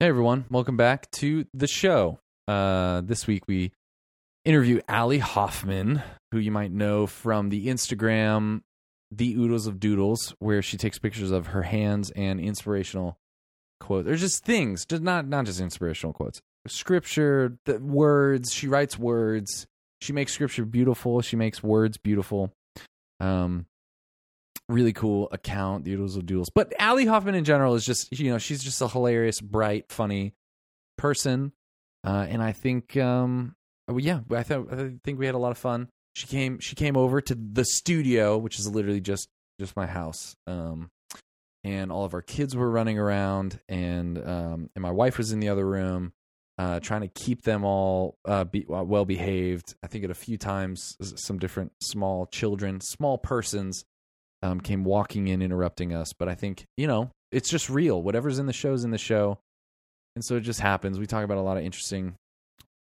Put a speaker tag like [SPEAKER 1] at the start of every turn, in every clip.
[SPEAKER 1] Hey everyone, welcome back to the show. Uh, this week we interview Ali Hoffman, who you might know from the Instagram The Oodles of Doodles, where she takes pictures of her hands and inspirational quotes. There's just things, just not not just inspirational quotes. Scripture, the words, she writes words. She makes scripture beautiful, she makes words beautiful. Um really cool account, the Doodles of Doodles. But Ali Hoffman in general is just, you know, she's just a hilarious, bright, funny person. Uh, and I think, um, well, yeah, I, thought I think we had a lot of fun. She came, she came over to the studio, which is literally just, just my house. Um, and all of our kids were running around, and um, and my wife was in the other room, uh, trying to keep them all uh, be, well behaved. I think at a few times, s- some different small children, small persons um, came walking in, interrupting us. But I think, you know, it's just real. Whatever's in the show's in the show. And so it just happens. We talk about a lot of interesting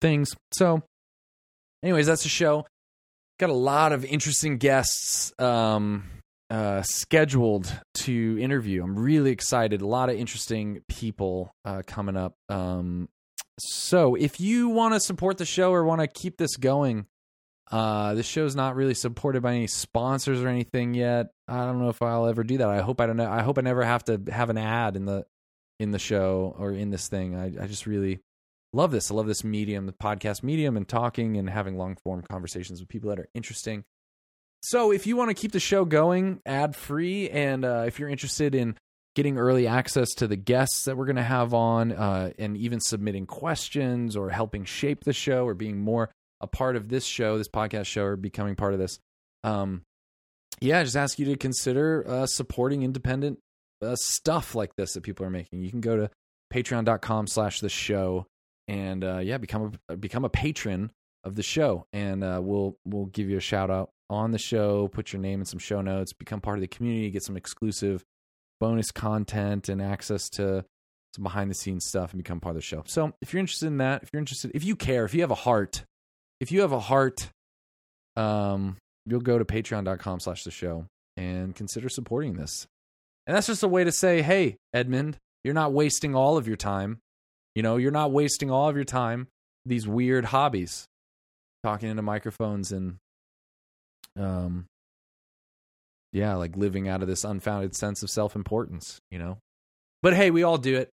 [SPEAKER 1] things. So, anyways, that's the show. Got a lot of interesting guests um, uh, scheduled to interview. I'm really excited. A lot of interesting people uh, coming up. Um, so, if you want to support the show or want to keep this going, uh, this show's not really supported by any sponsors or anything yet. I don't know if I'll ever do that. I hope I don't know. I hope I never have to have an ad in the in the show or in this thing. I, I just really love this. I love this medium, the podcast medium, and talking and having long form conversations with people that are interesting. So if you want to keep the show going ad free, and uh, if you're interested in getting early access to the guests that we're going to have on, uh, and even submitting questions or helping shape the show or being more a part of this show, this podcast show, or becoming part of this, um, yeah, I just ask you to consider uh, supporting independent uh, stuff like this that people are making. You can go to patreon.com slash the show and uh, yeah, become a, become a patron of the show. And uh, we'll, we'll give you a shout out on the show, put your name in some show notes, become part of the community, get some exclusive bonus content and access to some behind the scenes stuff and become part of the show. So if you're interested in that, if you're interested, if you care, if you have a heart, if you have a heart, um, you'll go to patreon.com slash the show and consider supporting this. And that's just a way to say, hey, Edmund, you're not wasting all of your time. You know, you're not wasting all of your time these weird hobbies, talking into microphones and, um, yeah, like living out of this unfounded sense of self importance, you know? But hey, we all do it.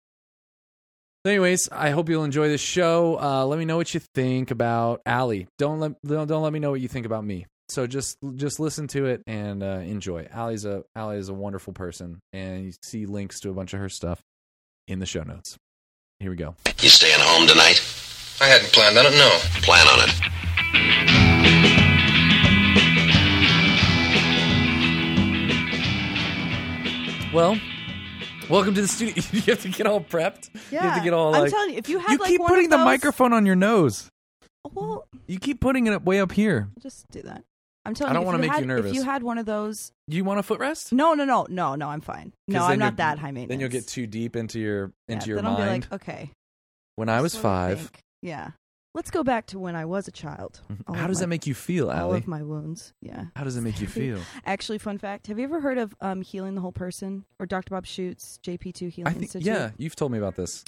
[SPEAKER 1] Anyways, I hope you'll enjoy this show. Uh, let me know what you think about Allie. Don't let don't, don't let me know what you think about me. So just just listen to it and uh, enjoy. Allie's a Allie is a wonderful person, and you see links to a bunch of her stuff in the show notes. Here we go.
[SPEAKER 2] You staying home tonight?
[SPEAKER 3] I hadn't planned on it, no.
[SPEAKER 2] Plan on it.
[SPEAKER 1] Well, welcome to the studio. you have to get all prepped.
[SPEAKER 4] Yeah,
[SPEAKER 1] you have to get all
[SPEAKER 4] I'm
[SPEAKER 1] like.
[SPEAKER 4] telling you, if you had
[SPEAKER 1] you
[SPEAKER 4] like
[SPEAKER 1] keep
[SPEAKER 4] one of
[SPEAKER 1] putting the
[SPEAKER 4] those-
[SPEAKER 1] microphone on your nose.
[SPEAKER 4] Well,
[SPEAKER 1] You keep putting it up way up here.
[SPEAKER 4] just do that. I'm telling
[SPEAKER 1] I don't
[SPEAKER 4] you, if
[SPEAKER 1] wanna
[SPEAKER 4] you
[SPEAKER 1] make
[SPEAKER 4] had,
[SPEAKER 1] you nervous.
[SPEAKER 4] If you had one of those,
[SPEAKER 1] You want a footrest?
[SPEAKER 4] no, no, no, no, no, I'm fine. No,
[SPEAKER 1] 'Cause
[SPEAKER 4] I'm
[SPEAKER 1] then
[SPEAKER 4] not
[SPEAKER 1] you'll-
[SPEAKER 4] that high maintenance.
[SPEAKER 1] Then you'll get too deep into your
[SPEAKER 4] Yeah,
[SPEAKER 1] into your
[SPEAKER 4] then I'll
[SPEAKER 1] mind.
[SPEAKER 4] be like, "Oh, okay.
[SPEAKER 1] when I was
[SPEAKER 4] so
[SPEAKER 1] five,
[SPEAKER 4] think. Yeah. Let's go back to when I was a child. All
[SPEAKER 1] Mm-hmm. how
[SPEAKER 4] of
[SPEAKER 1] does
[SPEAKER 4] my-
[SPEAKER 1] that make you feel,
[SPEAKER 4] All
[SPEAKER 1] Allie?
[SPEAKER 4] of my wounds. Yeah.
[SPEAKER 1] How does it make you feel?
[SPEAKER 4] Actually, fun fact: Have you ever heard of um, healing the whole person or Dr. Bob Schutt's JP2 Healing
[SPEAKER 1] I think
[SPEAKER 4] Institute?
[SPEAKER 1] yeah, you've told me about this.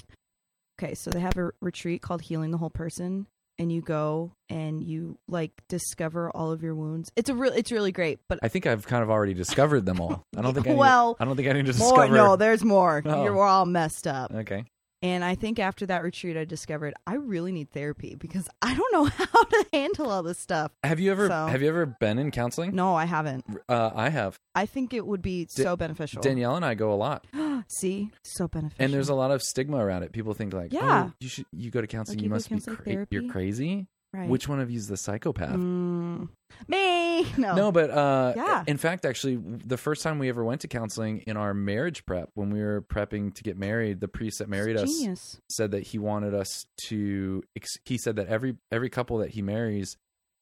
[SPEAKER 4] Okay, so they have a retreat called Healing the Whole Person, and you go and you like discover all of your wounds. It's a real, it's really great. But
[SPEAKER 1] I think I've kind of already discovered them all. I don't think I need,
[SPEAKER 4] Well,
[SPEAKER 1] I don't think I need to
[SPEAKER 4] more,
[SPEAKER 1] discover.
[SPEAKER 4] no, there's more.
[SPEAKER 1] Oh. Uh.
[SPEAKER 4] You're we're all messed up.
[SPEAKER 1] okay.
[SPEAKER 4] And I think after that retreat, I discovered I really need therapy because I don't know how to handle all this stuff.
[SPEAKER 1] Have you ever
[SPEAKER 4] So-
[SPEAKER 1] have you ever been in counseling?
[SPEAKER 4] No, I haven't.
[SPEAKER 1] Uh, I have.
[SPEAKER 4] I think it would be so beneficial.
[SPEAKER 1] Danielle and I go a lot,
[SPEAKER 4] See, so beneficial.
[SPEAKER 1] and there's a lot of stigma around it. People think like,
[SPEAKER 4] Yeah.
[SPEAKER 1] oh, you should you go to counseling,
[SPEAKER 4] Like,
[SPEAKER 1] you
[SPEAKER 4] you go
[SPEAKER 1] must be
[SPEAKER 4] counseling
[SPEAKER 1] cra- you're
[SPEAKER 4] therapy?
[SPEAKER 1] crazy.
[SPEAKER 4] right.
[SPEAKER 1] Which one of you is the psychopath?
[SPEAKER 4] Mm, me? No.
[SPEAKER 1] No, but uh,
[SPEAKER 4] Yeah.
[SPEAKER 1] in fact, actually, the first time we ever went to counseling in our marriage prep, when we were prepping to get married, the priest that married us
[SPEAKER 4] Genius.
[SPEAKER 1] said that he wanted us to ex- he said that every every couple that he marries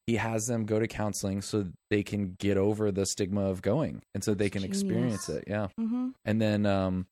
[SPEAKER 1] he has them go to counseling so they can get over the stigma of going and so they can experience
[SPEAKER 4] Genius.
[SPEAKER 1] it yeah
[SPEAKER 4] Mm-hmm.
[SPEAKER 1] and then um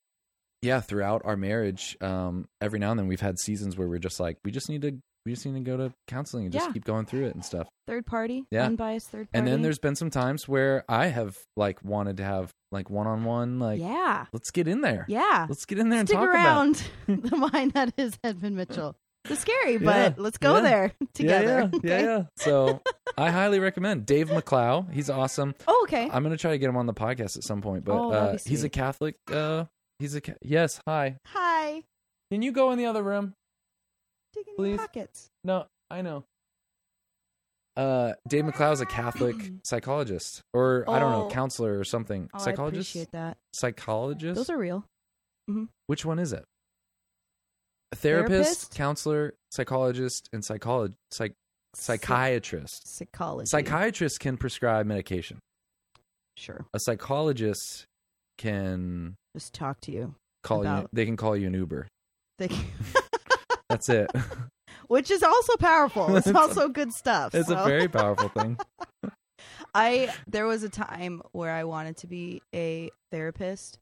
[SPEAKER 1] yeah throughout our marriage um every now and then we've had seasons where we're just like we just need to we just need to go to counseling and just
[SPEAKER 4] Yeah.
[SPEAKER 1] keep going through it and stuff.
[SPEAKER 4] Third party,
[SPEAKER 1] Yeah.
[SPEAKER 4] unbiased third party.
[SPEAKER 1] And then there's been some times where I have like wanted to have like one on one, like
[SPEAKER 4] yeah,
[SPEAKER 1] let's get in there.
[SPEAKER 4] yeah.
[SPEAKER 1] Let's get in there and
[SPEAKER 4] Stick
[SPEAKER 1] talk about.
[SPEAKER 4] around the mind that is Edmund Mitchell. It's scary, but
[SPEAKER 1] Yeah,
[SPEAKER 4] let's go
[SPEAKER 1] yeah.
[SPEAKER 4] there
[SPEAKER 1] it. Yeah,
[SPEAKER 4] together.
[SPEAKER 1] Yeah, yeah,
[SPEAKER 4] okay?
[SPEAKER 1] yeah. So I highly recommend Dave McClough. He's awesome.
[SPEAKER 4] Oh, okay.
[SPEAKER 1] I'm gonna try to get him on the podcast at some point, but
[SPEAKER 4] Oh, that'd
[SPEAKER 1] uh,
[SPEAKER 4] be
[SPEAKER 1] he's a
[SPEAKER 4] sweet.
[SPEAKER 1] Catholic. Uh, he's a ca- yes. Hi.
[SPEAKER 4] Hi.
[SPEAKER 1] Can you go in the other room?
[SPEAKER 4] Dig in
[SPEAKER 1] Please.
[SPEAKER 4] your pockets.
[SPEAKER 1] No, I know. Uh, Dave McCloud's a Catholic psychologist, or I don't know,
[SPEAKER 4] Oh.
[SPEAKER 1] counselor or something.
[SPEAKER 4] Oh,
[SPEAKER 1] psychologist,
[SPEAKER 4] I appreciate that.
[SPEAKER 1] psychologist.
[SPEAKER 4] Those are real.
[SPEAKER 1] Which one is it? A therapist,
[SPEAKER 4] Therapist?
[SPEAKER 1] counselor, psychologist, and psycholog psych- psychiatrist.
[SPEAKER 4] Psychology.
[SPEAKER 1] Psychiatrists can prescribe medication.
[SPEAKER 4] Sure.
[SPEAKER 1] A psychologist can
[SPEAKER 4] Just talk to you.
[SPEAKER 1] call you.
[SPEAKER 4] About-
[SPEAKER 1] They can call you an Uber.
[SPEAKER 4] They-
[SPEAKER 1] That's it.
[SPEAKER 4] Which is also powerful. It's
[SPEAKER 1] It's a-
[SPEAKER 4] also good stuff.
[SPEAKER 1] it's a
[SPEAKER 4] so.
[SPEAKER 1] very powerful thing.
[SPEAKER 4] I there was a time where I wanted to be a therapist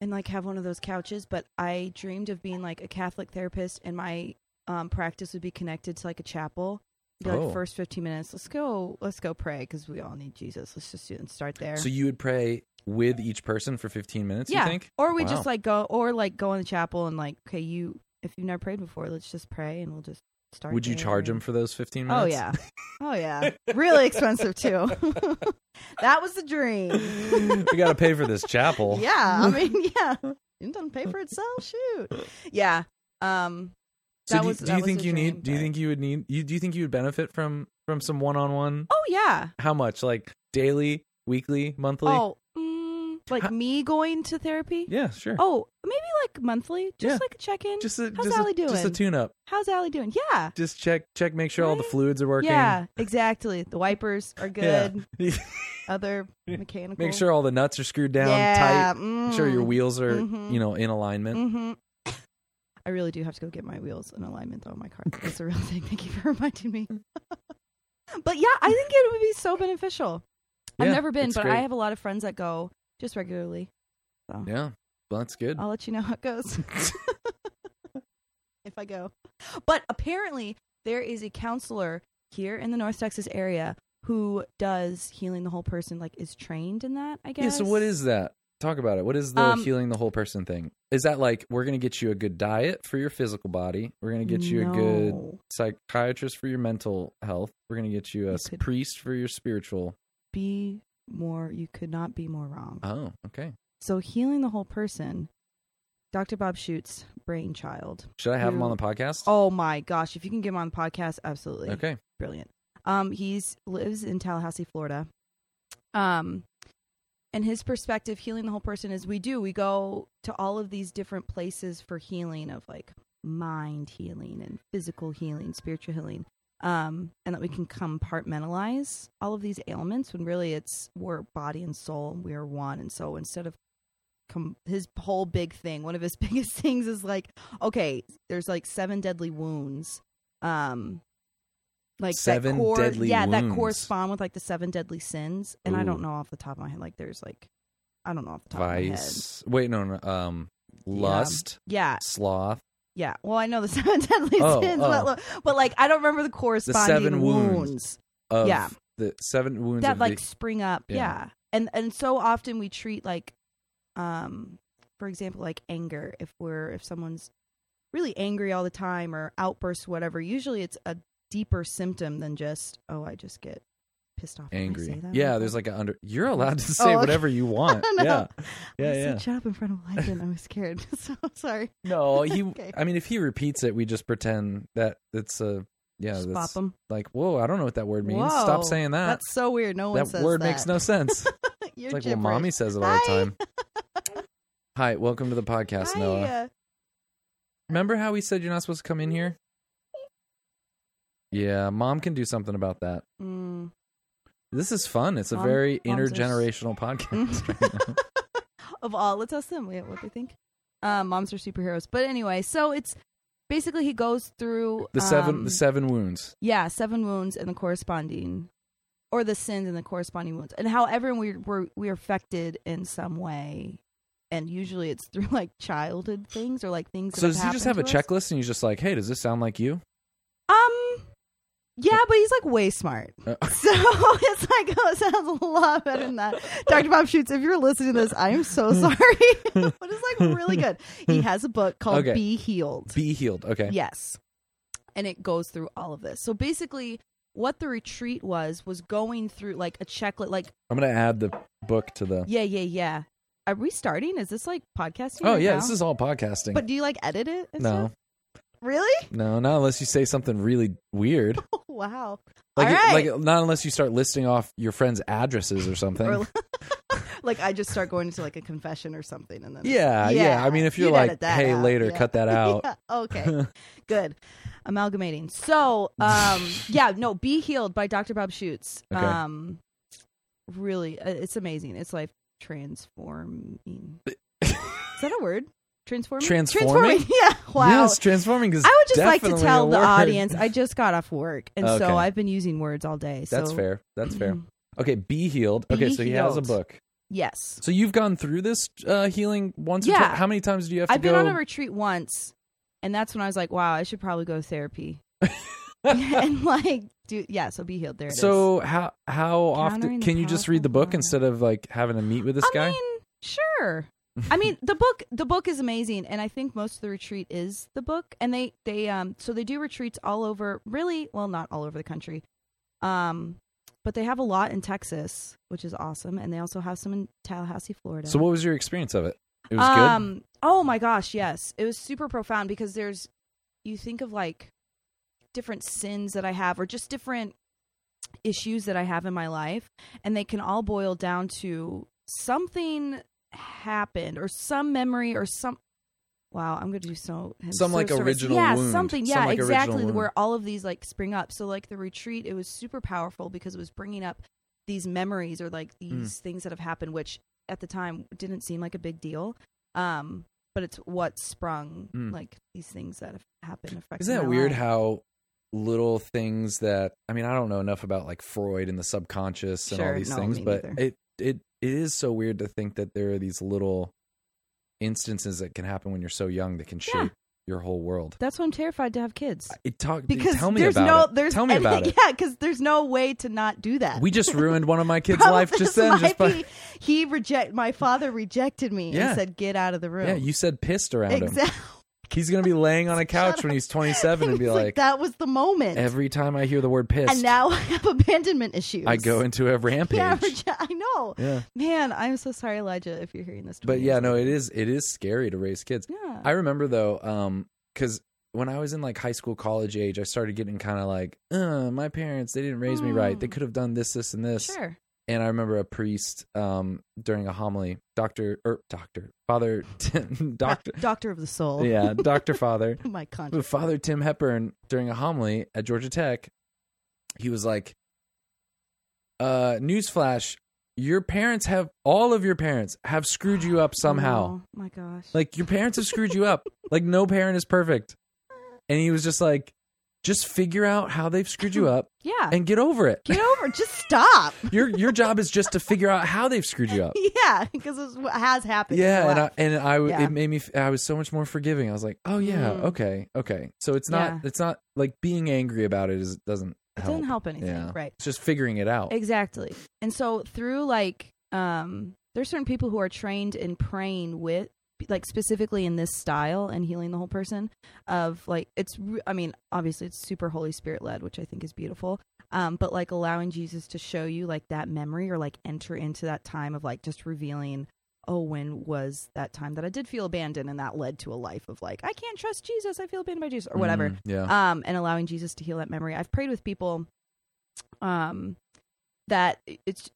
[SPEAKER 4] and like have one of those couches, but I dreamed of being like a Catholic therapist and my um, practice would be connected to like a chapel. Be like
[SPEAKER 1] Oh.
[SPEAKER 4] first 15 minutes, let's go, let's go pray because we all need Jesus. Let's just do and start there.
[SPEAKER 1] So you would pray with each person for 15 minutes.
[SPEAKER 4] yeah.
[SPEAKER 1] You think?
[SPEAKER 4] Or we
[SPEAKER 1] Wow.
[SPEAKER 4] just like go or like go in the chapel and like, okay, you if you've never prayed before, let's just pray and we'll just start.
[SPEAKER 1] Would you
[SPEAKER 4] there.
[SPEAKER 1] charge them for those 15 minutes?
[SPEAKER 4] Oh yeah. Oh yeah. really expensive too. that was the dream.
[SPEAKER 1] we got to pay for this chapel.
[SPEAKER 4] Yeah, I mean, yeah, it doesn't pay for itself. Shoot, yeah. Um,
[SPEAKER 1] So
[SPEAKER 4] That
[SPEAKER 1] do, you-
[SPEAKER 4] was-
[SPEAKER 1] do
[SPEAKER 4] that
[SPEAKER 1] you
[SPEAKER 4] was
[SPEAKER 1] think
[SPEAKER 4] a
[SPEAKER 1] you
[SPEAKER 4] dream,
[SPEAKER 1] need? Do you
[SPEAKER 4] but-
[SPEAKER 1] think you would need? You, do you think you would benefit from from some one on one?
[SPEAKER 4] oh yeah.
[SPEAKER 1] How much? Like daily, weekly, monthly?
[SPEAKER 4] Oh, mm, like
[SPEAKER 1] How-
[SPEAKER 4] me going to therapy.
[SPEAKER 1] yeah, sure.
[SPEAKER 4] Oh, maybe like monthly, just
[SPEAKER 1] Yeah.
[SPEAKER 4] like a check in.
[SPEAKER 1] just a,
[SPEAKER 4] how's
[SPEAKER 1] just, a
[SPEAKER 4] Ally
[SPEAKER 1] just a
[SPEAKER 4] doing?
[SPEAKER 1] tune up.
[SPEAKER 4] How's Allie doing? Yeah,
[SPEAKER 1] Just check check make sure all the
[SPEAKER 4] Right?
[SPEAKER 1] fluids are working.
[SPEAKER 4] yeah, exactly. The wipers are
[SPEAKER 1] Yeah.
[SPEAKER 4] good. Other mechanical.
[SPEAKER 1] make sure all the nuts are screwed down
[SPEAKER 4] yeah,
[SPEAKER 1] tight. Make sure your wheels are
[SPEAKER 4] Mhm.
[SPEAKER 1] you know in alignment.
[SPEAKER 4] hmm I really do have to go get my wheels in alignment though on my car. That's a real thing. Thank you for reminding me.
[SPEAKER 1] Mm.
[SPEAKER 4] but yeah, I think it would be so beneficial. I've
[SPEAKER 1] Yeah,
[SPEAKER 4] never been,
[SPEAKER 1] it's
[SPEAKER 4] but I
[SPEAKER 1] great.
[SPEAKER 4] have a lot of friends that go just regularly. So
[SPEAKER 1] Yeah, well that's good.
[SPEAKER 4] I'll let you know how it goes if I go. But apparently, there is a counselor here in the North Texas area who does healing the whole person. Like, is trained in that. I guess.
[SPEAKER 1] Yeah. So what is that? Talk about it. What is the
[SPEAKER 4] Um,
[SPEAKER 1] healing the whole person thing? Is that like we're gonna get you a good diet for your physical body? We're gonna get you a good
[SPEAKER 4] No.
[SPEAKER 1] psychiatrist for your mental health. We're gonna get you a
[SPEAKER 4] You could-
[SPEAKER 1] priest for your spiritual.
[SPEAKER 4] Be more. You could not be more wrong.
[SPEAKER 1] Oh, okay.
[SPEAKER 4] So healing the whole person, Dr. Bob Schute's brainchild.
[SPEAKER 1] Should I have him
[SPEAKER 4] Who-
[SPEAKER 1] on the podcast?
[SPEAKER 4] Oh my gosh, if you can get him on the podcast, absolutely.
[SPEAKER 1] okay.
[SPEAKER 4] Brilliant. Um he's lives in Tallahassee, Florida. Um and his perspective healing the whole person is we do. We go to all of these different places for healing of like mind healing and physical healing, spiritual healing. Um, and that we can compartmentalize all of these ailments when really it's we're body and soul, we are one. And so instead of com- his whole big thing, one of his biggest things is like, okay, there's like seven deadly wounds. Um, like
[SPEAKER 1] Seven
[SPEAKER 4] that cor-
[SPEAKER 1] deadly
[SPEAKER 4] yeah, that
[SPEAKER 1] wounds.
[SPEAKER 4] correspond with like the seven deadly sins. And I
[SPEAKER 1] Ooh.
[SPEAKER 4] don't know off the top of my head, like there's like, I don't know off the top
[SPEAKER 1] Vice. Wait, no, no. Um, lust,
[SPEAKER 4] of my head. Yeah,
[SPEAKER 1] sloth,
[SPEAKER 4] yeah. Well, I know the seven deadly
[SPEAKER 1] Oh,
[SPEAKER 4] sins,
[SPEAKER 1] oh.
[SPEAKER 4] But, but like I don't remember the corresponding
[SPEAKER 1] seven wounds.
[SPEAKER 4] wounds.
[SPEAKER 1] of
[SPEAKER 4] Yeah.
[SPEAKER 1] the seven wounds
[SPEAKER 4] that
[SPEAKER 1] of
[SPEAKER 4] like
[SPEAKER 1] the.
[SPEAKER 4] spring up
[SPEAKER 1] Yeah.
[SPEAKER 4] yeah. and and so often we treat like um for example like anger if we're if someone's really angry all the time or outbursts whatever usually it's a deeper symptom than just oh i just get pissed off when I say
[SPEAKER 1] Angry.
[SPEAKER 4] that
[SPEAKER 1] Yeah,
[SPEAKER 4] like
[SPEAKER 1] there's
[SPEAKER 4] that."
[SPEAKER 1] like a under. You're allowed to say
[SPEAKER 4] okay. Oh,
[SPEAKER 1] whatever you want.
[SPEAKER 4] I know.
[SPEAKER 1] Yeah.
[SPEAKER 4] I
[SPEAKER 1] Yeah,
[SPEAKER 4] said
[SPEAKER 1] yeah.
[SPEAKER 4] shut up in front of Elijah and i was scared so I'm sorry
[SPEAKER 1] No, he.
[SPEAKER 4] Okay.
[SPEAKER 1] I mean, if he repeats it, we just pretend that it's a. Yeah,
[SPEAKER 4] just
[SPEAKER 1] that's
[SPEAKER 4] pop 'em.
[SPEAKER 1] like, whoa, I don't know what that word means. Stop
[SPEAKER 4] Whoa,
[SPEAKER 1] saying that.
[SPEAKER 4] that's so weird no one
[SPEAKER 1] that
[SPEAKER 4] says
[SPEAKER 1] word
[SPEAKER 4] that
[SPEAKER 1] makes no sense.
[SPEAKER 4] You're
[SPEAKER 1] It's like,
[SPEAKER 4] gibberish.
[SPEAKER 1] well, mommy says it all the
[SPEAKER 4] Hi.
[SPEAKER 1] time. Hi, welcome to the podcast,
[SPEAKER 4] Hi,
[SPEAKER 1] Noah.
[SPEAKER 4] uh,
[SPEAKER 1] Remember how we said you're not supposed to come in here? Yeah, mom can do something about that.
[SPEAKER 4] mm.
[SPEAKER 1] This is fun. It's a
[SPEAKER 4] Mom-
[SPEAKER 1] very
[SPEAKER 4] moms are s-
[SPEAKER 1] intergenerational podcast.
[SPEAKER 4] of all. Let's ask them what what they think. Um, moms are superheroes, but anyway, so it's basically he goes through
[SPEAKER 1] the seven,
[SPEAKER 4] um,
[SPEAKER 1] the seven wounds.
[SPEAKER 4] yeah, seven wounds and the corresponding, or the sins and the corresponding wounds, and how everyone we're we're, we're affected in some way, and usually it's through like childhood things or like things.
[SPEAKER 1] So
[SPEAKER 4] that
[SPEAKER 1] does he just have a
[SPEAKER 4] happened to us.
[SPEAKER 1] checklist, and he's just like, "Hey, does this sound like you?"
[SPEAKER 4] Um, Yeah, but he's like way smart.
[SPEAKER 1] Uh,
[SPEAKER 4] So it's like, oh, it sounds a lot better than that. Dr. Bob Shoots, if you're listening to this, I'm so sorry. but it's like really good. He has a book called
[SPEAKER 1] Okay.
[SPEAKER 4] Be Healed.
[SPEAKER 1] Be healed. Okay.
[SPEAKER 4] Yes. And it goes through all of this. So basically, what the retreat was, was going through like a checklist, like,
[SPEAKER 1] I'm gonna add the book to the.
[SPEAKER 4] yeah, yeah, yeah. Are we starting? Is this like podcasting?
[SPEAKER 1] Oh
[SPEAKER 4] right
[SPEAKER 1] yeah,
[SPEAKER 4] now?
[SPEAKER 1] this is all podcasting.
[SPEAKER 4] But do you like edit it? and
[SPEAKER 1] no,
[SPEAKER 4] stuff? Really?
[SPEAKER 1] no, not unless you say something really weird.
[SPEAKER 4] wow.
[SPEAKER 1] Like,
[SPEAKER 4] all right.
[SPEAKER 1] like not unless you start listing off your friends' addresses or something.
[SPEAKER 4] Or- like I just start going into like a confession or something, and then
[SPEAKER 1] yeah, yeah, I mean, if you're
[SPEAKER 4] You'd
[SPEAKER 1] like,
[SPEAKER 4] edit that
[SPEAKER 1] hey,
[SPEAKER 4] out,
[SPEAKER 1] later,
[SPEAKER 4] yeah.
[SPEAKER 1] cut that out.
[SPEAKER 4] Yeah, okay, good, amalgamating. So, um, yeah, no, be healed by Dr. Bob Schutz.
[SPEAKER 1] Okay.
[SPEAKER 4] Um, really, uh, it's amazing. It's life transforming. Is that a word? Transforming.
[SPEAKER 1] Transforming?
[SPEAKER 4] Yeah. Wow.
[SPEAKER 1] Yes, transforming is.
[SPEAKER 4] I would just like to
[SPEAKER 1] definitely
[SPEAKER 4] tell
[SPEAKER 1] a
[SPEAKER 4] the
[SPEAKER 1] word.
[SPEAKER 4] audience I just got off work, and
[SPEAKER 1] Okay.
[SPEAKER 4] so I've been using words all day. So Mm-hmm.
[SPEAKER 1] That's fair. That's fair. Okay, be healed. okay,
[SPEAKER 4] Be
[SPEAKER 1] so he has a
[SPEAKER 4] healed.
[SPEAKER 1] book.
[SPEAKER 4] Yes.
[SPEAKER 1] So you've gone through this uh, healing once. Or
[SPEAKER 4] Yeah.
[SPEAKER 1] twi- How many times do you have to
[SPEAKER 4] I've been
[SPEAKER 1] go?
[SPEAKER 4] on a retreat once, and that's when I was like, "Wow, I should probably go to therapy." and like, do yeah, so be healed. There. it is.
[SPEAKER 1] so how how often
[SPEAKER 4] Countering the
[SPEAKER 1] can you just read the
[SPEAKER 4] powerful
[SPEAKER 1] book
[SPEAKER 4] power.
[SPEAKER 1] instead of like having to meet with this
[SPEAKER 4] I
[SPEAKER 1] guy?
[SPEAKER 4] mean, sure. I mean, the book the book is amazing, and I think most of the retreat is the book. And they they um so they do retreats all over, really well, not all over the country, um, but they have a lot in Texas, which is awesome, and they also have some in Tallahassee, Florida.
[SPEAKER 1] so what was your experience of it? It was good.
[SPEAKER 4] um, Oh my gosh, yes. It was super profound because there's you think of like different sins that I have or just different issues that I have in my life and they can all boil down to something happened or some memory or some Wow, I'm going to do so
[SPEAKER 1] Some, like,
[SPEAKER 4] so- so-
[SPEAKER 1] original
[SPEAKER 4] Yeah,
[SPEAKER 1] wound.
[SPEAKER 4] something. Yeah,
[SPEAKER 1] Some, like, original
[SPEAKER 4] exactly
[SPEAKER 1] wound.
[SPEAKER 4] where all of these like spring up. So like the retreat, it was super powerful because it was bringing up these memories or like
[SPEAKER 1] Hmm.
[SPEAKER 4] these things that have happened which at the time didn't seem like a big deal. Um, but it's what sprung
[SPEAKER 1] Mm.
[SPEAKER 4] like these things that have happened. affected
[SPEAKER 1] Isn't that
[SPEAKER 4] my
[SPEAKER 1] weird
[SPEAKER 4] life.
[SPEAKER 1] how little things that I mean, I don't know enough about like Freud and the subconscious and all
[SPEAKER 4] Sure,
[SPEAKER 1] these
[SPEAKER 4] no,
[SPEAKER 1] things,
[SPEAKER 4] me
[SPEAKER 1] but
[SPEAKER 4] neither.
[SPEAKER 1] it, it it is so weird to think that there are these little instances that can happen when you're so young that can shape
[SPEAKER 4] Yeah.
[SPEAKER 1] your whole world.
[SPEAKER 4] That's why I'm terrified to have kids
[SPEAKER 1] It talk
[SPEAKER 4] because
[SPEAKER 1] tell me
[SPEAKER 4] there's
[SPEAKER 1] about
[SPEAKER 4] no
[SPEAKER 1] it.
[SPEAKER 4] there's
[SPEAKER 1] tell me
[SPEAKER 4] any-
[SPEAKER 1] about it.
[SPEAKER 4] yeah because there's no way to not do that.
[SPEAKER 1] We just ruined one of my kids'
[SPEAKER 4] Probably
[SPEAKER 1] life just
[SPEAKER 4] this
[SPEAKER 1] then, just
[SPEAKER 4] might
[SPEAKER 1] by
[SPEAKER 4] be- he reject my father rejected me
[SPEAKER 1] Yeah.
[SPEAKER 4] and said get out of the room.
[SPEAKER 1] yeah. You said pissed around him.
[SPEAKER 4] exactly.
[SPEAKER 1] He's gonna be laying on a couch when he's 27 and be
[SPEAKER 4] It's
[SPEAKER 1] like,
[SPEAKER 4] that was the moment,
[SPEAKER 1] every time I hear the word pissed,
[SPEAKER 4] and now I have abandonment issues.
[SPEAKER 1] I go into a rampage.
[SPEAKER 4] yeah, reje- I know.
[SPEAKER 1] yeah.
[SPEAKER 4] Man, I'm so sorry, Elijah, if you're hearing this. 20
[SPEAKER 1] But yeah,
[SPEAKER 4] years
[SPEAKER 1] no,
[SPEAKER 4] later.
[SPEAKER 1] it is it is scary to raise kids.
[SPEAKER 4] Yeah.
[SPEAKER 1] I remember though, um, because when I was in like high school, college age, I started getting kind of like, uh, my parents, they didn't raise me right. They
[SPEAKER 4] Hmm.
[SPEAKER 1] could have done this, this, and this.
[SPEAKER 4] Sure.
[SPEAKER 1] And I remember a priest um, during a homily, doctor or doctor, father, Tim, doctor,
[SPEAKER 4] Doc- Doctor of the Soul.
[SPEAKER 1] yeah, doctor, father,
[SPEAKER 4] My country.
[SPEAKER 1] but Father Tim Hepburn during a homily at Georgia Tech, he was like, uh, "Newsflash: Your parents have all of your parents have screwed you up somehow."
[SPEAKER 4] Oh, my gosh.
[SPEAKER 1] Like your parents have screwed you up. Like no parent is perfect. And he was just like, just figure out how they've screwed you up
[SPEAKER 4] yeah.
[SPEAKER 1] and get over it.
[SPEAKER 4] Get over. it. Just stop.
[SPEAKER 1] Your your job is just to figure out how they've screwed you up.
[SPEAKER 4] yeah, because it's what has happened. in
[SPEAKER 1] Yeah,
[SPEAKER 4] your
[SPEAKER 1] and I
[SPEAKER 4] life.
[SPEAKER 1] and I w-
[SPEAKER 4] Yeah.
[SPEAKER 1] it made me f- I was so much more forgiving. I was like, oh yeah,
[SPEAKER 4] Mm.
[SPEAKER 1] okay, okay. So it's not
[SPEAKER 4] Yeah.
[SPEAKER 1] it's not like being angry about it is doesn't help.
[SPEAKER 4] it doesn't help anything,
[SPEAKER 1] Yeah.
[SPEAKER 4] right?
[SPEAKER 1] It's just figuring it out.
[SPEAKER 4] Exactly. And so through like, um, there's certain people who are trained in praying with, like specifically in this style and healing the whole person of like it's. re- I mean, obviously it's super Holy Spirit led, which I think is beautiful. Um, but like allowing Jesus to show you like that memory or like enter into that time of like just revealing. Oh, when was that time that I did feel abandoned, and that led to a life of like I can't trust Jesus. I feel abandoned by Jesus, or whatever
[SPEAKER 1] Mm, yeah.
[SPEAKER 4] um, and allowing Jesus to heal that memory. I've prayed with people um, that it's.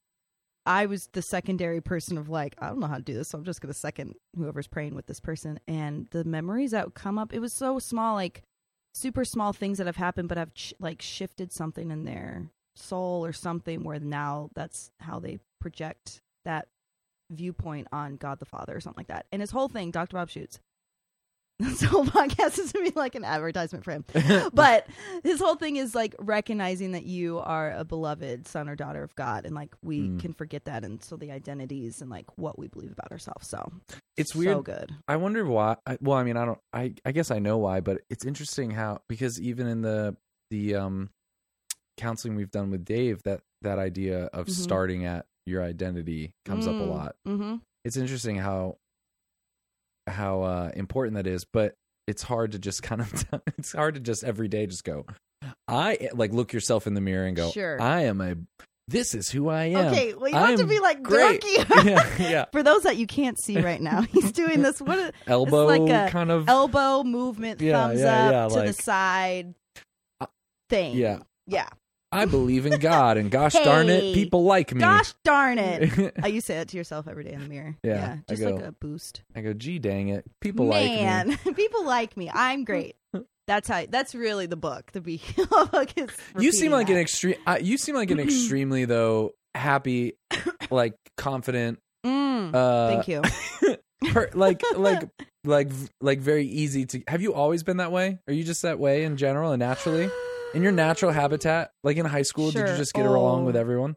[SPEAKER 4] I was the secondary person of like I don't know how to do this, so I'm just going to second whoever's praying with this person. And the memories that come up, it was so small, like super small things that have happened, but have ch- like shifted something in their soul or something where now that's how they project that viewpoint on God the Father or something like that. And his whole thing, Dr. Bob shoots. This whole podcast is gonna be like an advertisement for him. Uh, But his whole thing is like recognizing that you are a beloved son or daughter of God and like we
[SPEAKER 1] Mm.
[SPEAKER 4] can forget that and so the identities and like what we believe about ourselves. So
[SPEAKER 1] it's
[SPEAKER 4] so
[SPEAKER 1] weird.
[SPEAKER 4] good.
[SPEAKER 1] I wonder why. I, well, I mean, I don't. I I guess I know why, but it's interesting how because even in the the um counseling we've done with Dave that that idea of
[SPEAKER 4] Mhm.
[SPEAKER 1] starting at your identity comes up a lot.
[SPEAKER 4] Mm-hmm.
[SPEAKER 1] It's interesting how how uh, important that is, but it's hard to just kind of it's hard to just every day just go I like look yourself in the mirror and go
[SPEAKER 4] Sure.
[SPEAKER 1] I am a this is who I am.
[SPEAKER 4] Okay, well, you have to
[SPEAKER 1] I'm
[SPEAKER 4] be like
[SPEAKER 1] great.
[SPEAKER 4] dorky.
[SPEAKER 1] yeah, yeah.
[SPEAKER 4] For those that you can't see right now, he's doing this what is,
[SPEAKER 1] Elbow
[SPEAKER 4] like a
[SPEAKER 1] kind of
[SPEAKER 4] elbow movement,
[SPEAKER 1] Yeah,
[SPEAKER 4] thumbs
[SPEAKER 1] yeah,
[SPEAKER 4] up
[SPEAKER 1] yeah,
[SPEAKER 4] to the
[SPEAKER 1] like-
[SPEAKER 4] side
[SPEAKER 1] Uh,
[SPEAKER 4] thing.
[SPEAKER 1] yeah.
[SPEAKER 4] yeah.
[SPEAKER 1] I believe in God and gosh darn
[SPEAKER 4] Hey.
[SPEAKER 1] it, people like me.
[SPEAKER 4] Gosh darn it! I you say that to yourself every day in the mirror.
[SPEAKER 1] Yeah, I
[SPEAKER 4] just
[SPEAKER 1] go,
[SPEAKER 4] like a boost.
[SPEAKER 1] I go, gee dang it. People like
[SPEAKER 4] Man,
[SPEAKER 1] me.
[SPEAKER 4] people like me. I'm great. That's how. That's really the book. The be. book is
[SPEAKER 1] You seem
[SPEAKER 4] repeating
[SPEAKER 1] like an
[SPEAKER 4] that.
[SPEAKER 1] extreme uh, you seem like an extremely though happy like confident
[SPEAKER 4] Mm,
[SPEAKER 1] uh
[SPEAKER 4] thank you.
[SPEAKER 1] per- like like like like very easy to Have you always been that way? Are you just that way in general and naturally? In your natural habitat, like in high school, did
[SPEAKER 4] Sure.
[SPEAKER 1] you just get along
[SPEAKER 4] Oh.
[SPEAKER 1] with everyone?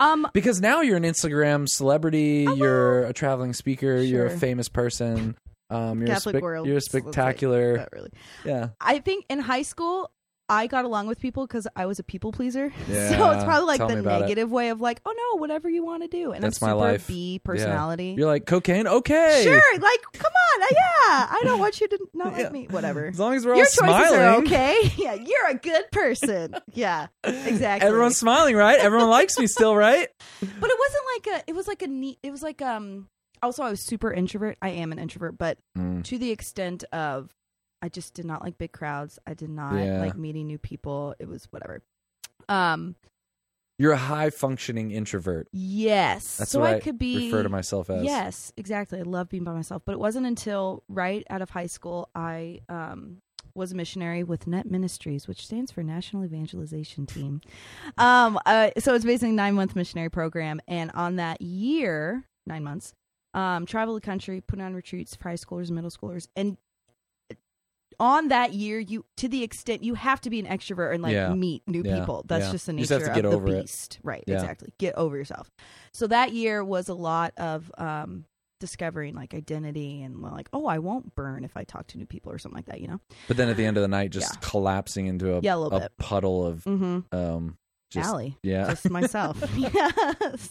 [SPEAKER 4] Um,
[SPEAKER 1] Because now you're an Instagram celebrity,
[SPEAKER 4] Oh, well.
[SPEAKER 1] you're a traveling speaker, you're a
[SPEAKER 4] Sure.
[SPEAKER 1] famous person. Um, you're, a
[SPEAKER 4] Catholic
[SPEAKER 1] spec-
[SPEAKER 4] world
[SPEAKER 1] you're a
[SPEAKER 4] looks like
[SPEAKER 1] spectacular.
[SPEAKER 4] not really.
[SPEAKER 1] yeah.
[SPEAKER 4] I think in high school, I got along with people because I was a people pleaser. so
[SPEAKER 1] Yeah,
[SPEAKER 4] it's probably like
[SPEAKER 1] tell
[SPEAKER 4] the
[SPEAKER 1] me about it.
[SPEAKER 4] negative way of like, oh no, whatever you want to do, and
[SPEAKER 1] That's
[SPEAKER 4] I'm
[SPEAKER 1] my
[SPEAKER 4] super
[SPEAKER 1] life.
[SPEAKER 4] B personality.
[SPEAKER 1] You're like cocaine. Okay,
[SPEAKER 4] Sure, like come on, I- yeah. I don't want you to not like
[SPEAKER 1] Yeah.
[SPEAKER 4] me. Whatever.
[SPEAKER 1] As long as we're all
[SPEAKER 4] Your choices
[SPEAKER 1] smiling,
[SPEAKER 4] are okay. Yeah, you're a good person. Yeah, exactly.
[SPEAKER 1] Everyone's smiling, right? Everyone likes me still, right?
[SPEAKER 4] but it wasn't like a. It was like a neat. It was like um. Also, I was super introvert. I am an introvert, but
[SPEAKER 1] Mm.
[SPEAKER 4] to the extent of I just did not like big crowds. I did not
[SPEAKER 1] Yeah.
[SPEAKER 4] like meeting new people. It was whatever. Um.
[SPEAKER 1] You're a high functioning introvert.
[SPEAKER 4] Yes.
[SPEAKER 1] That's
[SPEAKER 4] so
[SPEAKER 1] what
[SPEAKER 4] I,
[SPEAKER 1] I
[SPEAKER 4] could be
[SPEAKER 1] Refer to myself as.
[SPEAKER 4] Yes, exactly. I love being by myself. But it wasn't until right out of high school I um, was a missionary with Net Ministries, which stands for National Evangelization Team. Um, uh, so it's basically nine month missionary program, and on that year, nine months, um, travel the country, put on retreats for high schoolers, middle schoolers, and on that year, you to the extent you have to be an extrovert and like
[SPEAKER 1] Yeah.
[SPEAKER 4] meet new
[SPEAKER 1] Yeah.
[SPEAKER 4] people. That's
[SPEAKER 1] Yeah.
[SPEAKER 4] just the
[SPEAKER 1] You
[SPEAKER 4] nature
[SPEAKER 1] just have to get
[SPEAKER 4] of
[SPEAKER 1] over
[SPEAKER 4] the
[SPEAKER 1] it.
[SPEAKER 4] beast, right?
[SPEAKER 1] Yeah.
[SPEAKER 4] Exactly. Get over yourself. So that year was a lot of um, discovering like identity and like, oh, I won't burn if I talk to new people or something like that. You know?
[SPEAKER 1] But then at the end of the night, just collapsing into a,
[SPEAKER 4] Yeah, a little bit.
[SPEAKER 1] puddle of
[SPEAKER 4] Mm-hmm.
[SPEAKER 1] um, just
[SPEAKER 4] Allie.
[SPEAKER 1] yeah,
[SPEAKER 4] just myself. yeah.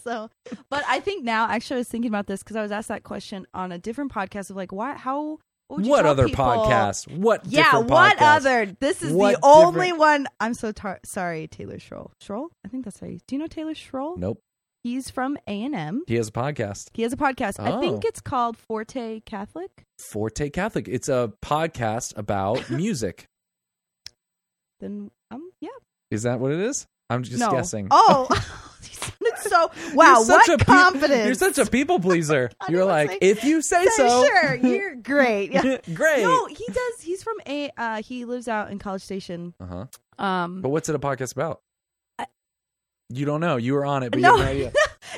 [SPEAKER 4] So, but I think now, actually, I was thinking about this because I was asked that question on a different podcast of like, why, how, what, would you
[SPEAKER 1] what
[SPEAKER 4] tell
[SPEAKER 1] other
[SPEAKER 4] people-
[SPEAKER 1] podcast? What
[SPEAKER 4] Yeah,
[SPEAKER 1] different
[SPEAKER 4] what
[SPEAKER 1] podcast?
[SPEAKER 4] other? This is
[SPEAKER 1] What
[SPEAKER 4] the only
[SPEAKER 1] different-
[SPEAKER 4] one. I'm so tar- sorry, Taylor Schroll. Schroll? I think that's how you. Do you know Taylor Schroll?
[SPEAKER 1] Nope,
[SPEAKER 4] He's from A and M.
[SPEAKER 1] he has a podcast.
[SPEAKER 4] He has a podcast. I think
[SPEAKER 1] Oh.
[SPEAKER 4] it's called Forte Catholic.
[SPEAKER 1] Forte Catholic. It's a podcast about music.
[SPEAKER 4] Then um, yeah.
[SPEAKER 1] Is that what it is? I'm just
[SPEAKER 4] no.
[SPEAKER 1] guessing.
[SPEAKER 4] Oh, you sounded so wow.
[SPEAKER 1] You're such
[SPEAKER 4] what
[SPEAKER 1] a pe-
[SPEAKER 4] confidence?
[SPEAKER 1] You're such a people pleaser.
[SPEAKER 4] I
[SPEAKER 1] you're
[SPEAKER 4] was
[SPEAKER 1] like,
[SPEAKER 4] like,
[SPEAKER 1] if you say
[SPEAKER 4] Say,
[SPEAKER 1] so,
[SPEAKER 4] Sure, you're great. Yeah.
[SPEAKER 1] great.
[SPEAKER 4] No, he does. He's from a. Uh, he lives out in College Station.
[SPEAKER 1] Uh-huh.
[SPEAKER 4] Um,
[SPEAKER 1] But what's it a podcast about?
[SPEAKER 4] I-
[SPEAKER 1] you don't know. You were on it, but
[SPEAKER 4] no,
[SPEAKER 1] you have no idea.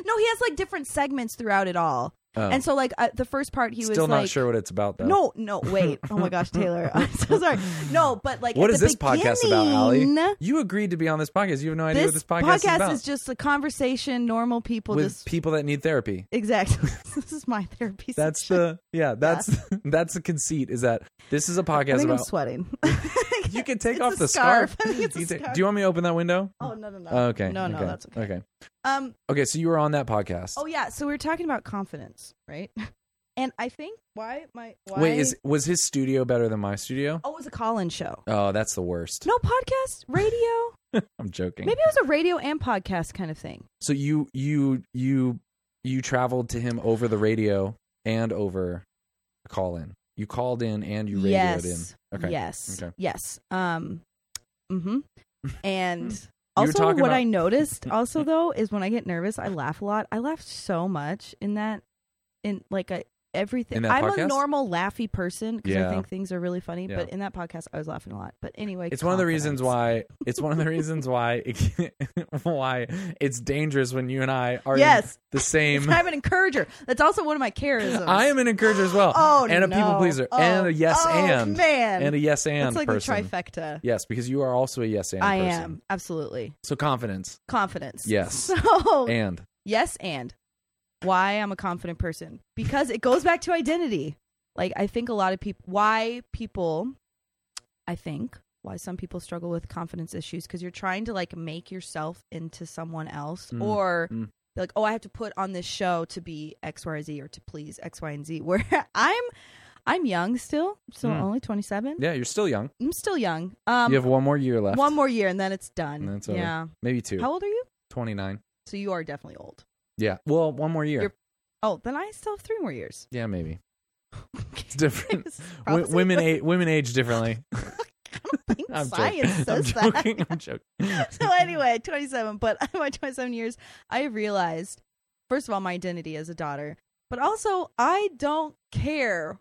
[SPEAKER 4] no, he has like different segments throughout it all.
[SPEAKER 1] Oh.
[SPEAKER 4] And so, like uh, the first part, he
[SPEAKER 1] Still
[SPEAKER 4] was
[SPEAKER 1] not
[SPEAKER 4] like,
[SPEAKER 1] sure what it's about though.
[SPEAKER 4] No, no, wait. Oh my gosh, Taylor, I'm so sorry. No, but like,
[SPEAKER 1] What
[SPEAKER 4] at
[SPEAKER 1] is
[SPEAKER 4] the
[SPEAKER 1] this podcast about, Allie?
[SPEAKER 4] beginning,
[SPEAKER 1] You agreed to be on this podcast. You have no idea
[SPEAKER 4] This,
[SPEAKER 1] what this
[SPEAKER 4] podcast,
[SPEAKER 1] podcast, is about.
[SPEAKER 4] is just a conversation. Normal people
[SPEAKER 1] with
[SPEAKER 4] just
[SPEAKER 1] people that need therapy.
[SPEAKER 4] exactly. this is my therapy.
[SPEAKER 1] That's
[SPEAKER 4] session.
[SPEAKER 1] the yeah. That's that's the conceit. Is that this is a
[SPEAKER 4] I
[SPEAKER 1] podcast
[SPEAKER 4] think I'm
[SPEAKER 1] about?
[SPEAKER 4] sweating.
[SPEAKER 1] You can take
[SPEAKER 4] It's
[SPEAKER 1] off
[SPEAKER 4] a
[SPEAKER 1] the
[SPEAKER 4] scarf.
[SPEAKER 1] scarf.
[SPEAKER 4] I think it's a
[SPEAKER 1] You ta-
[SPEAKER 4] scarf.
[SPEAKER 1] Do you want me to open that window?
[SPEAKER 4] oh no, no, no.
[SPEAKER 1] Oh, okay.
[SPEAKER 4] No, no,
[SPEAKER 1] okay.
[SPEAKER 4] that's okay.
[SPEAKER 1] Okay.
[SPEAKER 4] Um.
[SPEAKER 1] Okay. So you were on that podcast.
[SPEAKER 4] Oh yeah. So we are talking about confidence, right? And I think why my why
[SPEAKER 1] Wait, is was his studio better than my studio?
[SPEAKER 4] oh it was a call-in show.
[SPEAKER 1] Oh, that's the worst.
[SPEAKER 4] No podcast, radio.
[SPEAKER 1] I'm joking.
[SPEAKER 4] Maybe it was a radio and podcast kind of thing.
[SPEAKER 1] So you you you you traveled to him over the radio and over call in. You called in and you radioed
[SPEAKER 4] yes.
[SPEAKER 1] in. Okay.
[SPEAKER 4] Yes.
[SPEAKER 1] Okay.
[SPEAKER 4] Yes. Um. Hmm.
[SPEAKER 1] were
[SPEAKER 4] And also, what
[SPEAKER 1] talking about-
[SPEAKER 4] I noticed also though is when I get nervous, I laugh a lot. I laugh so much in that, in like I everything.
[SPEAKER 1] In that
[SPEAKER 4] I'm a
[SPEAKER 1] podcast?
[SPEAKER 4] normal laughy person because I
[SPEAKER 1] Yeah.
[SPEAKER 4] think things are really funny.
[SPEAKER 1] Yeah.
[SPEAKER 4] But in that podcast, I was laughing a lot. But anyway,
[SPEAKER 1] It's one of the reasons
[SPEAKER 4] confidence.
[SPEAKER 1] why it's one of the reasons why it, why it's dangerous when you and I are in
[SPEAKER 4] Yes.
[SPEAKER 1] the same.
[SPEAKER 4] I'm an encourager. That's also one of my charisms.
[SPEAKER 1] I am an encourager as well,
[SPEAKER 4] Oh,
[SPEAKER 1] and a people
[SPEAKER 4] no.
[SPEAKER 1] pleaser,
[SPEAKER 4] Oh,
[SPEAKER 1] and a yes
[SPEAKER 4] oh,
[SPEAKER 1] and,
[SPEAKER 4] man,
[SPEAKER 1] and a yes and
[SPEAKER 4] That's like
[SPEAKER 1] person.
[SPEAKER 4] the trifecta.
[SPEAKER 1] Yes, because you are also a yes and.
[SPEAKER 4] I
[SPEAKER 1] person.
[SPEAKER 4] am absolutely
[SPEAKER 1] So confidence,
[SPEAKER 4] confidence.
[SPEAKER 1] Yes.
[SPEAKER 4] So
[SPEAKER 1] and
[SPEAKER 4] Yes, and why I'm a confident person because it goes back to identity. Like I think a lot of people, why people, I think why some people struggle with confidence issues because you're trying to like make yourself into someone else
[SPEAKER 1] Mm,
[SPEAKER 4] or
[SPEAKER 1] mm.
[SPEAKER 4] be like, oh, I have to put on this show to be X, Y, or Z or to please X, Y, and Z. Where I'm, I'm young still, so
[SPEAKER 1] Mm.
[SPEAKER 4] only 27.
[SPEAKER 1] Yeah, you're still young.
[SPEAKER 4] I'm still young. Um,
[SPEAKER 1] you have one more year left.
[SPEAKER 4] one more year and then it's done.
[SPEAKER 1] And that's over.
[SPEAKER 4] yeah.
[SPEAKER 1] maybe two.
[SPEAKER 4] How old are you?
[SPEAKER 1] Twenty nine.
[SPEAKER 4] So you are definitely old.
[SPEAKER 1] Yeah. Well, one more year.
[SPEAKER 4] You're- Oh, then I still have three more years.
[SPEAKER 1] Yeah, maybe. It's different.
[SPEAKER 4] It's
[SPEAKER 1] W-
[SPEAKER 4] probably-
[SPEAKER 1] women age, women age differently.
[SPEAKER 4] I don't think
[SPEAKER 1] I'm
[SPEAKER 4] science
[SPEAKER 1] joking.
[SPEAKER 4] says
[SPEAKER 1] I'm
[SPEAKER 4] that.
[SPEAKER 1] joking. I'm joking.
[SPEAKER 4] so anyway, 27, but my 27 years, I realized first of all my identity as a daughter, but also I don't care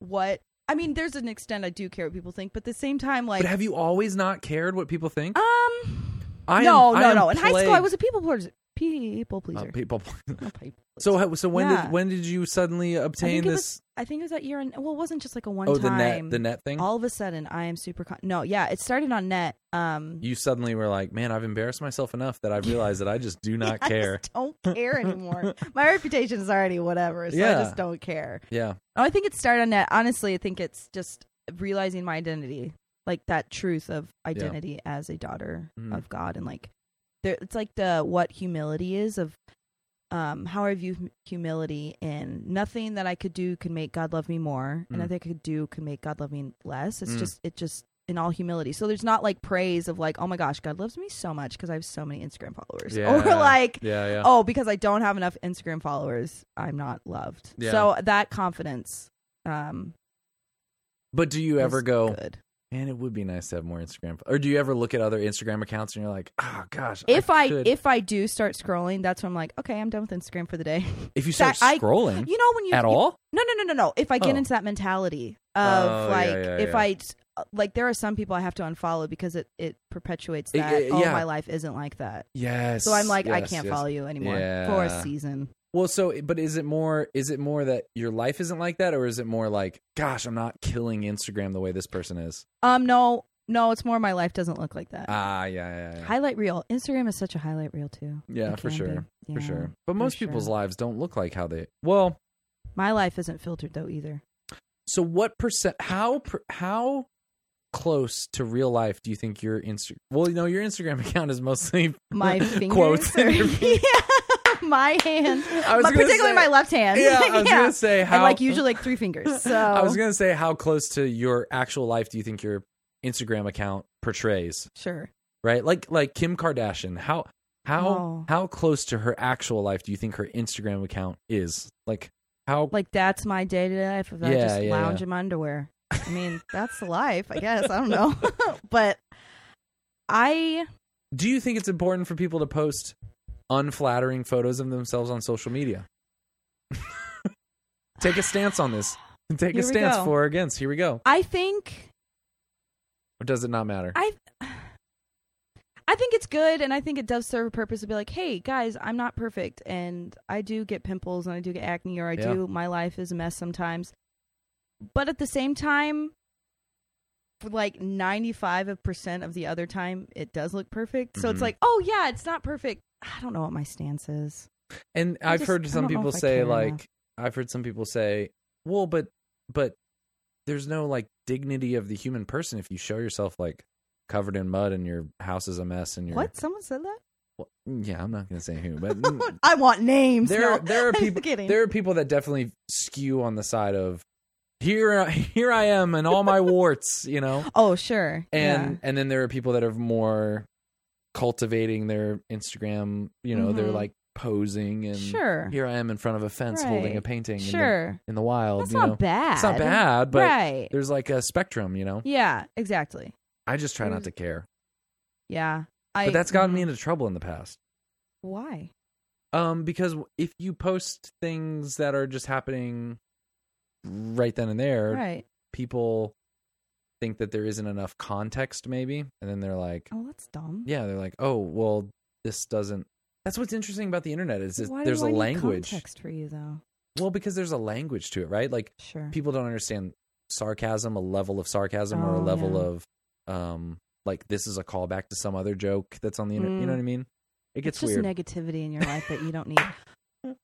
[SPEAKER 4] what I mean, there's an extent I do care what people think, but at the same time like
[SPEAKER 1] But have you always not cared what people think?
[SPEAKER 4] um
[SPEAKER 1] I am-
[SPEAKER 4] no, no,
[SPEAKER 1] I am
[SPEAKER 4] no. In high school I
[SPEAKER 1] plagued-
[SPEAKER 4] was a people pleaser. People
[SPEAKER 1] Uh,
[SPEAKER 4] pleaser.
[SPEAKER 1] people.
[SPEAKER 4] Not people
[SPEAKER 1] So
[SPEAKER 4] pleaser.
[SPEAKER 1] how- so when
[SPEAKER 4] Yeah.
[SPEAKER 1] did when did you suddenly obtain
[SPEAKER 4] it was
[SPEAKER 1] this?
[SPEAKER 4] I think it was that year and well, it wasn't just like a one
[SPEAKER 1] Oh,
[SPEAKER 4] time.
[SPEAKER 1] the net the net thing.
[SPEAKER 4] All of a sudden I am super con- No, yeah, it started on net. Um
[SPEAKER 1] you suddenly were like, man, I've embarrassed myself enough that I've realized that I just do not
[SPEAKER 4] I
[SPEAKER 1] care.
[SPEAKER 4] just don't care anymore. My reputation is already whatever, so I
[SPEAKER 1] Yeah.
[SPEAKER 4] just don't care.
[SPEAKER 1] Yeah,
[SPEAKER 4] Oh, I think it started on that. Honestly, I think it's just realizing my identity, like that truth of identity as a daughter
[SPEAKER 1] Mhm.
[SPEAKER 4] of God, and like there, it's like the what humility is of um how I view hum- humility and nothing that I could do could make God love me more, and
[SPEAKER 1] Mm.
[SPEAKER 4] nothing I could do could make God love me less. It's
[SPEAKER 1] Mm.
[SPEAKER 4] just it just in all humility. So there's not like praise of like, oh my gosh, God loves me so much because I have so many Instagram followers, or
[SPEAKER 1] Yeah.
[SPEAKER 4] like
[SPEAKER 1] yeah, yeah.
[SPEAKER 4] oh, because I don't have enough Instagram followers, I'm not loved.
[SPEAKER 1] Yeah.
[SPEAKER 4] So that confidence, um,
[SPEAKER 1] but do you ever
[SPEAKER 4] is
[SPEAKER 1] go,
[SPEAKER 4] good.
[SPEAKER 1] man? It would be nice to have more Instagram. Or do you ever look at other Instagram accounts and you're like, oh gosh,
[SPEAKER 4] If I,
[SPEAKER 1] could-
[SPEAKER 4] if I do start scrolling, that's when I'm like, okay, I'm done with Instagram for the day.
[SPEAKER 1] if you start
[SPEAKER 4] that I-
[SPEAKER 1] scrolling
[SPEAKER 4] you know when you
[SPEAKER 1] at
[SPEAKER 4] you-
[SPEAKER 1] all,
[SPEAKER 4] No, no, no, no, no. If I get
[SPEAKER 1] Oh.
[SPEAKER 4] into that mentality of
[SPEAKER 1] Oh, yeah,
[SPEAKER 4] like,
[SPEAKER 1] yeah,
[SPEAKER 4] if
[SPEAKER 1] yeah.
[SPEAKER 4] I like, there are some people I have to unfollow because it it perpetuates
[SPEAKER 1] It-
[SPEAKER 4] that.
[SPEAKER 1] it-
[SPEAKER 4] Oh,
[SPEAKER 1] yeah.
[SPEAKER 4] my life isn't like that.
[SPEAKER 1] yes.
[SPEAKER 4] So I'm like, I
[SPEAKER 1] yes,
[SPEAKER 4] can't
[SPEAKER 1] yes.
[SPEAKER 4] follow you anymore for a
[SPEAKER 1] Yeah.
[SPEAKER 4] season.
[SPEAKER 1] Well, so but is it more is it more that your life isn't like that, or is it more like, gosh, I'm not killing Instagram the way this person is?
[SPEAKER 4] Um, no, no, it's more my life doesn't look like that.
[SPEAKER 1] Ah, yeah, yeah, yeah,
[SPEAKER 4] highlight reel. Instagram is such a highlight reel too.
[SPEAKER 1] yeah,
[SPEAKER 4] It
[SPEAKER 1] for
[SPEAKER 4] can
[SPEAKER 1] sure,
[SPEAKER 4] be.
[SPEAKER 1] for
[SPEAKER 4] Yeah.
[SPEAKER 1] sure. But most
[SPEAKER 4] sure.
[SPEAKER 1] people's lives don't look like how they. Well,
[SPEAKER 4] My life isn't filtered though either.
[SPEAKER 1] so what percent? How per, how close to real life do you think your Insta? Well, you know, your Instagram account is mostly
[SPEAKER 4] My fingers
[SPEAKER 1] quotes.
[SPEAKER 4] are-
[SPEAKER 1] I
[SPEAKER 4] yeah, my hand.
[SPEAKER 1] was
[SPEAKER 4] My-
[SPEAKER 1] gonna
[SPEAKER 4] particularly
[SPEAKER 1] say-
[SPEAKER 4] my left hand.
[SPEAKER 1] Yeah, I was gonna say
[SPEAKER 4] And
[SPEAKER 1] how
[SPEAKER 4] like usually like three fingers. So
[SPEAKER 1] I was gonna say how close to your actual life do you think your Instagram account portrays?
[SPEAKER 4] sure.
[SPEAKER 1] right? Like like Kim Kardashian. How how
[SPEAKER 4] Oh.
[SPEAKER 1] how close to her actual life do you think her Instagram account is? Like how
[SPEAKER 4] Like that's my day to day life if I
[SPEAKER 1] Yeah,
[SPEAKER 4] just
[SPEAKER 1] yeah,
[SPEAKER 4] lounge
[SPEAKER 1] yeah.
[SPEAKER 4] in my underwear. I mean, that's the life, I guess. I don't know. but I
[SPEAKER 1] do you think it's important for people to post unflattering photos of themselves on social media? Take a stance on this. Take
[SPEAKER 4] Here
[SPEAKER 1] a
[SPEAKER 4] we
[SPEAKER 1] stance
[SPEAKER 4] go.
[SPEAKER 1] for or against. Here we go.
[SPEAKER 4] I think
[SPEAKER 1] Or does it not matter?
[SPEAKER 4] I I think it's good and I think it does serve a purpose to be like, hey guys, I'm not perfect and I do get pimples and I do get acne or I
[SPEAKER 1] Yeah.
[SPEAKER 4] do my life is a mess sometimes. But at the same time for like 95% of the other time it does look perfect. So
[SPEAKER 1] Mhm.
[SPEAKER 4] it's like, oh yeah, it's not perfect. I don't know what my stance is.
[SPEAKER 1] and
[SPEAKER 4] I
[SPEAKER 1] I've
[SPEAKER 4] just-
[SPEAKER 1] heard
[SPEAKER 4] I
[SPEAKER 1] some
[SPEAKER 4] don't know
[SPEAKER 1] people
[SPEAKER 4] if I
[SPEAKER 1] say
[SPEAKER 4] care
[SPEAKER 1] like
[SPEAKER 4] enough.
[SPEAKER 1] I've heard some people say, "Well, but but there's no like dignity of the human person if you show yourself like covered in mud and your house is a mess and your
[SPEAKER 4] What? Someone said that?
[SPEAKER 1] Well, yeah, I'm not going to say who, but
[SPEAKER 4] I want names.
[SPEAKER 1] there
[SPEAKER 4] no.
[SPEAKER 1] there are
[SPEAKER 4] I'm
[SPEAKER 1] people
[SPEAKER 4] kidding.
[SPEAKER 1] there are people that definitely skew on the side of here uh, here I am and all my warts, you know.
[SPEAKER 4] oh, sure.
[SPEAKER 1] And
[SPEAKER 4] yeah.
[SPEAKER 1] and then there are people that are more cultivating their Instagram, you know, they're
[SPEAKER 4] Mhm.
[SPEAKER 1] like posing and
[SPEAKER 4] Sure.
[SPEAKER 1] here I am in front of a fence holding a
[SPEAKER 4] Right.
[SPEAKER 1] painting in the-
[SPEAKER 4] Sure.
[SPEAKER 1] in the, wild,
[SPEAKER 4] That's
[SPEAKER 1] you
[SPEAKER 4] not
[SPEAKER 1] know.
[SPEAKER 4] bad.
[SPEAKER 1] It's not bad, but
[SPEAKER 4] right.
[SPEAKER 1] there's like a spectrum, you know.
[SPEAKER 4] Yeah, exactly.
[SPEAKER 1] I just try not
[SPEAKER 4] There's-
[SPEAKER 1] to care.
[SPEAKER 4] Yeah. I,
[SPEAKER 1] But that's gotten me
[SPEAKER 4] Mhm.
[SPEAKER 1] into trouble in the past.
[SPEAKER 4] Why?
[SPEAKER 1] Um, because if you post things that are just happening right then and there,
[SPEAKER 4] Right.
[SPEAKER 1] people think that there isn't enough context, maybe, and then they're like,
[SPEAKER 4] Oh, that's dumb.
[SPEAKER 1] yeah, they're like, oh, well, this doesn't. That's what's interesting about the internet is it,
[SPEAKER 4] Why do
[SPEAKER 1] there's
[SPEAKER 4] I
[SPEAKER 1] a
[SPEAKER 4] need
[SPEAKER 1] language.
[SPEAKER 4] context for you though.
[SPEAKER 1] Well, because there's a language to it, right? Like
[SPEAKER 4] Sure.
[SPEAKER 1] people don't understand sarcasm, a level of sarcasm, or a
[SPEAKER 4] Oh,
[SPEAKER 1] level
[SPEAKER 4] yeah.
[SPEAKER 1] of um, like this is a callback to some other joke that's on the internet. You know
[SPEAKER 4] Mm.
[SPEAKER 1] what I mean? It gets
[SPEAKER 4] it's just
[SPEAKER 1] weird.
[SPEAKER 4] negativity in your life that you don't need.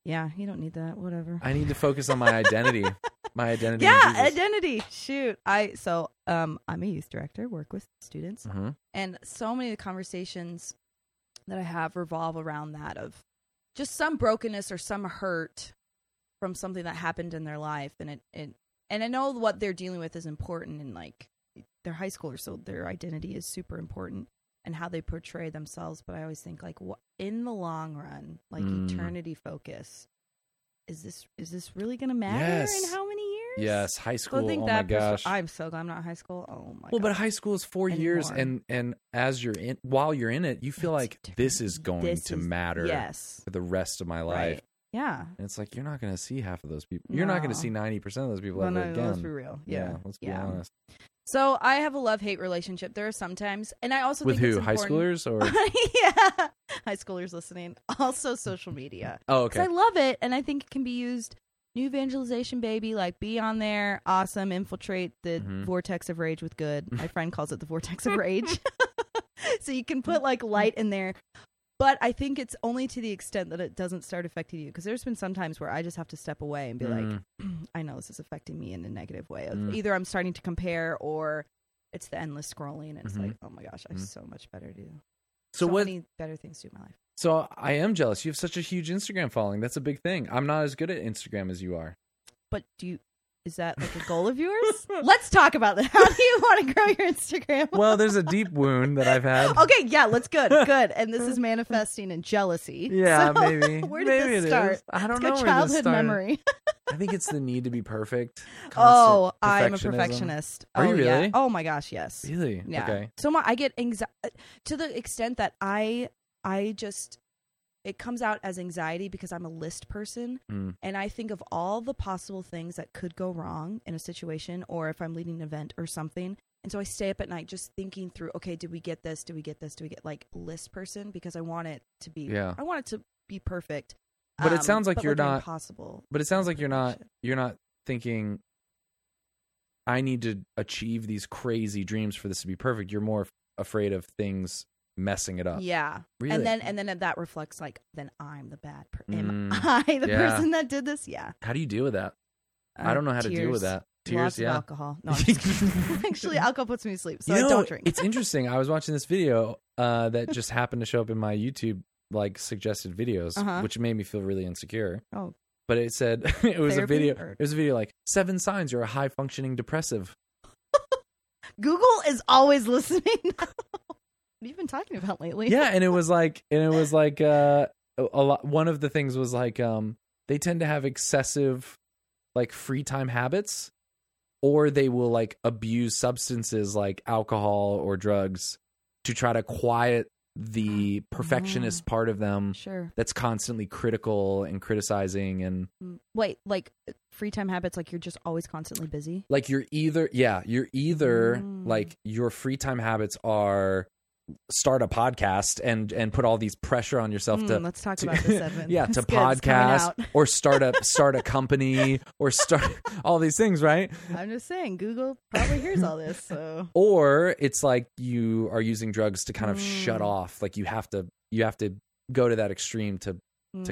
[SPEAKER 4] yeah, you don't need that. Whatever.
[SPEAKER 1] I need to focus on my identity. my identity. in
[SPEAKER 4] yeah,
[SPEAKER 1] Jesus.
[SPEAKER 4] identity. Shoot, I so um I'm a youth director, work with students,
[SPEAKER 1] Mhm.
[SPEAKER 4] and so many of the conversations that I have revolve around that of just some brokenness or some hurt from something that happened in their life, and it, it and I know what they're dealing with is important, and like they're high schoolers, so their identity is super important and how they portray themselves. But I always think like, what in the long run, like
[SPEAKER 1] Mm.
[SPEAKER 4] eternity focus. Is this is this really going to matter in
[SPEAKER 1] Yes.
[SPEAKER 4] how many years?
[SPEAKER 1] Yes, high
[SPEAKER 4] So
[SPEAKER 1] school.
[SPEAKER 4] I think
[SPEAKER 1] oh
[SPEAKER 4] that
[SPEAKER 1] my gosh.
[SPEAKER 4] pers- I'm so glad I'm not in high school. Oh my
[SPEAKER 1] well, but
[SPEAKER 4] god.
[SPEAKER 1] high school is four years, and
[SPEAKER 4] Anymore.
[SPEAKER 1] and as you're in, while you're in it, you feel
[SPEAKER 4] It's
[SPEAKER 1] like this is
[SPEAKER 4] eternity.
[SPEAKER 1] going
[SPEAKER 4] This
[SPEAKER 1] to
[SPEAKER 4] is-
[SPEAKER 1] matter
[SPEAKER 4] Yes.
[SPEAKER 1] for the rest of my life.
[SPEAKER 4] Right. Yeah.
[SPEAKER 1] And it's like you're not going to see half of those people. You're not going to
[SPEAKER 4] No.
[SPEAKER 1] see ninety percent of those people
[SPEAKER 4] Well,
[SPEAKER 1] ever
[SPEAKER 4] no, no,
[SPEAKER 1] again.
[SPEAKER 4] let's be real. Yeah.
[SPEAKER 1] let's be
[SPEAKER 4] Yeah.
[SPEAKER 1] honest.
[SPEAKER 4] So I have a love hate relationship. There are sometimes, and I also
[SPEAKER 1] With
[SPEAKER 4] think
[SPEAKER 1] who?
[SPEAKER 4] it's
[SPEAKER 1] High
[SPEAKER 4] important-
[SPEAKER 1] schoolers or?
[SPEAKER 4] yeah, high schoolers listening. Also, social media.
[SPEAKER 1] Oh,
[SPEAKER 4] 'Cause
[SPEAKER 1] okay.
[SPEAKER 4] I love it, and I think it can be used. New evangelization, baby. Like, be on there. Awesome. Infiltrate the
[SPEAKER 1] Mhm.
[SPEAKER 4] vortex of rage with good. My friend calls it the vortex of rage. so you can put like light in there. But I think it's only to the extent that it doesn't start affecting you. Because there's been some times where I just have to step away and be like, I know this is affecting me in a negative way. Of
[SPEAKER 1] Mm.
[SPEAKER 4] Either I'm starting to compare or it's the endless scrolling. And it's
[SPEAKER 1] Mhm.
[SPEAKER 4] like, oh my gosh, I have
[SPEAKER 1] Mhm.
[SPEAKER 4] so much better to do.
[SPEAKER 1] So what?
[SPEAKER 4] many better things to do in my life.
[SPEAKER 1] So I am jealous. You have such a huge Instagram following. That's a big thing. I'm not as good at Instagram as you are.
[SPEAKER 4] But do you is that like a goal of yours? let's talk about that. How do you want to grow your Instagram?
[SPEAKER 1] Well, there's a deep wound that I've had.
[SPEAKER 4] okay, yeah, let's good, good. And this is manifesting in jealousy.
[SPEAKER 1] Yeah,
[SPEAKER 4] So,
[SPEAKER 1] maybe.
[SPEAKER 4] Where did
[SPEAKER 1] maybe
[SPEAKER 4] this
[SPEAKER 1] it
[SPEAKER 4] start?
[SPEAKER 1] is. I don't
[SPEAKER 4] Let's go
[SPEAKER 1] know. where this
[SPEAKER 4] childhood
[SPEAKER 1] started.
[SPEAKER 4] memory.
[SPEAKER 1] I think it's the need to be perfect.
[SPEAKER 4] Oh,
[SPEAKER 1] constant
[SPEAKER 4] I'm a
[SPEAKER 1] perfectionism.
[SPEAKER 4] perfectionist.
[SPEAKER 1] Are
[SPEAKER 4] oh,
[SPEAKER 1] you
[SPEAKER 4] Yeah.
[SPEAKER 1] really?
[SPEAKER 4] Oh my gosh, yes.
[SPEAKER 1] Really?
[SPEAKER 4] Yeah.
[SPEAKER 1] Okay.
[SPEAKER 4] So my, I get anxiety to the extent that I I just it comes out as anxiety because I'm a list person
[SPEAKER 1] Mm.
[SPEAKER 4] and I think of all the possible things that could go wrong in a situation or if I'm leading an event or something. And so I stay up at night just thinking through, okay, did we get this? Did we get this? Do we get like list person because I want it to be
[SPEAKER 1] Yeah.
[SPEAKER 4] I want it to be perfect. Um,
[SPEAKER 1] But it sounds like
[SPEAKER 4] but,
[SPEAKER 1] you're not-
[SPEAKER 4] impossible.
[SPEAKER 1] But it sounds like you're not you're not thinking I need to achieve these crazy dreams for this to be perfect. You're more afraid of things messing it up.
[SPEAKER 4] Yeah.
[SPEAKER 1] uh, Really?
[SPEAKER 4] And then and then that reflects like then I'm the bad per-
[SPEAKER 1] Mm.
[SPEAKER 4] am I the
[SPEAKER 1] Yeah.
[SPEAKER 4] person that did this? Yeah.
[SPEAKER 1] how do you deal with that? I
[SPEAKER 4] Uh,
[SPEAKER 1] don't know how to deal with
[SPEAKER 4] tears.
[SPEAKER 1] that. Tears,
[SPEAKER 4] Lots
[SPEAKER 1] yeah.
[SPEAKER 4] of alcohol. No, I'm just kidding. actually, alcohol puts me to sleep, so
[SPEAKER 1] You know,
[SPEAKER 4] I don't drink.
[SPEAKER 1] it's interesting. I was watching this video uh, that just happened to show up in my YouTube like suggested videos,
[SPEAKER 4] Uh-huh.
[SPEAKER 1] which made me feel really insecure.
[SPEAKER 4] Oh.
[SPEAKER 1] But it said it was a
[SPEAKER 4] Therapy
[SPEAKER 1] video.
[SPEAKER 4] or-
[SPEAKER 1] It was a video like seven signs you're a high functioning depressive.
[SPEAKER 4] Google is always listening. what have you been talking about lately?
[SPEAKER 1] yeah, and it was like and it was like uh, a, a lot. One of the things was like um, they tend to have excessive like free time habits, or they will like abuse substances like alcohol or drugs to try to quiet the perfectionist
[SPEAKER 4] Mm.
[SPEAKER 1] part of them
[SPEAKER 4] Sure.
[SPEAKER 1] that's constantly critical and criticizing and
[SPEAKER 4] Mm. Wait, like free time habits, like you're just always constantly busy?
[SPEAKER 1] like you're either yeah you're either
[SPEAKER 4] Mm.
[SPEAKER 1] like your free time habits are start a podcast and and put all these pressure on yourself
[SPEAKER 4] Mm,
[SPEAKER 1] to
[SPEAKER 4] let's talk
[SPEAKER 1] to-
[SPEAKER 4] about this, Edmund.
[SPEAKER 1] yeah to
[SPEAKER 4] It's good, it's coming
[SPEAKER 1] podcast
[SPEAKER 4] out.
[SPEAKER 1] or start a start a company or start all these things right
[SPEAKER 4] I'm just saying, Google probably hears all this, so.
[SPEAKER 1] or it's like you are using drugs to kind of shut
[SPEAKER 4] Mm.
[SPEAKER 1] off like you have to you have to go to that extreme to to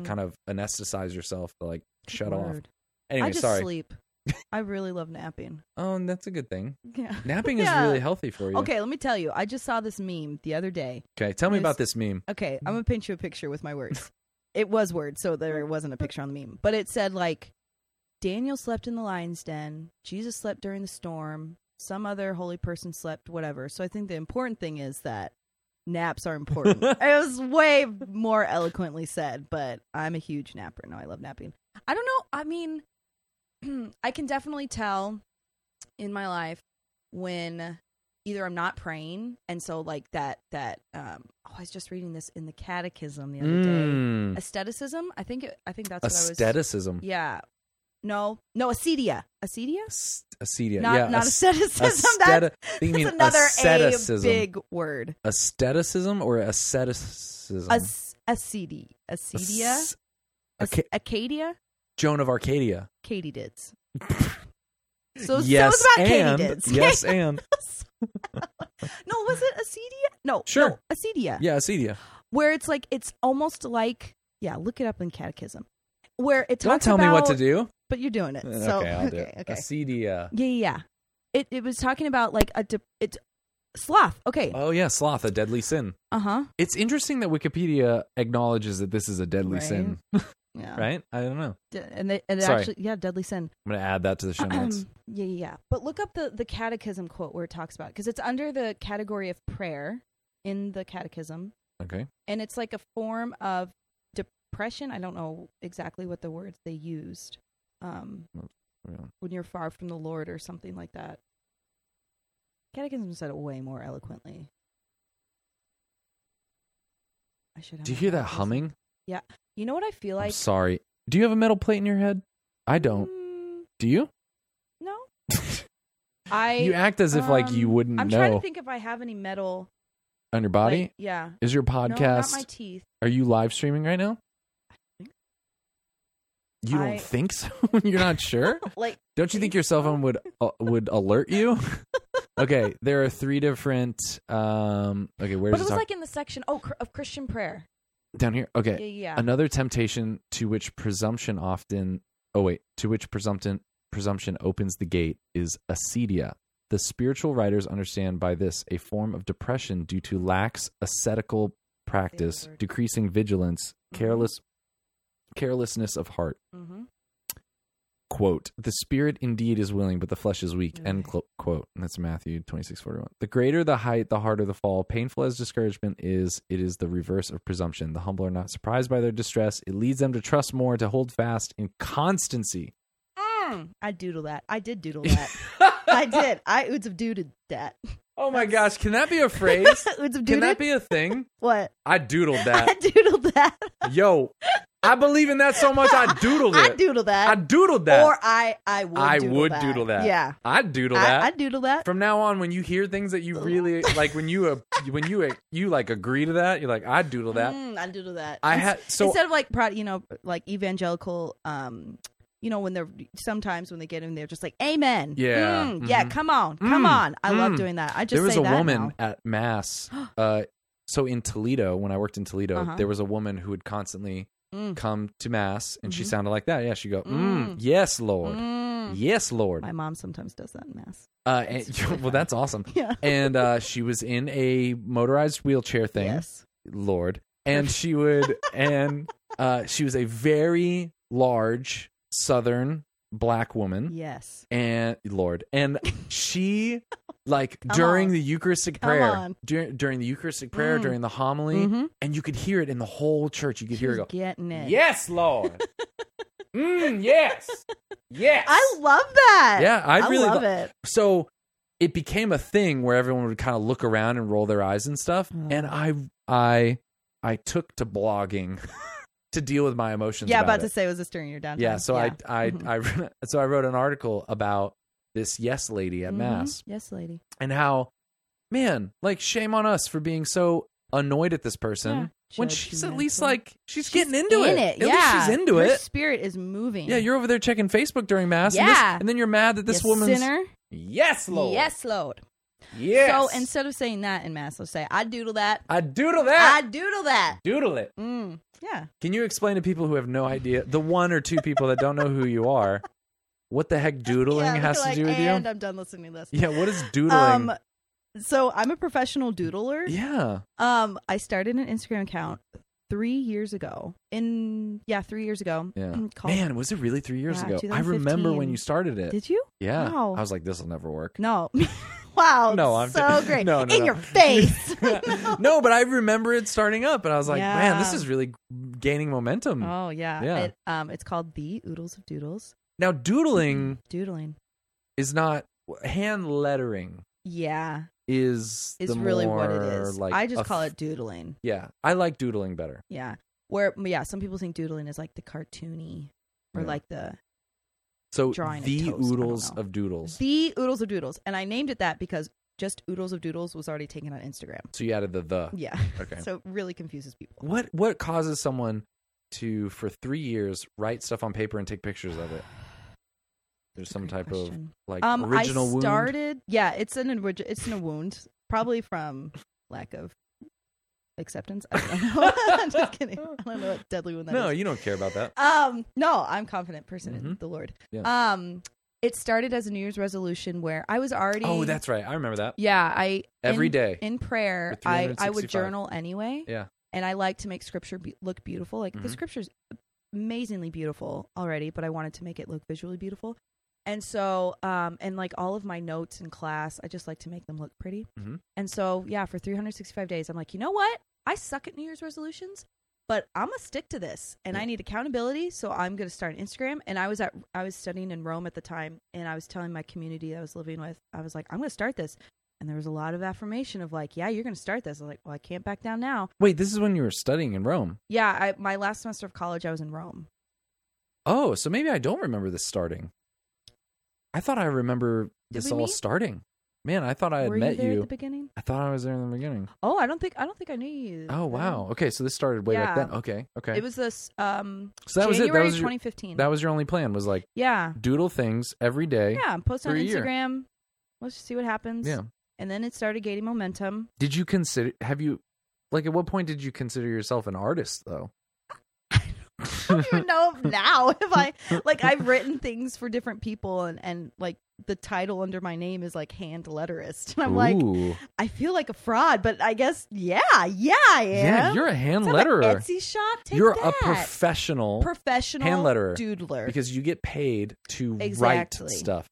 [SPEAKER 4] Mm,
[SPEAKER 1] kind of anesthetize yourself to like shut off
[SPEAKER 4] word.
[SPEAKER 1] anyway
[SPEAKER 4] I just
[SPEAKER 1] sorry
[SPEAKER 4] sleep. I really love napping.
[SPEAKER 1] oh and that's a good thing
[SPEAKER 4] Yeah.
[SPEAKER 1] Napping is
[SPEAKER 4] Yeah.
[SPEAKER 1] really healthy for you.
[SPEAKER 4] Okay, let me tell you. I just saw this meme the other day.
[SPEAKER 1] Okay. Tell me
[SPEAKER 4] There's-
[SPEAKER 1] about this meme.
[SPEAKER 4] Okay, I'm gonna paint you a picture with my words. it was words, so there wasn't a picture on the meme, but it said like Daniel slept in the lion's den, Jesus slept during the storm, some other holy person slept, whatever. So I think the important thing is that naps are important. it was way more eloquently said, but I'm a huge napper. No, I love napping. I don't know. I mean, I can definitely tell in my life when either I'm not praying, and so like that that um oh, I was just reading this in the Catechism the other
[SPEAKER 1] Mm.
[SPEAKER 4] day. Aestheticism. I think it, I think that's what I was.
[SPEAKER 1] Aestheticism.
[SPEAKER 4] Yeah. No, no, acedia, acedia,
[SPEAKER 1] Ast- Acedia.
[SPEAKER 4] not
[SPEAKER 1] yeah.
[SPEAKER 4] not
[SPEAKER 1] as-
[SPEAKER 4] asceticism.
[SPEAKER 1] aestheti-
[SPEAKER 4] that's,
[SPEAKER 1] I think you
[SPEAKER 4] that's
[SPEAKER 1] mean
[SPEAKER 4] another a
[SPEAKER 1] asceticism.
[SPEAKER 4] big word.
[SPEAKER 1] Aestheticism or asceticism?
[SPEAKER 4] As, acedi, acedia,
[SPEAKER 1] As-
[SPEAKER 4] Ac-
[SPEAKER 1] Aca-
[SPEAKER 4] Acadia,
[SPEAKER 1] Joan of Arcadia.
[SPEAKER 4] Katie dids. So,
[SPEAKER 1] yes,
[SPEAKER 4] so it was about
[SPEAKER 1] and
[SPEAKER 4] Katie dids.
[SPEAKER 1] yes, and
[SPEAKER 4] no, was it acedia? No,
[SPEAKER 1] Sure.
[SPEAKER 4] no, acedia.
[SPEAKER 1] yeah, Acedia.
[SPEAKER 4] where it's like it's almost like yeah look it up in catechism where it
[SPEAKER 1] Don't
[SPEAKER 4] talks
[SPEAKER 1] tell me what to
[SPEAKER 4] about-
[SPEAKER 1] do. Eh,
[SPEAKER 4] but you're doing it. So
[SPEAKER 1] okay, I'll do it.
[SPEAKER 4] okay.
[SPEAKER 1] A CD. Uh,
[SPEAKER 4] Yeah, yeah. yeah. It it was talking about like a de- it's sloth. Okay.
[SPEAKER 1] oh yeah, sloth, a deadly sin.
[SPEAKER 4] Uh huh.
[SPEAKER 1] It's interesting that Wikipedia acknowledges that this is a deadly
[SPEAKER 4] Right.
[SPEAKER 1] sin,
[SPEAKER 4] Yeah.
[SPEAKER 1] right? I don't know.
[SPEAKER 4] D- And they and it
[SPEAKER 1] Sorry.
[SPEAKER 4] actually yeah, deadly sin.
[SPEAKER 1] I'm gonna add that to the show
[SPEAKER 4] yeah,
[SPEAKER 1] notes.
[SPEAKER 4] yeah, yeah. But look up the the catechism quote where it talks about because it's under the category of prayer in the catechism,
[SPEAKER 1] Okay.
[SPEAKER 4] and it's like a form of depression. I don't know exactly what the words they used. Um,
[SPEAKER 1] Well,
[SPEAKER 4] when you're far from the Lord or something like that. Catechism said it way more eloquently. I should. have
[SPEAKER 1] Do you
[SPEAKER 4] my
[SPEAKER 1] hear that
[SPEAKER 4] catechism.
[SPEAKER 1] humming?
[SPEAKER 4] You know what I feel
[SPEAKER 1] I'm
[SPEAKER 4] like?
[SPEAKER 1] sorry. Do you have a metal plate in your head? I don't.
[SPEAKER 4] Mm,
[SPEAKER 1] Do you?
[SPEAKER 4] no. I.
[SPEAKER 1] you act as if like you
[SPEAKER 4] um,
[SPEAKER 1] wouldn't
[SPEAKER 4] I'm trying
[SPEAKER 1] know
[SPEAKER 4] to think if I have any metal.
[SPEAKER 1] on your body.
[SPEAKER 4] like- yeah.
[SPEAKER 1] is your
[SPEAKER 4] No,
[SPEAKER 1] podcast?
[SPEAKER 4] not my teeth.
[SPEAKER 1] Are you live streaming right now?
[SPEAKER 4] think-
[SPEAKER 1] You don't
[SPEAKER 4] I-
[SPEAKER 1] think so? You're not sure?
[SPEAKER 4] Like
[SPEAKER 1] Don't you think your cell phone would uh, would alert you? okay, there are three different. um Okay, where's
[SPEAKER 4] but it
[SPEAKER 1] it
[SPEAKER 4] was
[SPEAKER 1] talk-
[SPEAKER 4] like in the section oh cr- of Christian prayer.
[SPEAKER 1] down here?
[SPEAKER 4] Yeah,
[SPEAKER 1] Okay,
[SPEAKER 4] yeah.
[SPEAKER 1] another temptation to which presumption often. Oh wait, to which presumption presumption opens the gate is acedia. The spiritual writers understand by this a form of depression due to lax ascetical practice,
[SPEAKER 4] word.
[SPEAKER 1] decreasing vigilance,
[SPEAKER 4] Mhm.
[SPEAKER 1] careless carelessness of heart.
[SPEAKER 4] mm-hmm.
[SPEAKER 1] quote the spirit indeed is willing but the flesh is weak end
[SPEAKER 4] Okay.
[SPEAKER 1] clo- quote and that's matthew twenty-six forty-one. the greater the height the harder the fall painful as discouragement is it is the reverse of presumption the humble are not surprised by their distress it leads them to trust more to hold fast in constancy
[SPEAKER 4] Mm, I doodle that. I did doodle that. I did. I oods of dooded that.
[SPEAKER 1] oh my gosh can that be a phrase
[SPEAKER 4] oods of
[SPEAKER 1] can that
[SPEAKER 4] dooded.
[SPEAKER 1] be a thing
[SPEAKER 4] what?
[SPEAKER 1] i doodled
[SPEAKER 4] I
[SPEAKER 1] that
[SPEAKER 4] doodled that.
[SPEAKER 1] yo i believe in that so much i doodled
[SPEAKER 4] I
[SPEAKER 1] it
[SPEAKER 4] doodled that.
[SPEAKER 1] i doodled that
[SPEAKER 4] Or I, I would.
[SPEAKER 1] I
[SPEAKER 4] doodle
[SPEAKER 1] would
[SPEAKER 4] that.
[SPEAKER 1] doodle that.
[SPEAKER 4] Yeah.
[SPEAKER 1] i doodle
[SPEAKER 4] I,
[SPEAKER 1] that
[SPEAKER 4] I doodle that.
[SPEAKER 1] from now on when you hear things that you really
[SPEAKER 4] Oh.
[SPEAKER 1] like when you uh, when you uh, you like agree to that you're like i doodle that
[SPEAKER 4] Mm, I doodle that.
[SPEAKER 1] i
[SPEAKER 4] Ins-
[SPEAKER 1] had so
[SPEAKER 4] instead of like, pro- you know, like evangelical, um, you know, when they're sometimes when they get in, they're just like, "Amen."
[SPEAKER 1] Yeah.
[SPEAKER 4] Mm, yeah.
[SPEAKER 1] Mhm.
[SPEAKER 4] Come on, come
[SPEAKER 1] Mm,
[SPEAKER 4] on. I love
[SPEAKER 1] mm.
[SPEAKER 4] doing that. I just
[SPEAKER 1] there was
[SPEAKER 4] say
[SPEAKER 1] a
[SPEAKER 4] that
[SPEAKER 1] woman
[SPEAKER 4] now.
[SPEAKER 1] at mass uh so in toledo when i worked in toledo
[SPEAKER 4] Uh-huh.
[SPEAKER 1] there was a woman who would constantly
[SPEAKER 4] Mm.
[SPEAKER 1] come to mass and she
[SPEAKER 4] Mhm.
[SPEAKER 1] sounded like that yeah she'd go mm,
[SPEAKER 4] Mm.
[SPEAKER 1] yes lord
[SPEAKER 4] Mm.
[SPEAKER 1] yes lord
[SPEAKER 4] My mom sometimes does that in mass.
[SPEAKER 1] uh
[SPEAKER 4] It's
[SPEAKER 1] and,
[SPEAKER 4] really
[SPEAKER 1] well
[SPEAKER 4] funny.
[SPEAKER 1] that's awesome
[SPEAKER 4] Yeah.
[SPEAKER 1] and uh she was in a motorized wheelchair thing
[SPEAKER 4] Yes.
[SPEAKER 1] Lord, and she would, and uh, she was a very large Southern black woman,
[SPEAKER 4] Yes.
[SPEAKER 1] and Lord, and she like
[SPEAKER 4] Come
[SPEAKER 1] during
[SPEAKER 4] on.
[SPEAKER 1] the Eucharistic
[SPEAKER 4] Come
[SPEAKER 1] prayer,
[SPEAKER 4] on.
[SPEAKER 1] dur- during the Eucharistic prayer,
[SPEAKER 4] Mm.
[SPEAKER 1] during the homily,
[SPEAKER 4] Mhm.
[SPEAKER 1] and you could hear it in the whole church. You could hear
[SPEAKER 4] She's
[SPEAKER 1] it go,
[SPEAKER 4] getting it.
[SPEAKER 1] "Yes, Lord, mm, yes, yes."
[SPEAKER 4] I love that.
[SPEAKER 1] yeah, I, really
[SPEAKER 4] love
[SPEAKER 1] lo-
[SPEAKER 4] it.
[SPEAKER 1] so it became a thing where everyone would kind of look around and roll their eyes and stuff
[SPEAKER 4] Oh.
[SPEAKER 1] and i i i took to blogging to deal with my emotions
[SPEAKER 4] Yeah,
[SPEAKER 1] about,
[SPEAKER 4] about to
[SPEAKER 1] it.
[SPEAKER 4] say it was this during your downtime.
[SPEAKER 1] yeah so i i
[SPEAKER 4] Mhm.
[SPEAKER 1] i so i wrote an article about this yes lady at
[SPEAKER 4] Mhm.
[SPEAKER 1] mass
[SPEAKER 4] Yes, lady.
[SPEAKER 1] and how man like shame on us for being so annoyed at this person
[SPEAKER 4] Yeah.
[SPEAKER 1] when she's at least
[SPEAKER 4] Judgmental.
[SPEAKER 1] like she's, getting into
[SPEAKER 4] in
[SPEAKER 1] it, At
[SPEAKER 4] Yeah,
[SPEAKER 1] least she's into
[SPEAKER 4] Her
[SPEAKER 1] it
[SPEAKER 4] Spirit is moving.
[SPEAKER 1] yeah you're over there checking facebook during mass and, this-
[SPEAKER 4] Yeah.
[SPEAKER 1] and then you're mad that this
[SPEAKER 4] You
[SPEAKER 1] woman's
[SPEAKER 4] sinner.
[SPEAKER 1] yes lord
[SPEAKER 4] Yes, Lord.
[SPEAKER 1] yes
[SPEAKER 4] So instead of saying that in mass, let's say I doodle that.
[SPEAKER 1] i doodle that
[SPEAKER 4] I doodle that.
[SPEAKER 1] doodle it.
[SPEAKER 4] Mm, yeah.
[SPEAKER 1] Can you explain to people who have no idea, the one or two people that don't know who you are, what the heck doodling
[SPEAKER 4] Yeah,
[SPEAKER 1] has
[SPEAKER 4] like,
[SPEAKER 1] to do with
[SPEAKER 4] and
[SPEAKER 1] you?
[SPEAKER 4] I'm done listening to this.
[SPEAKER 1] Yeah, what is doodling?
[SPEAKER 4] Um. So I'm a professional doodler.
[SPEAKER 1] yeah.
[SPEAKER 4] Um. I started an Instagram account three years ago. In yeah, three years ago.
[SPEAKER 1] Yeah.
[SPEAKER 4] Called-
[SPEAKER 1] Man, was it really three years
[SPEAKER 4] Yeah,
[SPEAKER 1] ago? I remember
[SPEAKER 4] 2015.
[SPEAKER 1] when you started it.
[SPEAKER 4] Did you?
[SPEAKER 1] yeah.
[SPEAKER 4] Wow.
[SPEAKER 1] I was like, this will never work.
[SPEAKER 4] No. wow.
[SPEAKER 1] No, I'm
[SPEAKER 4] so
[SPEAKER 1] t-
[SPEAKER 4] great.
[SPEAKER 1] No, no,
[SPEAKER 4] in
[SPEAKER 1] no.
[SPEAKER 4] your face.
[SPEAKER 1] no, but I remember it starting up and I was like, man, this
[SPEAKER 4] Yeah.
[SPEAKER 1] is really gaining momentum.
[SPEAKER 4] Oh yeah.
[SPEAKER 1] Yeah.
[SPEAKER 4] It, um, it's called the Oodles of Doodles.
[SPEAKER 1] now, doodling
[SPEAKER 4] Doodling.
[SPEAKER 1] is not hand lettering.
[SPEAKER 4] Yeah.
[SPEAKER 1] Is
[SPEAKER 4] Is
[SPEAKER 1] the
[SPEAKER 4] really what it
[SPEAKER 1] more,
[SPEAKER 4] is.
[SPEAKER 1] Like
[SPEAKER 4] I just
[SPEAKER 1] a
[SPEAKER 4] call
[SPEAKER 1] f-
[SPEAKER 4] it doodling.
[SPEAKER 1] Yeah, I like doodling better.
[SPEAKER 4] Yeah. Where yeah, some people think doodling is like the cartoony or
[SPEAKER 1] Yeah.
[SPEAKER 4] like the
[SPEAKER 1] So
[SPEAKER 4] drawing a
[SPEAKER 1] the
[SPEAKER 4] toast, I don't
[SPEAKER 1] oodles
[SPEAKER 4] know.
[SPEAKER 1] of doodles.
[SPEAKER 4] the Oodles of Doodles. And I named it that because just Oodles of Doodles was already taken on Instagram.
[SPEAKER 1] so you added the the.
[SPEAKER 4] Yeah.
[SPEAKER 1] Ah, Okay.
[SPEAKER 4] So it really confuses people.
[SPEAKER 1] What what causes someone to for three years write stuff on paper and take pictures of it? There's some type
[SPEAKER 4] of
[SPEAKER 1] of like
[SPEAKER 4] um,
[SPEAKER 1] original
[SPEAKER 4] I
[SPEAKER 1] wound.
[SPEAKER 4] started, Yeah, it's an origi- it's in a wound, probably from lack of acceptance. I don't know. I'm just kidding. I don't know what deadly one that is.
[SPEAKER 1] no, you don't care about that.
[SPEAKER 4] Um, no, I'm confident person in
[SPEAKER 1] Mhm.
[SPEAKER 4] the Lord.
[SPEAKER 1] Yeah.
[SPEAKER 4] Um, it started as a New Year's resolution where I was already.
[SPEAKER 1] Oh, that's right. I remember that.
[SPEAKER 4] yeah. I
[SPEAKER 1] Every
[SPEAKER 4] in,
[SPEAKER 1] day.
[SPEAKER 4] in prayer,
[SPEAKER 1] For
[SPEAKER 4] I I would
[SPEAKER 1] 365.
[SPEAKER 4] journal anyway.
[SPEAKER 1] Yeah.
[SPEAKER 4] and I like to make scripture be- look beautiful. Like the
[SPEAKER 1] Mhm.
[SPEAKER 4] scripture's amazingly beautiful already, but I wanted to make it look visually beautiful. And so, um, and like all of my notes in class, I just like to make them look pretty.
[SPEAKER 1] Mhm.
[SPEAKER 4] And so, yeah, for 365 days, I'm like, you know what? I suck at New Year's resolutions, but I'm gonna stick to this, and I
[SPEAKER 1] Yeah.
[SPEAKER 4] need accountability. So I'm gonna start an Instagram. And I was at, I was studying in Rome at the time, and I was telling my community I was living with, I was like, I'm gonna start this. And there was a lot of affirmation of like, yeah, you're gonna start this. I was like, well, I can't back down now.
[SPEAKER 1] Wait, this is when you were studying in Rome.
[SPEAKER 4] Yeah, I, my last semester of college, I was in Rome.
[SPEAKER 1] Oh, so maybe I don't remember this starting. I thought I remember
[SPEAKER 4] Did
[SPEAKER 1] this
[SPEAKER 4] we
[SPEAKER 1] all
[SPEAKER 4] meet?
[SPEAKER 1] starting. Man, I thought I had
[SPEAKER 4] Were
[SPEAKER 1] met
[SPEAKER 4] you there
[SPEAKER 1] you.
[SPEAKER 4] at the beginning?
[SPEAKER 1] I thought I was there in the beginning.
[SPEAKER 4] Oh, I don't think I don't think I knew you.
[SPEAKER 1] Oh wow. Okay, so this started way back
[SPEAKER 4] Yeah.
[SPEAKER 1] then. Okay, okay.
[SPEAKER 4] It was this um
[SPEAKER 1] so that was it. That
[SPEAKER 4] January
[SPEAKER 1] was, your,
[SPEAKER 4] 2015.
[SPEAKER 1] that was your only plan was like
[SPEAKER 4] yeah.
[SPEAKER 1] doodle things every day.
[SPEAKER 4] Yeah, post on
[SPEAKER 1] For a year.
[SPEAKER 4] Instagram. Let's just see what happens.
[SPEAKER 1] Yeah.
[SPEAKER 4] And then it started gaining momentum.
[SPEAKER 1] Did you consider? Have you? Like, at what point did you consider yourself an artist, though?
[SPEAKER 4] I don't even know if now if I like I've written things for different people and and like the title under my name is like hand letterist. And I'm like,
[SPEAKER 1] Ooh.
[SPEAKER 4] I feel like a fraud, but I guess yeah, yeah, I am.
[SPEAKER 1] yeah, you're a hand
[SPEAKER 4] It's not my
[SPEAKER 1] letterer.
[SPEAKER 4] Etsy shop. Take
[SPEAKER 1] You're
[SPEAKER 4] that.
[SPEAKER 1] a professional
[SPEAKER 4] professional
[SPEAKER 1] hand letterer.
[SPEAKER 4] doodler.
[SPEAKER 1] because you get paid to
[SPEAKER 4] Exactly.
[SPEAKER 1] write stuff.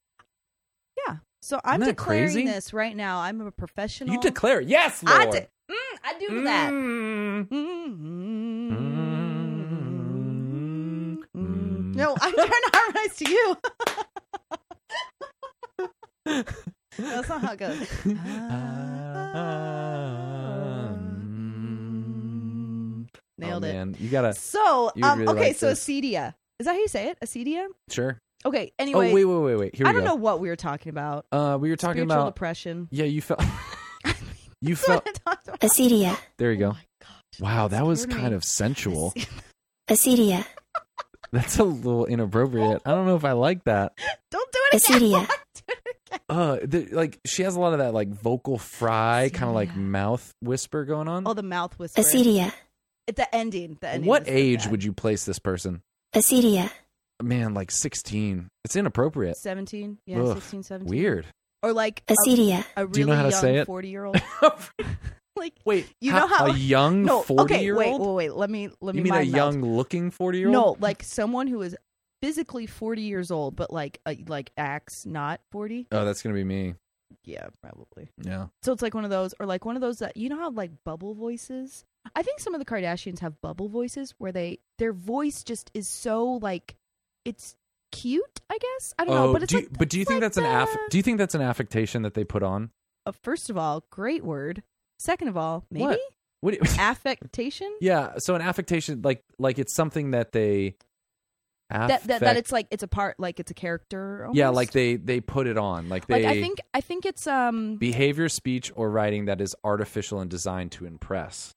[SPEAKER 4] so I'm
[SPEAKER 1] Isn't that
[SPEAKER 4] declaring
[SPEAKER 1] crazy?
[SPEAKER 4] this right now. I'm a professional.
[SPEAKER 1] You declare, it. yes,
[SPEAKER 4] I,
[SPEAKER 1] Lord.
[SPEAKER 4] de- mm, I do that.
[SPEAKER 1] Mm.
[SPEAKER 4] Mm.
[SPEAKER 1] Mm.
[SPEAKER 4] No, I'm trying to harmonize to you. That's not how it
[SPEAKER 1] Oh,
[SPEAKER 4] goes. Ah.
[SPEAKER 1] Um,
[SPEAKER 4] Nailed
[SPEAKER 1] Ah. oh,
[SPEAKER 4] it.
[SPEAKER 1] Man. You gotta
[SPEAKER 4] So,
[SPEAKER 1] You
[SPEAKER 4] um,
[SPEAKER 1] really
[SPEAKER 4] okay,
[SPEAKER 1] like
[SPEAKER 4] so
[SPEAKER 1] this.
[SPEAKER 4] acedia. Is that how you say it? Acedia?
[SPEAKER 1] sure.
[SPEAKER 4] Okay, anyway.
[SPEAKER 1] oh wait, wait, wait, wait. Here
[SPEAKER 4] I
[SPEAKER 1] we
[SPEAKER 4] don't know
[SPEAKER 1] go.
[SPEAKER 4] what we were talking about.
[SPEAKER 1] Uh, we were talking
[SPEAKER 4] Spiritual
[SPEAKER 1] about.
[SPEAKER 4] depression.
[SPEAKER 1] Yeah, you felt. you
[SPEAKER 4] That's what
[SPEAKER 1] felt.
[SPEAKER 4] I talked about.
[SPEAKER 5] Acedia.
[SPEAKER 1] There you
[SPEAKER 4] Oh
[SPEAKER 1] go.
[SPEAKER 4] my gosh,
[SPEAKER 1] Wow, that was
[SPEAKER 4] scared me.
[SPEAKER 1] kind of sensual.
[SPEAKER 5] Acedia.
[SPEAKER 1] That's a little inappropriate. I don't know if I like that.
[SPEAKER 4] Don't do it again.
[SPEAKER 5] Acedia.
[SPEAKER 4] Do it again.
[SPEAKER 1] Uh, the, like she has a lot of that like vocal fry kind of like
[SPEAKER 4] Yeah.
[SPEAKER 1] mouth whisper going on.
[SPEAKER 4] Oh, the mouth whisper.
[SPEAKER 5] Acedia.
[SPEAKER 4] At the ending. The ending
[SPEAKER 1] What
[SPEAKER 4] was so
[SPEAKER 1] age
[SPEAKER 4] bad.
[SPEAKER 1] would you place this person?
[SPEAKER 5] Acedia.
[SPEAKER 1] Man, like sixteen. It's inappropriate.
[SPEAKER 4] 17? Yeah,
[SPEAKER 1] Ugh,
[SPEAKER 4] 16, 17.
[SPEAKER 1] Weird.
[SPEAKER 4] Or like a,
[SPEAKER 5] Acedia.
[SPEAKER 4] a really
[SPEAKER 1] Do you know how to
[SPEAKER 4] young
[SPEAKER 1] say it?
[SPEAKER 4] 40 year old. Like,
[SPEAKER 1] wait,
[SPEAKER 4] You
[SPEAKER 1] ha-
[SPEAKER 4] know how-
[SPEAKER 1] a young
[SPEAKER 4] no,
[SPEAKER 1] forty
[SPEAKER 4] okay,
[SPEAKER 1] year
[SPEAKER 4] wait,
[SPEAKER 1] old?
[SPEAKER 4] wait, wait. Let me, let me
[SPEAKER 1] you mean a
[SPEAKER 4] mind meld.
[SPEAKER 1] young looking forty year old?
[SPEAKER 4] No, like someone who is physically 40 years old, but like, uh, like acts not 40.
[SPEAKER 1] Oh, that's gonna be me.
[SPEAKER 4] Yeah, probably.
[SPEAKER 1] Yeah.
[SPEAKER 4] So it's like one of those, or like one of those that, you know how like bubble voices? I think some of the Kardashians have bubble voices where they, their voice just is so like, it's cute, I guess. I don't know,
[SPEAKER 1] oh,
[SPEAKER 4] but it's
[SPEAKER 1] do
[SPEAKER 4] like,
[SPEAKER 1] you, but do you
[SPEAKER 4] it's
[SPEAKER 1] think
[SPEAKER 4] like
[SPEAKER 1] that's an aff-
[SPEAKER 4] the-
[SPEAKER 1] Do you think that's an affectation that they put on?
[SPEAKER 4] uh, first of all, great word. Second of all, maybe
[SPEAKER 1] What? What? do you-
[SPEAKER 4] affectation.
[SPEAKER 1] yeah. So an affectation, like like it's something that they
[SPEAKER 4] That, that that
[SPEAKER 1] affect-
[SPEAKER 4] it's like it's a part, like it's a character. Almost.
[SPEAKER 1] yeah, like they they put it on, like they
[SPEAKER 4] Like I think I think it's um
[SPEAKER 1] behavior, speech, or writing that is artificial and designed to impress.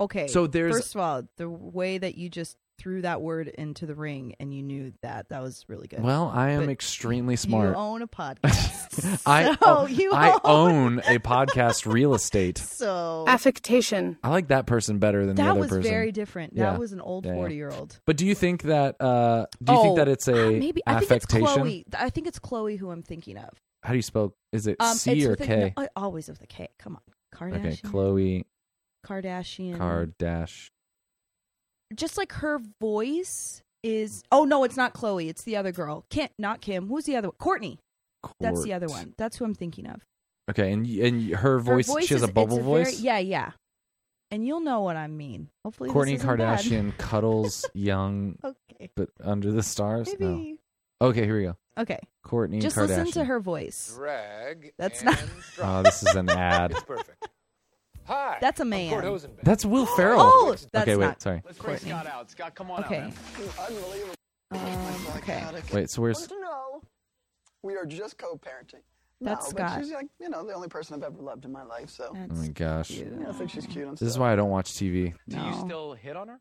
[SPEAKER 4] okay.
[SPEAKER 1] So there's
[SPEAKER 4] first of all, the way that you just threw that word into the ring and you knew that that was really good.
[SPEAKER 1] well, I am
[SPEAKER 4] But
[SPEAKER 1] extremely smart.
[SPEAKER 4] You own a podcast.
[SPEAKER 1] I
[SPEAKER 4] so
[SPEAKER 1] own-
[SPEAKER 4] you
[SPEAKER 1] I
[SPEAKER 4] own,
[SPEAKER 1] own a podcast real estate.
[SPEAKER 4] so
[SPEAKER 6] Affectation.
[SPEAKER 1] I like that person better than the
[SPEAKER 4] that
[SPEAKER 1] other
[SPEAKER 4] was
[SPEAKER 1] person.
[SPEAKER 4] very different.
[SPEAKER 1] Yeah.
[SPEAKER 4] That was an old
[SPEAKER 1] Yeah, yeah.
[SPEAKER 4] forty year old.
[SPEAKER 1] But do you think that uh do you
[SPEAKER 4] Oh,
[SPEAKER 1] think that it's a
[SPEAKER 4] ah, maybe
[SPEAKER 1] affectation?
[SPEAKER 4] I think it's Chloe. I think it's Chloe who I'm thinking of.
[SPEAKER 1] How do you spell is it
[SPEAKER 4] Um,
[SPEAKER 1] C
[SPEAKER 4] it's
[SPEAKER 1] or
[SPEAKER 4] with a-
[SPEAKER 1] K?
[SPEAKER 4] no, I- always with the K. Come on, Kardashian.
[SPEAKER 1] okay, Chloe
[SPEAKER 4] Kardashian.
[SPEAKER 1] Card Dash.
[SPEAKER 4] Just like her voice is. Oh no, it's not Chloe. It's the other girl. Kim, not Kim. Who's the other one? Courtney. That's the other
[SPEAKER 1] Court.
[SPEAKER 4] one. That's who I'm thinking of.
[SPEAKER 1] Okay, and y- and y- her
[SPEAKER 4] Her
[SPEAKER 1] voice, she has
[SPEAKER 4] is-
[SPEAKER 1] a bubble
[SPEAKER 4] it's very-
[SPEAKER 1] voice.
[SPEAKER 4] yeah, yeah. And you'll know what I mean. Hopefully, this
[SPEAKER 1] Courtney
[SPEAKER 4] isn't bad.
[SPEAKER 1] Kardashian cuddles young
[SPEAKER 4] Okay.
[SPEAKER 1] but under the stars. No.
[SPEAKER 4] Maybe.
[SPEAKER 1] Okay, here we go.
[SPEAKER 4] Okay.
[SPEAKER 1] Courtney
[SPEAKER 4] Just
[SPEAKER 1] Kardashian.
[SPEAKER 4] listen to her voice.
[SPEAKER 7] Drag.
[SPEAKER 4] That's
[SPEAKER 7] and
[SPEAKER 4] not-
[SPEAKER 1] Oh,
[SPEAKER 7] drop.
[SPEAKER 1] this is an ad.
[SPEAKER 7] It's perfect. Hi.
[SPEAKER 4] That's a
[SPEAKER 7] I'm
[SPEAKER 4] man.
[SPEAKER 7] Kurt Rosenberg.
[SPEAKER 1] That's Will Ferrell.
[SPEAKER 4] Oh, that's
[SPEAKER 1] okay, wait,
[SPEAKER 4] not.
[SPEAKER 1] sorry.
[SPEAKER 7] Let's bring
[SPEAKER 4] Courtney.
[SPEAKER 7] Scott out. Scott, come on out.
[SPEAKER 4] Okay.
[SPEAKER 7] man.
[SPEAKER 8] Unbelievable.
[SPEAKER 4] Um, okay.
[SPEAKER 1] Wait, so
[SPEAKER 8] Wanted
[SPEAKER 1] where's
[SPEAKER 8] to know. We are just co-parenting.
[SPEAKER 4] That's
[SPEAKER 8] no,
[SPEAKER 4] Scott.
[SPEAKER 8] But she's like, you know, the only person I've ever loved in my life. So
[SPEAKER 1] Oh my
[SPEAKER 4] That's
[SPEAKER 1] gosh.
[SPEAKER 4] cute.
[SPEAKER 8] you know, I think she's cute. And
[SPEAKER 1] This is
[SPEAKER 8] stuff.
[SPEAKER 1] why I don't watch TV.
[SPEAKER 7] Do you
[SPEAKER 4] No.
[SPEAKER 7] still hit on her?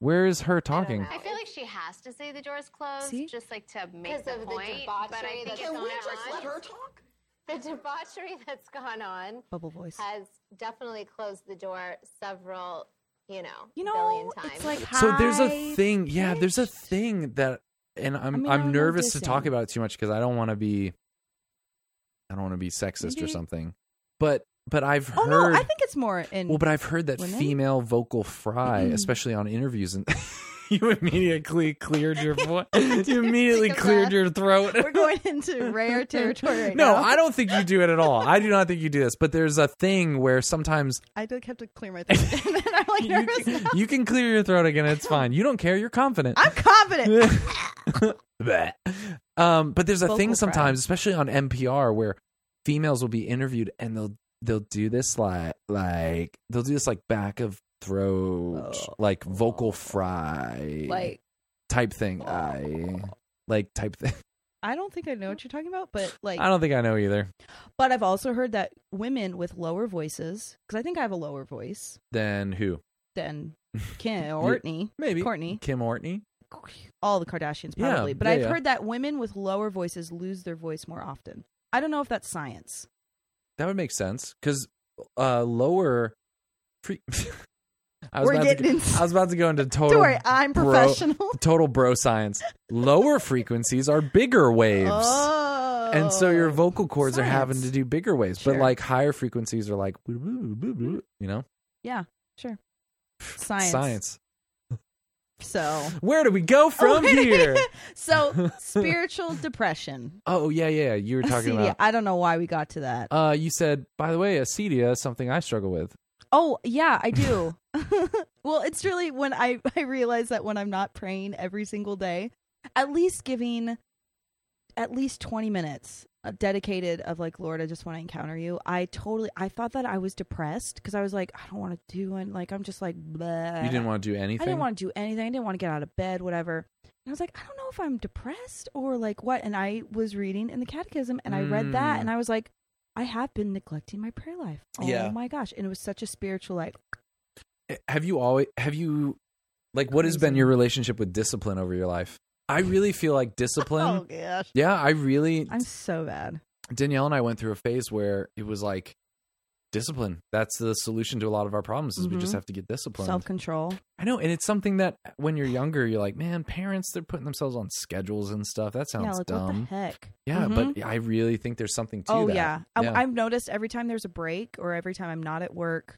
[SPEAKER 1] Where is her talking?
[SPEAKER 9] I feel like she has to say the door's closed,
[SPEAKER 4] See?
[SPEAKER 9] just like to make the point. but I think
[SPEAKER 8] Can
[SPEAKER 9] it's
[SPEAKER 8] we
[SPEAKER 9] not
[SPEAKER 8] just let
[SPEAKER 9] on.
[SPEAKER 8] her talk?
[SPEAKER 6] the debauchery that's gone on
[SPEAKER 4] Bubble voice.
[SPEAKER 6] has definitely closed the door several, you know,
[SPEAKER 4] You know,
[SPEAKER 6] billion times.
[SPEAKER 4] it's like
[SPEAKER 1] So there's a
[SPEAKER 4] high
[SPEAKER 1] thing. Yeah, there's a
[SPEAKER 4] pitched.
[SPEAKER 1] thing that, and I'm
[SPEAKER 4] mean, I
[SPEAKER 1] I'm
[SPEAKER 4] don't know
[SPEAKER 1] nervous to
[SPEAKER 4] dissing.
[SPEAKER 1] talk about it too much because I don't want to be, I don't want to be sexist or
[SPEAKER 4] Maybe-
[SPEAKER 1] something. But but I've
[SPEAKER 4] Oh
[SPEAKER 1] heard.
[SPEAKER 4] no, I think it's more in.
[SPEAKER 1] well, but I've heard that
[SPEAKER 4] women?
[SPEAKER 1] female vocal fry, especially on interviews, and you immediately cleared your voice. you immediately
[SPEAKER 4] Take a
[SPEAKER 1] cleared
[SPEAKER 4] breath.
[SPEAKER 1] your throat.
[SPEAKER 4] we're going into rare territory right
[SPEAKER 1] no,
[SPEAKER 4] now.
[SPEAKER 1] I don't think you do it at all. I do not think you do this. But there's a thing where sometimes
[SPEAKER 4] I did have to clear my throat, and then I'm like
[SPEAKER 1] you
[SPEAKER 4] nervous.
[SPEAKER 1] can,
[SPEAKER 4] now.
[SPEAKER 1] you can clear your throat again. It's fine. You don't care. You're confident.
[SPEAKER 4] I'm confident.
[SPEAKER 1] Bleh. um, but there's a
[SPEAKER 4] Vocal
[SPEAKER 1] thing
[SPEAKER 4] fry.
[SPEAKER 1] sometimes, especially on NPR, where females will be interviewed and they'll they'll do this like like they'll do this like back of throat
[SPEAKER 4] Oh.
[SPEAKER 1] like vocal fry
[SPEAKER 4] Like
[SPEAKER 1] type thing. I like type thing.
[SPEAKER 4] I don't think I know what you're talking about, but like,
[SPEAKER 1] I don't think I know either.
[SPEAKER 4] but I've also heard that women with lower voices, because I think I have a lower voice
[SPEAKER 1] Then who?
[SPEAKER 4] than Kim or Courtney,
[SPEAKER 1] Maybe
[SPEAKER 4] Courtney,
[SPEAKER 1] Kim Ortney.
[SPEAKER 4] all the Kardashians
[SPEAKER 1] Yeah,
[SPEAKER 4] probably. but
[SPEAKER 1] yeah,
[SPEAKER 4] I've
[SPEAKER 1] yeah.
[SPEAKER 4] heard that women with lower voices lose their voice more often. I don't know if that's science.
[SPEAKER 1] That would make sense because uh, lower. Pre- I
[SPEAKER 4] We're
[SPEAKER 1] about
[SPEAKER 4] getting
[SPEAKER 1] to,
[SPEAKER 4] ins-
[SPEAKER 1] I was about to go into total.
[SPEAKER 4] Don't worry, I'm
[SPEAKER 1] bro-
[SPEAKER 4] professional.
[SPEAKER 1] total bro science. Lower frequencies are bigger waves.
[SPEAKER 4] Oh.
[SPEAKER 1] and so your vocal cords are having
[SPEAKER 4] science.
[SPEAKER 1] to do bigger waves, but
[SPEAKER 4] Sure.
[SPEAKER 1] like higher frequencies are like, "Boo, boo, boo, boo," you know,
[SPEAKER 4] Yeah, sure. Science. Oh,
[SPEAKER 1] science.
[SPEAKER 4] So,
[SPEAKER 1] Where do we go from here?
[SPEAKER 4] so spiritual depression.
[SPEAKER 1] Oh yeah, yeah. You were talking
[SPEAKER 4] CDI.
[SPEAKER 1] about.
[SPEAKER 4] I don't know why we got to that.
[SPEAKER 1] Uh, you said, by the way, acedia is something I struggle with.
[SPEAKER 4] Oh yeah, I do. well, it's really when I I realize that when I'm not praying every single day, at least giving at least 20 minutes uh, dedicated of like Lord, I just want to encounter you. I totally I thought that I was depressed because I was like I don't want to do and like I'm just like bleh.
[SPEAKER 1] You didn't want to do anything.
[SPEAKER 4] Uh, I didn't want to do anything. I didn't want to get out of bed, whatever. And I was like, I don't know if I'm depressed or like what. And I was reading in the catechism and I read that
[SPEAKER 1] Mm.
[SPEAKER 4] and I was like, I have been neglecting my prayer life. Oh
[SPEAKER 1] Yeah.
[SPEAKER 4] my gosh. And it was such a spiritual like
[SPEAKER 1] Eh, have you always have you like what has been your relationship with discipline over your life? I really feel like discipline.
[SPEAKER 4] Oh gosh.
[SPEAKER 1] Yeah, I really
[SPEAKER 4] I'm so bad.
[SPEAKER 1] Danielle and I went through a phase where it was like discipline. That's the solution to a lot of our problems is we
[SPEAKER 4] Mhm.
[SPEAKER 1] just have to get disciplined.
[SPEAKER 4] Self control.
[SPEAKER 1] I know, and it's something that when you're younger, you're like, man, parents they're putting themselves on schedules and stuff. That sounds
[SPEAKER 4] Yeah, like what the
[SPEAKER 1] dumb.
[SPEAKER 4] heck?
[SPEAKER 1] Yeah,
[SPEAKER 4] Mhm.
[SPEAKER 1] but I really think there's something to
[SPEAKER 4] Oh
[SPEAKER 1] that.
[SPEAKER 4] yeah. I, I've noticed every time there's a break or every time I'm not at work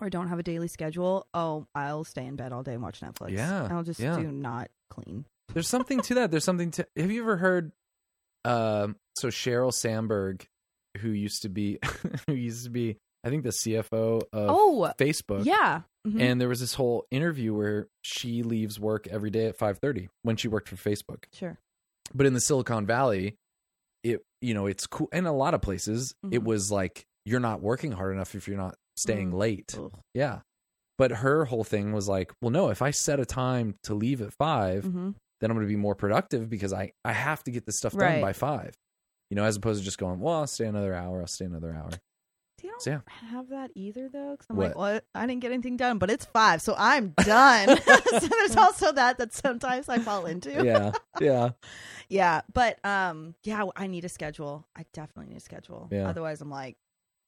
[SPEAKER 4] or don't have a daily schedule, oh, I'll stay in bed all day and watch Netflix.
[SPEAKER 1] Yeah,
[SPEAKER 4] I'll just
[SPEAKER 1] yeah.
[SPEAKER 4] do not clean.
[SPEAKER 1] There's something to that. There's something to. Have you ever heard? Um, so Cheryl Sandberg, who used to be, who used to be, I think the CFO of
[SPEAKER 4] Oh,
[SPEAKER 1] Facebook.
[SPEAKER 4] Yeah. Mhm.
[SPEAKER 1] And there was this whole interview where she leaves work every day at 5:30 when she worked for Facebook.
[SPEAKER 4] sure.
[SPEAKER 1] But in the Silicon Valley, it you know, it's cool in a lot of places it
[SPEAKER 4] Mhm.
[SPEAKER 1] was like you're not working hard enough if you're not staying
[SPEAKER 4] Mm.
[SPEAKER 1] late.
[SPEAKER 4] Ugh.
[SPEAKER 1] Yeah. But her whole thing was like, well no, if I set a time to leave at 5,
[SPEAKER 4] Mhm.
[SPEAKER 1] then I'm going to be more productive because I I have to get this stuff done
[SPEAKER 4] Right.
[SPEAKER 1] by 5. You know, as opposed to just going, well, I'll stay another hour, I'll stay another hour.
[SPEAKER 4] Do you don't
[SPEAKER 1] So, yeah.
[SPEAKER 4] have that either though? Because I'm like,
[SPEAKER 1] What?
[SPEAKER 4] well, I didn't get anything done, but it's five, so I'm done. so there's also that that sometimes I fall into.
[SPEAKER 1] Yeah. Yeah.
[SPEAKER 4] Yeah, but um, yeah, I need a schedule. I definitely need a schedule.
[SPEAKER 1] Yeah.
[SPEAKER 4] Otherwise, I'm like,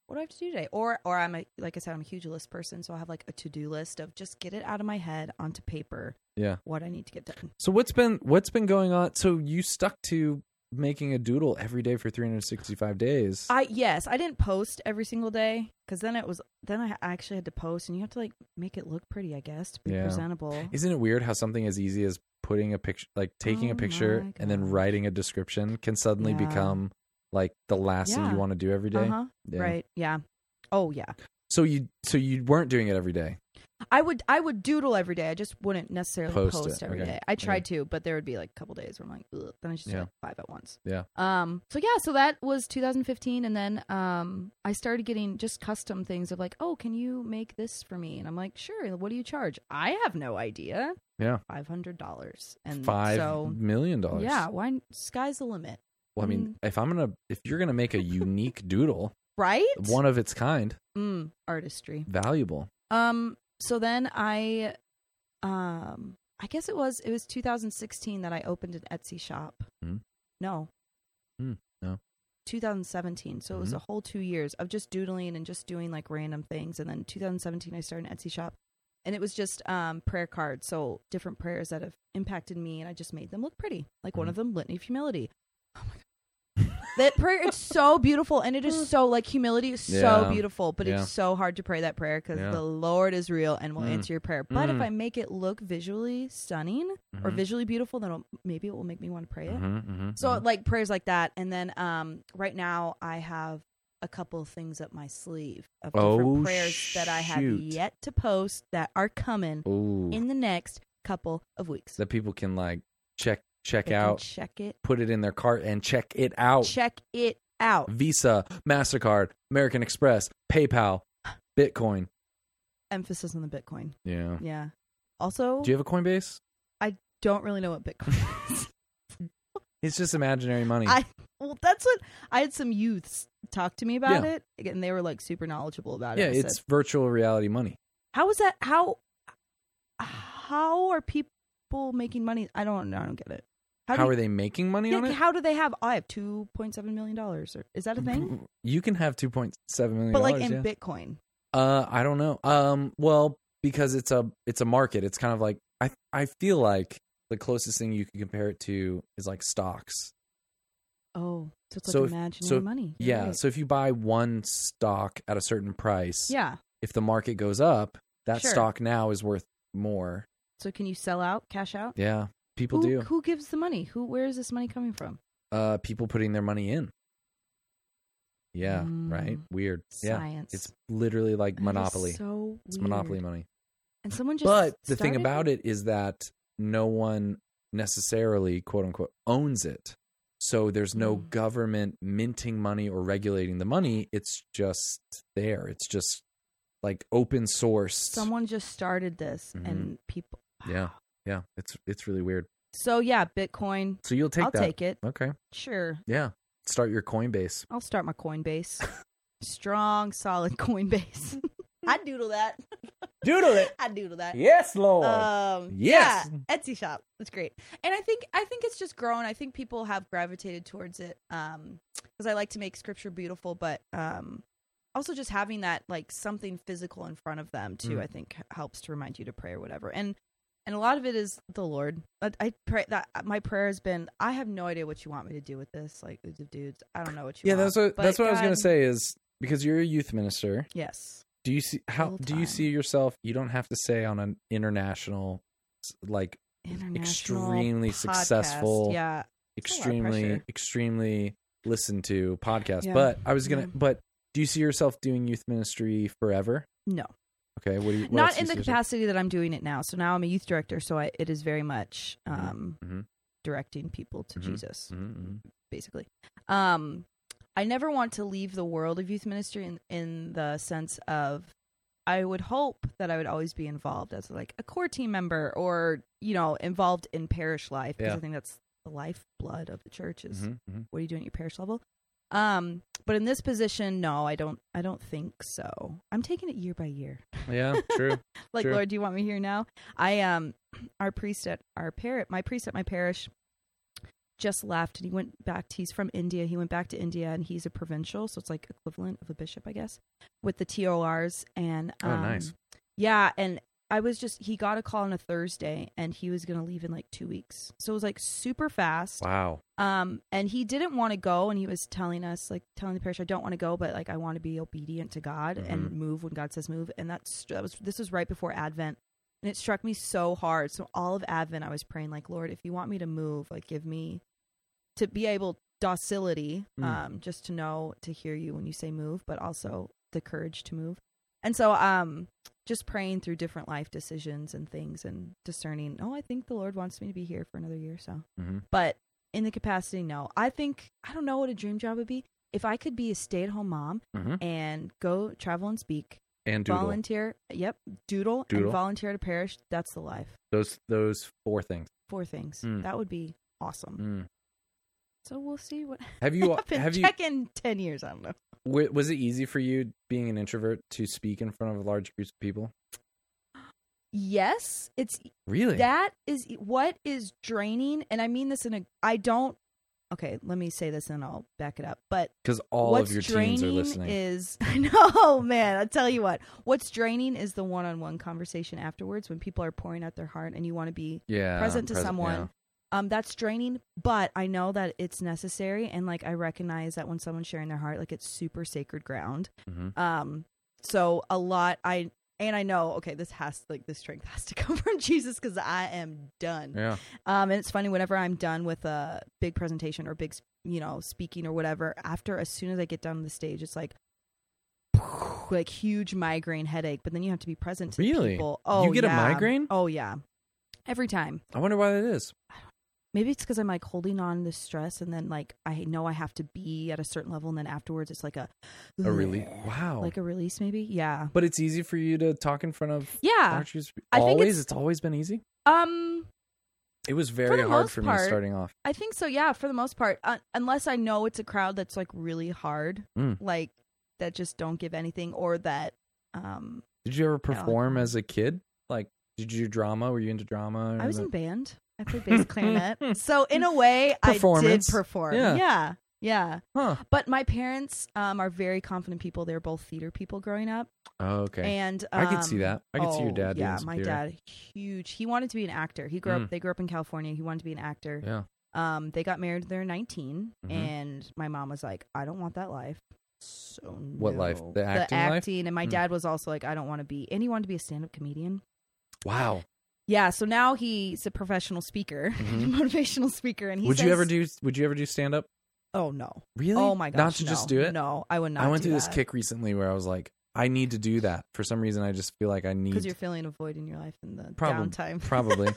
[SPEAKER 4] what do I have to do today? Or, or I'm a like I said, I'm a huge list person, so I have like a to do list of just get it out of my head onto paper
[SPEAKER 1] Yeah.
[SPEAKER 4] what I need to get done.
[SPEAKER 1] So what's been what's been going on? So you stuck to making a doodle every day for 365 days.
[SPEAKER 4] I yes, I didn't post every single day because then it was then I actually had to post, and you have to like make it look pretty, I guess, to be
[SPEAKER 1] Yeah.
[SPEAKER 4] presentable.
[SPEAKER 1] Isn't it weird how something as easy as putting a picture, like taking a
[SPEAKER 4] Oh
[SPEAKER 1] picture
[SPEAKER 4] my
[SPEAKER 1] and then
[SPEAKER 4] gosh.
[SPEAKER 1] writing a description, can suddenly
[SPEAKER 4] Yeah.
[SPEAKER 1] become like the last thing you
[SPEAKER 4] Yeah.
[SPEAKER 1] want to do every day?
[SPEAKER 4] Uh-huh.
[SPEAKER 1] Yeah.
[SPEAKER 4] Right. Yeah. Oh yeah.
[SPEAKER 1] So you so you weren't doing it every day.
[SPEAKER 4] I would I would doodle every day. I just wouldn't necessarily
[SPEAKER 1] Post
[SPEAKER 4] post,
[SPEAKER 1] it.
[SPEAKER 4] every day.
[SPEAKER 1] Okay.
[SPEAKER 4] I tried to, but there would be like a couple days where I'm like, Ugh. then I just did
[SPEAKER 1] Yeah.
[SPEAKER 4] like five at once.
[SPEAKER 1] Yeah.
[SPEAKER 4] Um. So yeah. So that was 2015, and then um, I started getting just custom things of like, oh, can you make this for me? And I'm like, sure. What do you charge? I have no idea.
[SPEAKER 1] Yeah.
[SPEAKER 4] Five hundred dollars. And
[SPEAKER 1] Five
[SPEAKER 4] so
[SPEAKER 1] million dollars.
[SPEAKER 4] yeah. Mm. Why? Sky's the limit,
[SPEAKER 1] Well, I mean, if I'm gonna if you're gonna make a unique doodle,
[SPEAKER 4] right?
[SPEAKER 1] one of its kind,
[SPEAKER 4] mm, artistry.
[SPEAKER 1] valuable.
[SPEAKER 4] Um. So then I, um, I guess it was it was 2016 that I opened an Etsy shop.
[SPEAKER 1] Hmm.
[SPEAKER 4] No.
[SPEAKER 1] Hmm, no. Mm-hmm.
[SPEAKER 4] 2017. So it was a whole two years of just doodling and just doing like random things. And then 2017, I started an Etsy shop, and it was just um, prayer cards. So different prayers that have impacted me, and I just made them look pretty. Like
[SPEAKER 1] Hmm.
[SPEAKER 4] one of them, Litany of Humility. Oh my god, that prayer is so beautiful, and it is so like humility is
[SPEAKER 1] Yeah.
[SPEAKER 4] so beautiful, but
[SPEAKER 1] Yeah.
[SPEAKER 4] it's so hard to pray that prayer because
[SPEAKER 1] Yeah.
[SPEAKER 4] the Lord is real and will
[SPEAKER 1] Mm.
[SPEAKER 4] answer your prayer. But
[SPEAKER 1] Mm.
[SPEAKER 4] if I make it look visually stunning or
[SPEAKER 1] Mhm.
[SPEAKER 4] visually beautiful, then it'll, maybe it will make me want to pray it.
[SPEAKER 1] Mhm, mhm,
[SPEAKER 4] So
[SPEAKER 1] mhm.
[SPEAKER 4] like prayers like that, and then um, right now I have a couple of things up my sleeve of
[SPEAKER 1] Oh,
[SPEAKER 4] different prayers that I have
[SPEAKER 1] shoot.
[SPEAKER 4] yet to post that are coming
[SPEAKER 1] mm-hmm. Ooh,
[SPEAKER 4] in the next couple of weeks.
[SPEAKER 1] that people can like check check
[SPEAKER 4] They can
[SPEAKER 1] out, Oh.
[SPEAKER 4] check it,
[SPEAKER 1] put it in their cart, and check it out.
[SPEAKER 4] check it out.
[SPEAKER 1] Mm-hmm. Visa, Mastercard, American Express, PayPal, Bitcoin.
[SPEAKER 4] Emphasis on the Bitcoin.
[SPEAKER 1] Yeah.
[SPEAKER 4] Yeah. Also,
[SPEAKER 1] Do you have a Coinbase?
[SPEAKER 4] I don't really know what Bitcoin is.
[SPEAKER 1] It's just imaginary money.
[SPEAKER 4] I well, that's what I had some youths talk to me about
[SPEAKER 1] Yeah.
[SPEAKER 4] it, and they were like super knowledgeable about
[SPEAKER 1] yeah,
[SPEAKER 4] it. I said,
[SPEAKER 1] it's virtual reality money.
[SPEAKER 4] How is that? How how are people making money? I don't. I don't get it.
[SPEAKER 1] How,
[SPEAKER 4] do you-
[SPEAKER 1] are they making money
[SPEAKER 4] Yeah,
[SPEAKER 1] on it?
[SPEAKER 4] How do they have? I have two point seven million dollars. Is that a thing?
[SPEAKER 1] You can have two point seven million.
[SPEAKER 4] but like
[SPEAKER 1] dollars,
[SPEAKER 4] in
[SPEAKER 1] yeah.
[SPEAKER 4] Bitcoin,
[SPEAKER 1] Uh, I don't know. Um, well, because it's a it's a market. It's kind of like I I feel like the closest thing you can compare it to is like stocks.
[SPEAKER 4] oh, so it's like
[SPEAKER 1] So if-
[SPEAKER 4] imaginary
[SPEAKER 1] so-
[SPEAKER 4] money. You're
[SPEAKER 1] Yeah.
[SPEAKER 4] right.
[SPEAKER 1] So if you buy one stock at a certain price,
[SPEAKER 4] yeah.
[SPEAKER 1] if the market goes up, that
[SPEAKER 4] Sure.
[SPEAKER 1] stock now is worth more.
[SPEAKER 4] So can you sell out, cash out?
[SPEAKER 1] Yeah. People
[SPEAKER 4] who,
[SPEAKER 1] do.
[SPEAKER 4] Who gives the money? Who? Where is this money coming from?
[SPEAKER 1] Uh, people putting their money in. Yeah.
[SPEAKER 4] Mm.
[SPEAKER 1] Right. Weird. Yeah.
[SPEAKER 4] Science.
[SPEAKER 1] It's literally like
[SPEAKER 4] That is
[SPEAKER 1] monopoly.
[SPEAKER 4] So
[SPEAKER 1] It's monopoly
[SPEAKER 4] weird.
[SPEAKER 1] money.
[SPEAKER 4] And someone just.
[SPEAKER 1] But the thing
[SPEAKER 4] started
[SPEAKER 1] about it is that no one necessarily, quote unquote, owns it. So there's no
[SPEAKER 4] Mm.
[SPEAKER 1] government minting money or regulating the money. It's just there. It's just like open source.
[SPEAKER 4] Someone just started this,
[SPEAKER 1] Mhm.
[SPEAKER 4] and people.
[SPEAKER 1] Yeah. Yeah. It's it's really weird.
[SPEAKER 4] So yeah, Bitcoin.
[SPEAKER 1] So you'll take
[SPEAKER 4] I'll
[SPEAKER 1] that.
[SPEAKER 4] take it.
[SPEAKER 1] Okay.
[SPEAKER 4] Sure.
[SPEAKER 1] Yeah. Start your Coinbase.
[SPEAKER 4] I'll start my Coinbase. Strong, solid Coinbase. I doodle that.
[SPEAKER 1] Doodle it.
[SPEAKER 4] I doodle that.
[SPEAKER 1] Yes, Lord.
[SPEAKER 4] Um,
[SPEAKER 1] Yes.
[SPEAKER 4] yeah, Etsy shop. That's great. And I think I think it's just grown. I think people have gravitated towards it um because I like to make scripture beautiful, but um also just having that like something physical in front of them too.
[SPEAKER 1] Mm.
[SPEAKER 4] I think h- helps to remind you to pray or whatever. And and a lot of it is the Lord. I, I pray that my prayer has been, I have no idea what you want me to do with this. Like, dudes, I don't know what you.
[SPEAKER 1] yeah,
[SPEAKER 4] want.
[SPEAKER 1] that's what
[SPEAKER 4] But
[SPEAKER 1] that's what I was gonna
[SPEAKER 4] God-
[SPEAKER 1] say is because you're a youth minister.
[SPEAKER 4] Yes.
[SPEAKER 1] Do you see how
[SPEAKER 4] Full
[SPEAKER 1] do you see
[SPEAKER 4] time.
[SPEAKER 1] yourself? You don't have to say on an international, s- like
[SPEAKER 4] International
[SPEAKER 1] Extremely
[SPEAKER 4] podcast.
[SPEAKER 1] successful
[SPEAKER 4] Yeah. It's a lot of
[SPEAKER 1] extremely
[SPEAKER 4] pressure.
[SPEAKER 1] extremely listened to podcast.
[SPEAKER 4] Yeah.
[SPEAKER 1] But I was gonna.
[SPEAKER 4] Yeah.
[SPEAKER 1] But do you see yourself doing youth ministry forever?
[SPEAKER 4] No.
[SPEAKER 1] Okay, what do you? What
[SPEAKER 4] not
[SPEAKER 1] else
[SPEAKER 4] in
[SPEAKER 1] do
[SPEAKER 4] the
[SPEAKER 1] you see yourself-
[SPEAKER 4] capacity that I'm doing it now. So now I'm a youth director, so I, it is very much
[SPEAKER 1] Mhm,
[SPEAKER 4] um,
[SPEAKER 1] mhm.
[SPEAKER 4] directing people to
[SPEAKER 1] Mhm,
[SPEAKER 4] Jesus,
[SPEAKER 1] mhm, mhm.
[SPEAKER 4] basically. Um, I never want to leave the world of youth ministry in, in the sense of I would hope that I would always be involved as like a core team member or you know involved in parish life because
[SPEAKER 1] Yeah.
[SPEAKER 4] I think that's the lifeblood of the church is
[SPEAKER 1] Mhm, mhm.
[SPEAKER 4] what are you doing at your parish level um but in this position no i don't i don't think so i'm taking it year by year
[SPEAKER 1] mm-hmm. Yeah, true.
[SPEAKER 4] like
[SPEAKER 1] Sure.
[SPEAKER 4] lord do you want me here now i um our priest at our parish my priest at my parish just left and he went back to, he's from india he went back to india and he's a provincial so it's like equivalent of a bishop i guess with the tors and
[SPEAKER 1] Oh,
[SPEAKER 4] um,
[SPEAKER 1] nice.
[SPEAKER 4] yeah and i was just he got a call on a thursday and he was gonna leave in like two weeks so it was like super fast
[SPEAKER 1] Wow.
[SPEAKER 4] um and he didn't want to go and he was telling us like telling the parish i don't want to go but like i want to be obedient to god and move when god says move and that's that was this was right before advent and it struck me so hard so all of advent i was praying like lord if you want me to move like give me to be able docility
[SPEAKER 1] Mm.
[SPEAKER 4] um just to know to hear you when you say move but also
[SPEAKER 1] Mm.
[SPEAKER 4] the courage to move and so um just praying through different life decisions and things and discerning oh i think the lord wants me to be here for another year so
[SPEAKER 1] Mhm.
[SPEAKER 4] but in the capacity no i think i don't know what a dream job would be if i could be a stay-at-home mom
[SPEAKER 1] Mhm.
[SPEAKER 4] and go travel and speak
[SPEAKER 1] And doodle
[SPEAKER 4] volunteer yep doodle,
[SPEAKER 1] Doodle.
[SPEAKER 4] and volunteer at a parish that's the life
[SPEAKER 1] those those four things.
[SPEAKER 4] four things
[SPEAKER 1] Mm.
[SPEAKER 4] that would be awesome
[SPEAKER 1] Mm.
[SPEAKER 4] so we'll see what
[SPEAKER 1] Have you
[SPEAKER 4] happens.
[SPEAKER 1] have you
[SPEAKER 4] check in 10 years i don't know
[SPEAKER 1] W- was it easy for you being an introvert to speak in front of large groups of people?
[SPEAKER 4] yes it's e,
[SPEAKER 1] Really?
[SPEAKER 4] That is what is draining, and I mean this in a. I don't. okay, let me say this and I'll back it up. But
[SPEAKER 1] because all
[SPEAKER 4] what's
[SPEAKER 1] of your
[SPEAKER 4] draining
[SPEAKER 1] teens are listening.
[SPEAKER 4] is I know, man. I tell you what, what's draining is the one-on-one conversation afterwards when people are pouring out their heart and you want to be
[SPEAKER 1] yeah,
[SPEAKER 4] present to someone.
[SPEAKER 1] Um, yeah.
[SPEAKER 4] Um, that's draining, but I know that it's necessary, and like I recognize that when someone's sharing their heart, like it's super sacred ground.
[SPEAKER 1] Mhm.
[SPEAKER 4] Um, so a lot I and I know, okay, this has like this strength has to come from Jesus because I am done.
[SPEAKER 1] Yeah.
[SPEAKER 4] Um, and it's funny whenever I'm done with a big presentation or big, you know, speaking or whatever. After, as soon as I get down on the stage, it's like, like huge migraine headache. But then you have to be present to the
[SPEAKER 1] Really?
[SPEAKER 4] people. Oh,
[SPEAKER 1] You get a
[SPEAKER 4] yeah.
[SPEAKER 1] migraine?
[SPEAKER 4] Oh yeah, every time.
[SPEAKER 1] I wonder why that is.
[SPEAKER 4] Maybe it's because I'm like holding on to stress, and then like I know I have to be at a certain level, and then afterwards it's like a
[SPEAKER 1] A Oh, really wow.
[SPEAKER 4] like a release, maybe. Yeah.
[SPEAKER 1] but it's easy for you to talk in front of.
[SPEAKER 4] Yeah.
[SPEAKER 1] Aren't you?
[SPEAKER 4] I think
[SPEAKER 1] always.
[SPEAKER 4] it's-
[SPEAKER 1] it's, always been easy.
[SPEAKER 4] Um.
[SPEAKER 1] It was very
[SPEAKER 4] the
[SPEAKER 1] hard
[SPEAKER 4] most
[SPEAKER 1] for
[SPEAKER 4] part,
[SPEAKER 1] me starting off.
[SPEAKER 4] I think so. Yeah, for the most part, uh, unless I know it's a crowd that's like really hard,
[SPEAKER 1] Mm.
[SPEAKER 4] like that just don't give anything, or that um
[SPEAKER 1] Did you ever perform as a kid? Like, did you do drama? Were you into drama? or
[SPEAKER 4] I was
[SPEAKER 1] the-
[SPEAKER 4] in band. I played bass clarinet, so in a way, I did
[SPEAKER 1] Performance.
[SPEAKER 4] perform.
[SPEAKER 1] Yeah.
[SPEAKER 4] yeah, yeah.
[SPEAKER 1] Huh.
[SPEAKER 4] But my parents um are very confident people. They were both theater people growing up,
[SPEAKER 1] Oh, okay.
[SPEAKER 4] and
[SPEAKER 1] I could see
[SPEAKER 4] um,
[SPEAKER 1] that. I could see your
[SPEAKER 4] oh,
[SPEAKER 1] dad. doing
[SPEAKER 4] Yeah,
[SPEAKER 1] some
[SPEAKER 4] my
[SPEAKER 1] theater.
[SPEAKER 4] dad, huge. He wanted to be an actor. He grew
[SPEAKER 1] Mm.
[SPEAKER 4] up. They grew up in California. He wanted to be an actor.
[SPEAKER 1] Yeah.
[SPEAKER 4] Um, they got married. They're 19,
[SPEAKER 1] Mhm.
[SPEAKER 4] and my mom was like, "I don't want that life." So
[SPEAKER 1] What life?
[SPEAKER 4] no.
[SPEAKER 1] The acting life?
[SPEAKER 4] acting. And my
[SPEAKER 1] Mm.
[SPEAKER 4] dad was also like, "I don't want to be." And he wanted to be a stand-up comedian.
[SPEAKER 1] Wow.
[SPEAKER 4] Yeah. So now he's a professional speaker,
[SPEAKER 1] Mhm.
[SPEAKER 4] motivational speaker. And he
[SPEAKER 1] Would you ever
[SPEAKER 4] says-
[SPEAKER 1] do? Would you ever do stand up?
[SPEAKER 4] Oh no!
[SPEAKER 1] Really?
[SPEAKER 4] Oh my gosh!
[SPEAKER 1] Not to just
[SPEAKER 4] no.
[SPEAKER 1] do it.
[SPEAKER 4] No, I would not.
[SPEAKER 1] I went
[SPEAKER 4] do
[SPEAKER 1] through this
[SPEAKER 4] that.
[SPEAKER 1] kick recently where I was like, I need to do that. For some reason, I just feel like I need
[SPEAKER 4] because you're feeling a void in your life in the
[SPEAKER 1] Probab-
[SPEAKER 4] downtime.
[SPEAKER 1] probably,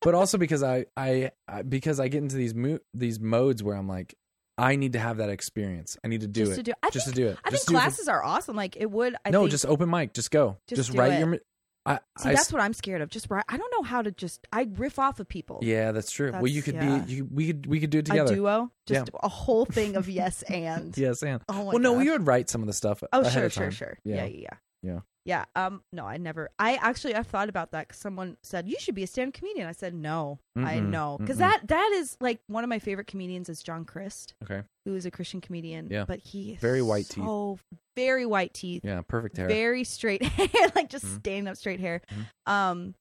[SPEAKER 1] but also because I, I, I because I get into these mo- these modes where I'm like, I need to have that experience. I need to do
[SPEAKER 4] Just
[SPEAKER 1] it.
[SPEAKER 4] to do- I
[SPEAKER 1] just
[SPEAKER 4] think-
[SPEAKER 1] to do it.
[SPEAKER 4] I
[SPEAKER 1] just
[SPEAKER 4] think
[SPEAKER 1] do it for-
[SPEAKER 4] classes are awesome. Like it would. I
[SPEAKER 1] no,
[SPEAKER 4] think,
[SPEAKER 1] just open mic. Just go.
[SPEAKER 4] Just
[SPEAKER 1] Just
[SPEAKER 4] do
[SPEAKER 1] write
[SPEAKER 4] it.
[SPEAKER 1] your. mi- I,
[SPEAKER 4] See,
[SPEAKER 1] I s-
[SPEAKER 4] that's what I'm scared of. Just right. I don't know how to just. I riff off of people.
[SPEAKER 1] Yeah, that's true. well, you could
[SPEAKER 4] That's- yeah.
[SPEAKER 1] be. You, we could. We could do it
[SPEAKER 4] a
[SPEAKER 1] together.
[SPEAKER 4] duo, just a whole thing of yes and.
[SPEAKER 1] Yes, and
[SPEAKER 4] Oh my
[SPEAKER 1] well, no,
[SPEAKER 4] gosh.
[SPEAKER 1] we would write some of the stuff.
[SPEAKER 4] Oh
[SPEAKER 1] ahead
[SPEAKER 4] sure,
[SPEAKER 1] of
[SPEAKER 4] sure,
[SPEAKER 1] time.
[SPEAKER 4] sure. Yeah,
[SPEAKER 1] Yeah.
[SPEAKER 4] yeah, yeah.
[SPEAKER 1] Yeah.
[SPEAKER 4] Yeah. Um. No, I never. I actually I thought about that because someone said you should be a stand-up comedian. I said no, I
[SPEAKER 1] Mm-mm,
[SPEAKER 4] know because
[SPEAKER 1] mm-mm.
[SPEAKER 4] that that is like one of my favorite comedians is John Christ,
[SPEAKER 1] Okay.
[SPEAKER 4] who is a Christian comedian.
[SPEAKER 1] Yeah.
[SPEAKER 4] But he is
[SPEAKER 1] Very white teeth.
[SPEAKER 4] so very white teeth.
[SPEAKER 1] Yeah, perfect hair.
[SPEAKER 4] very straight hair, like just
[SPEAKER 1] Mhm.
[SPEAKER 4] standing up straight hair.
[SPEAKER 1] Mm-hmm.
[SPEAKER 4] Um,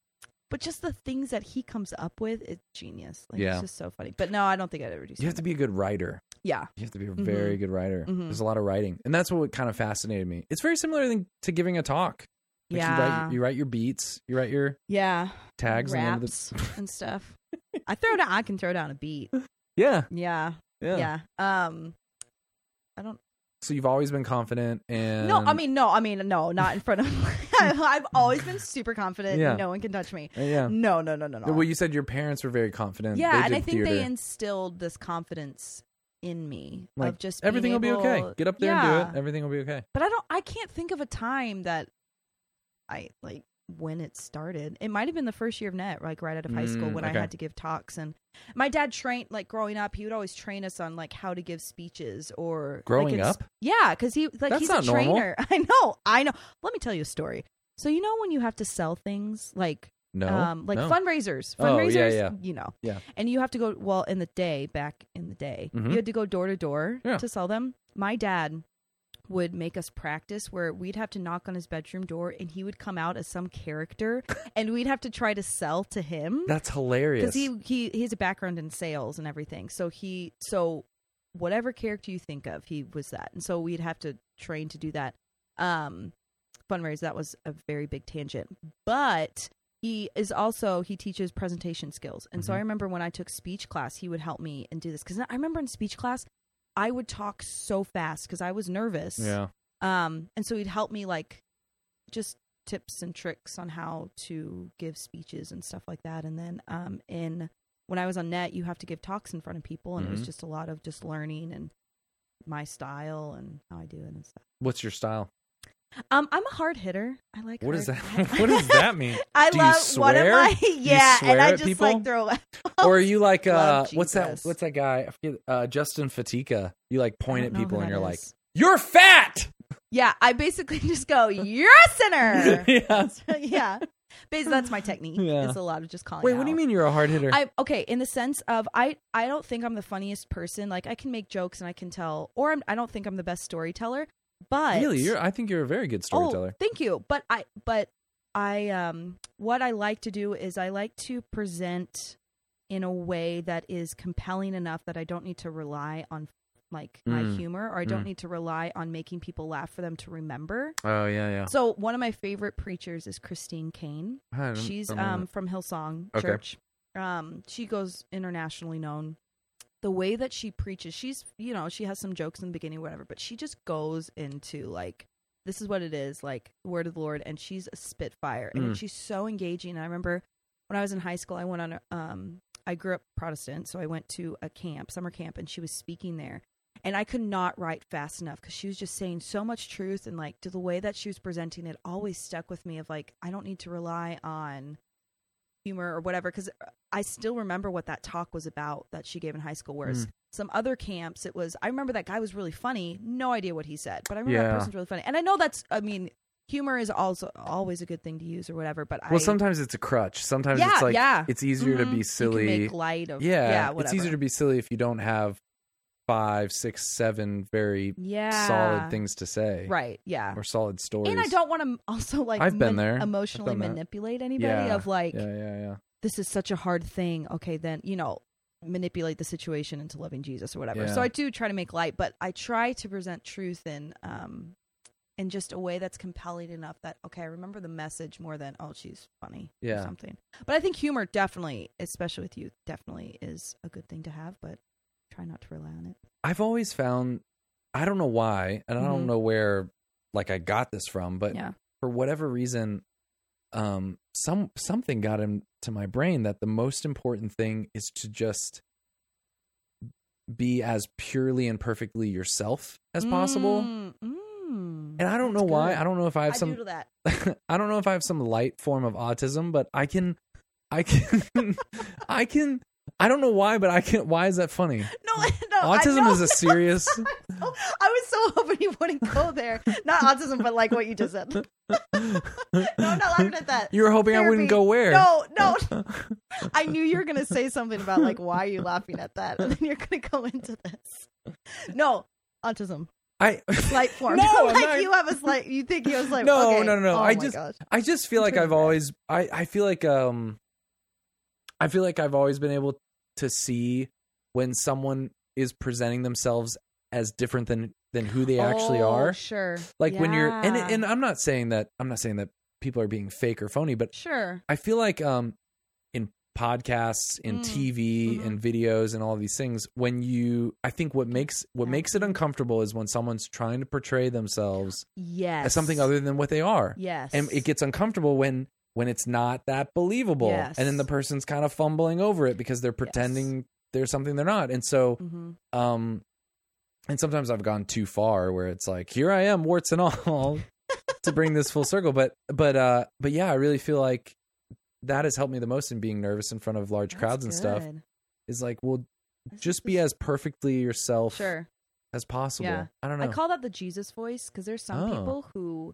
[SPEAKER 4] but just the things that he comes up with, it's genius. Like,
[SPEAKER 1] Yeah.
[SPEAKER 4] it's just so funny. But no, I don't think I'd ever do.
[SPEAKER 1] you have to be a good writer.
[SPEAKER 4] yeah,
[SPEAKER 1] You have to be a
[SPEAKER 4] Mhm.
[SPEAKER 1] very good writer.
[SPEAKER 4] Mhm.
[SPEAKER 1] There's a lot of writing, and that's what kind of fascinated me. It's very similar thing to giving a talk. Like you,
[SPEAKER 4] yeah,
[SPEAKER 1] write, you write your beats, you write your
[SPEAKER 4] yeah,
[SPEAKER 1] tags, and then
[SPEAKER 4] raps
[SPEAKER 1] the,
[SPEAKER 4] and stuff. I throw down. I can throw down a beat.
[SPEAKER 1] yeah,
[SPEAKER 4] Yeah,
[SPEAKER 1] yeah,
[SPEAKER 4] yeah. Um, I don't.
[SPEAKER 1] So you've always been confident, and
[SPEAKER 4] no, I mean, no, I mean, no, not in front of. I've always been super confident.
[SPEAKER 1] Yeah.
[SPEAKER 4] No one can touch me.
[SPEAKER 1] Uh, yeah.
[SPEAKER 4] No, no, no, no, no.
[SPEAKER 1] Well, you said your parents were very confident.
[SPEAKER 4] yeah,
[SPEAKER 1] they
[SPEAKER 4] and
[SPEAKER 1] did
[SPEAKER 4] I think
[SPEAKER 1] theater.
[SPEAKER 4] they instilled this confidence in me
[SPEAKER 1] Like,
[SPEAKER 4] of just being
[SPEAKER 1] everything will be okay.
[SPEAKER 4] able-
[SPEAKER 1] Get up there
[SPEAKER 4] yeah.
[SPEAKER 1] and do it. Everything will be okay.
[SPEAKER 4] But I don't. I can't think of a time that I like when it started. It might have been the first year of net, like right out of high school,
[SPEAKER 1] Mm,
[SPEAKER 4] when I
[SPEAKER 1] okay.
[SPEAKER 4] had to give talks. And my dad trained, like growing up, he would always train us on like how to give speeches or like,
[SPEAKER 1] Growing
[SPEAKER 4] it's-
[SPEAKER 1] up?
[SPEAKER 4] Yeah, because he like
[SPEAKER 1] That's
[SPEAKER 4] he's
[SPEAKER 1] not
[SPEAKER 4] a
[SPEAKER 1] normal.
[SPEAKER 4] trainer. I know. I know. Let me tell you a story. So you know when you have to sell things, like
[SPEAKER 1] No,
[SPEAKER 4] um, like
[SPEAKER 1] no.
[SPEAKER 4] fundraisers,
[SPEAKER 1] Oh,
[SPEAKER 4] fundraisers,
[SPEAKER 1] yeah, yeah.
[SPEAKER 4] you know,
[SPEAKER 1] Yeah.
[SPEAKER 4] And you have to go. Well, in the day, back in the day,
[SPEAKER 1] Mhm.
[SPEAKER 4] you had to go door to door
[SPEAKER 1] Yeah.
[SPEAKER 4] to sell them. My dad would make us practice where we'd have to knock on his bedroom door, and he would come out as some character, and we'd have to try to sell to him
[SPEAKER 1] That's hilarious.
[SPEAKER 4] because he he he has a background in sales and everything. So he so whatever character you think of, he was that, and so we'd have to train to do that. Um, fundraiser that was a very big tangent, but he is also he teaches presentation skills, and so I remember when I took speech class, he would help me and do this because I remember in speech class. I would talk so fast because I was nervous.
[SPEAKER 1] yeah.
[SPEAKER 4] Um, and so he'd help me like just tips and tricks on how to give speeches and stuff like that. And then um, in when I was on net, you have to give talks in front of people, and it
[SPEAKER 1] Mhm.
[SPEAKER 4] was just a lot of just learning and my style and how I do it and stuff.
[SPEAKER 1] What's your style?
[SPEAKER 4] Um, I'm a hard hitter. I like.
[SPEAKER 1] What
[SPEAKER 4] hard
[SPEAKER 1] is that?
[SPEAKER 4] hit-
[SPEAKER 1] what does that mean?
[SPEAKER 4] I
[SPEAKER 1] Do you
[SPEAKER 4] love one of
[SPEAKER 1] swear?
[SPEAKER 4] my
[SPEAKER 1] You
[SPEAKER 4] yeah,
[SPEAKER 1] swear
[SPEAKER 4] and I
[SPEAKER 1] at
[SPEAKER 4] just
[SPEAKER 1] people?
[SPEAKER 4] like throw.
[SPEAKER 1] or are you like uh
[SPEAKER 4] Oh, Love
[SPEAKER 1] what's that
[SPEAKER 4] Jesus.
[SPEAKER 1] what's that guy I forget, uh justin fatica you like point
[SPEAKER 4] I
[SPEAKER 1] at
[SPEAKER 4] don't know
[SPEAKER 1] people
[SPEAKER 4] who
[SPEAKER 1] and
[SPEAKER 4] that
[SPEAKER 1] you're like
[SPEAKER 4] is.
[SPEAKER 1] you're fat
[SPEAKER 4] yeah. I basically just go, "You're a sinner."
[SPEAKER 1] yeah
[SPEAKER 4] yeah. Basically, that's my technique.
[SPEAKER 1] Yeah.
[SPEAKER 4] It's a lot of just calling.
[SPEAKER 1] Wait, what do you
[SPEAKER 4] out.
[SPEAKER 1] mean you're a hard hitter?
[SPEAKER 4] I okay in the sense of I I don't think I'm the funniest person. Like I can make jokes and I can tell, or I'm, I don't think I'm the best storyteller. But
[SPEAKER 1] really, you're, I think you're a very good storyteller.
[SPEAKER 4] Oh, thank you. But I but I um what I like to do is I like to present in a way that is compelling enough that I don't need to rely on like my
[SPEAKER 1] Mm.
[SPEAKER 4] humor or I don't
[SPEAKER 1] Mm.
[SPEAKER 4] need to rely on making people laugh for them to remember.
[SPEAKER 1] Oh, yeah, yeah.
[SPEAKER 4] So one of my favorite preachers is Christine Kane.
[SPEAKER 1] I don't-
[SPEAKER 4] She's
[SPEAKER 1] I don't know.
[SPEAKER 4] um from Hillsong
[SPEAKER 1] Okay.
[SPEAKER 4] Church. Um, she goes internationally known. The way that she preaches, she's you know she has some jokes in the beginning, whatever, but she just goes into like this is what it is, like word of the Lord, and she's a spitfire, and
[SPEAKER 1] Mm.
[SPEAKER 4] she's so engaging. I remember when I was in high school, I went on a, um I grew up Protestant, so I went to a camp, summer camp, and she was speaking there. And I could not write fast enough because she was just saying so much truth. And like to the way that she was presenting it always stuck with me of like, I don't need to rely on humor or whatever. Because I still remember what that talk was about that she gave in high school.
[SPEAKER 1] Mm.
[SPEAKER 4] Whereas some other camps, it was, I remember that guy was really funny. No idea what he said, but I remember
[SPEAKER 1] Yeah.
[SPEAKER 4] that person's really funny. And I know that's, I mean, humor is also always a good thing to use or whatever. But I,
[SPEAKER 1] Well, sometimes it's a crutch. Sometimes
[SPEAKER 4] Yeah,
[SPEAKER 1] it's like
[SPEAKER 4] yeah.
[SPEAKER 1] it's easier
[SPEAKER 4] Mhm.
[SPEAKER 1] to
[SPEAKER 4] You
[SPEAKER 1] be
[SPEAKER 4] can
[SPEAKER 1] silly.
[SPEAKER 4] make light of,
[SPEAKER 1] yeah,
[SPEAKER 4] yeah
[SPEAKER 1] it's easier to
[SPEAKER 4] whatever.
[SPEAKER 1] be silly if you don't have five, six, seven very
[SPEAKER 4] yeah.
[SPEAKER 1] solid things to say,
[SPEAKER 4] Right. Yeah.
[SPEAKER 1] Or solid stories.
[SPEAKER 4] And I don't want to also like
[SPEAKER 1] I've been there. I've
[SPEAKER 4] emotionally
[SPEAKER 1] done that.
[SPEAKER 4] manipulate anybody
[SPEAKER 1] Yeah.
[SPEAKER 4] of like
[SPEAKER 1] Yeah, yeah, yeah.
[SPEAKER 4] this is such a hard thing. Okay, then you know manipulate the situation into loving Jesus or whatever.
[SPEAKER 1] Yeah.
[SPEAKER 4] So I do try to make light, but I try to present truth in um in just a way that's compelling enough that okay, I remember the message more than oh she's funny
[SPEAKER 1] Yeah.
[SPEAKER 4] or something. But I think humor definitely, especially with you, definitely is a good thing to have, but try not to rely on it.
[SPEAKER 1] I've always found I don't know why, and I don't
[SPEAKER 4] Mhm.
[SPEAKER 1] know where like I got this from, but
[SPEAKER 4] yeah.
[SPEAKER 1] for whatever reason, um, some something got into my brain that the most important thing is to just be as purely and perfectly yourself as possible.
[SPEAKER 4] Mm, mm.
[SPEAKER 1] And I don't know
[SPEAKER 4] That's
[SPEAKER 1] why.
[SPEAKER 4] good.
[SPEAKER 1] I don't know if I have
[SPEAKER 4] I
[SPEAKER 1] some.
[SPEAKER 4] doodle that.
[SPEAKER 1] I don't know if I have some light form of autism, but I can, I can, I can. I don't know why, but I can. Why is that funny?
[SPEAKER 4] No, no. I,
[SPEAKER 1] autism
[SPEAKER 4] no,
[SPEAKER 1] is a serious.
[SPEAKER 4] Oh, I was so hoping you wouldn't go there. Not autism, but like what you just said. No, I'm not laughing at that.
[SPEAKER 1] You were hoping I
[SPEAKER 4] Therapy.
[SPEAKER 1] wouldn't go where?
[SPEAKER 4] No, no. I knew you were going to say something about like, why are you laughing at that? And then you're going to go into this. No, autism,
[SPEAKER 1] I
[SPEAKER 4] slight form.
[SPEAKER 1] No, I'm
[SPEAKER 4] like
[SPEAKER 1] not-
[SPEAKER 4] you have a slight, you think you have a slight.
[SPEAKER 1] No,
[SPEAKER 4] okay.
[SPEAKER 1] no, no, no.
[SPEAKER 4] Oh
[SPEAKER 1] I
[SPEAKER 4] my
[SPEAKER 1] just-
[SPEAKER 4] gosh.
[SPEAKER 1] I just feel like I've always I I feel like um I feel like I've always been able to see when someone is presenting themselves as different than than who they actually
[SPEAKER 4] Oh,
[SPEAKER 1] are.
[SPEAKER 4] Sure.
[SPEAKER 1] Like when you're and
[SPEAKER 4] Yeah.
[SPEAKER 1] and I'm not saying that I'm not saying that people are being fake or phony, but
[SPEAKER 4] sure.
[SPEAKER 1] I feel like um in podcasts, in
[SPEAKER 4] Mm.
[SPEAKER 1] TV,
[SPEAKER 4] Mhm.
[SPEAKER 1] in videos and all these things, when you I think what makes what
[SPEAKER 4] Yeah.
[SPEAKER 1] makes it uncomfortable is when someone's trying to portray themselves
[SPEAKER 4] Yes.
[SPEAKER 1] as something other than what they are
[SPEAKER 4] Yes.
[SPEAKER 1] and it gets uncomfortable when when it's not that believable
[SPEAKER 4] Yes.
[SPEAKER 1] and then the person's kind of fumbling over it because they're pretending they're something they're not and so
[SPEAKER 4] hmm
[SPEAKER 1] um and sometimes i've gone too far where it's like here i am warts and all to bring this full circle but but uh but yeah i really feel like that has helped me the most in being nervous in front of large crowds and stuff is like well just be as perfectly yourself
[SPEAKER 4] Sure.
[SPEAKER 1] as possible
[SPEAKER 4] Yeah.
[SPEAKER 1] i don't know
[SPEAKER 4] I call that the Jesus voice because there's some
[SPEAKER 1] Oh.
[SPEAKER 4] people who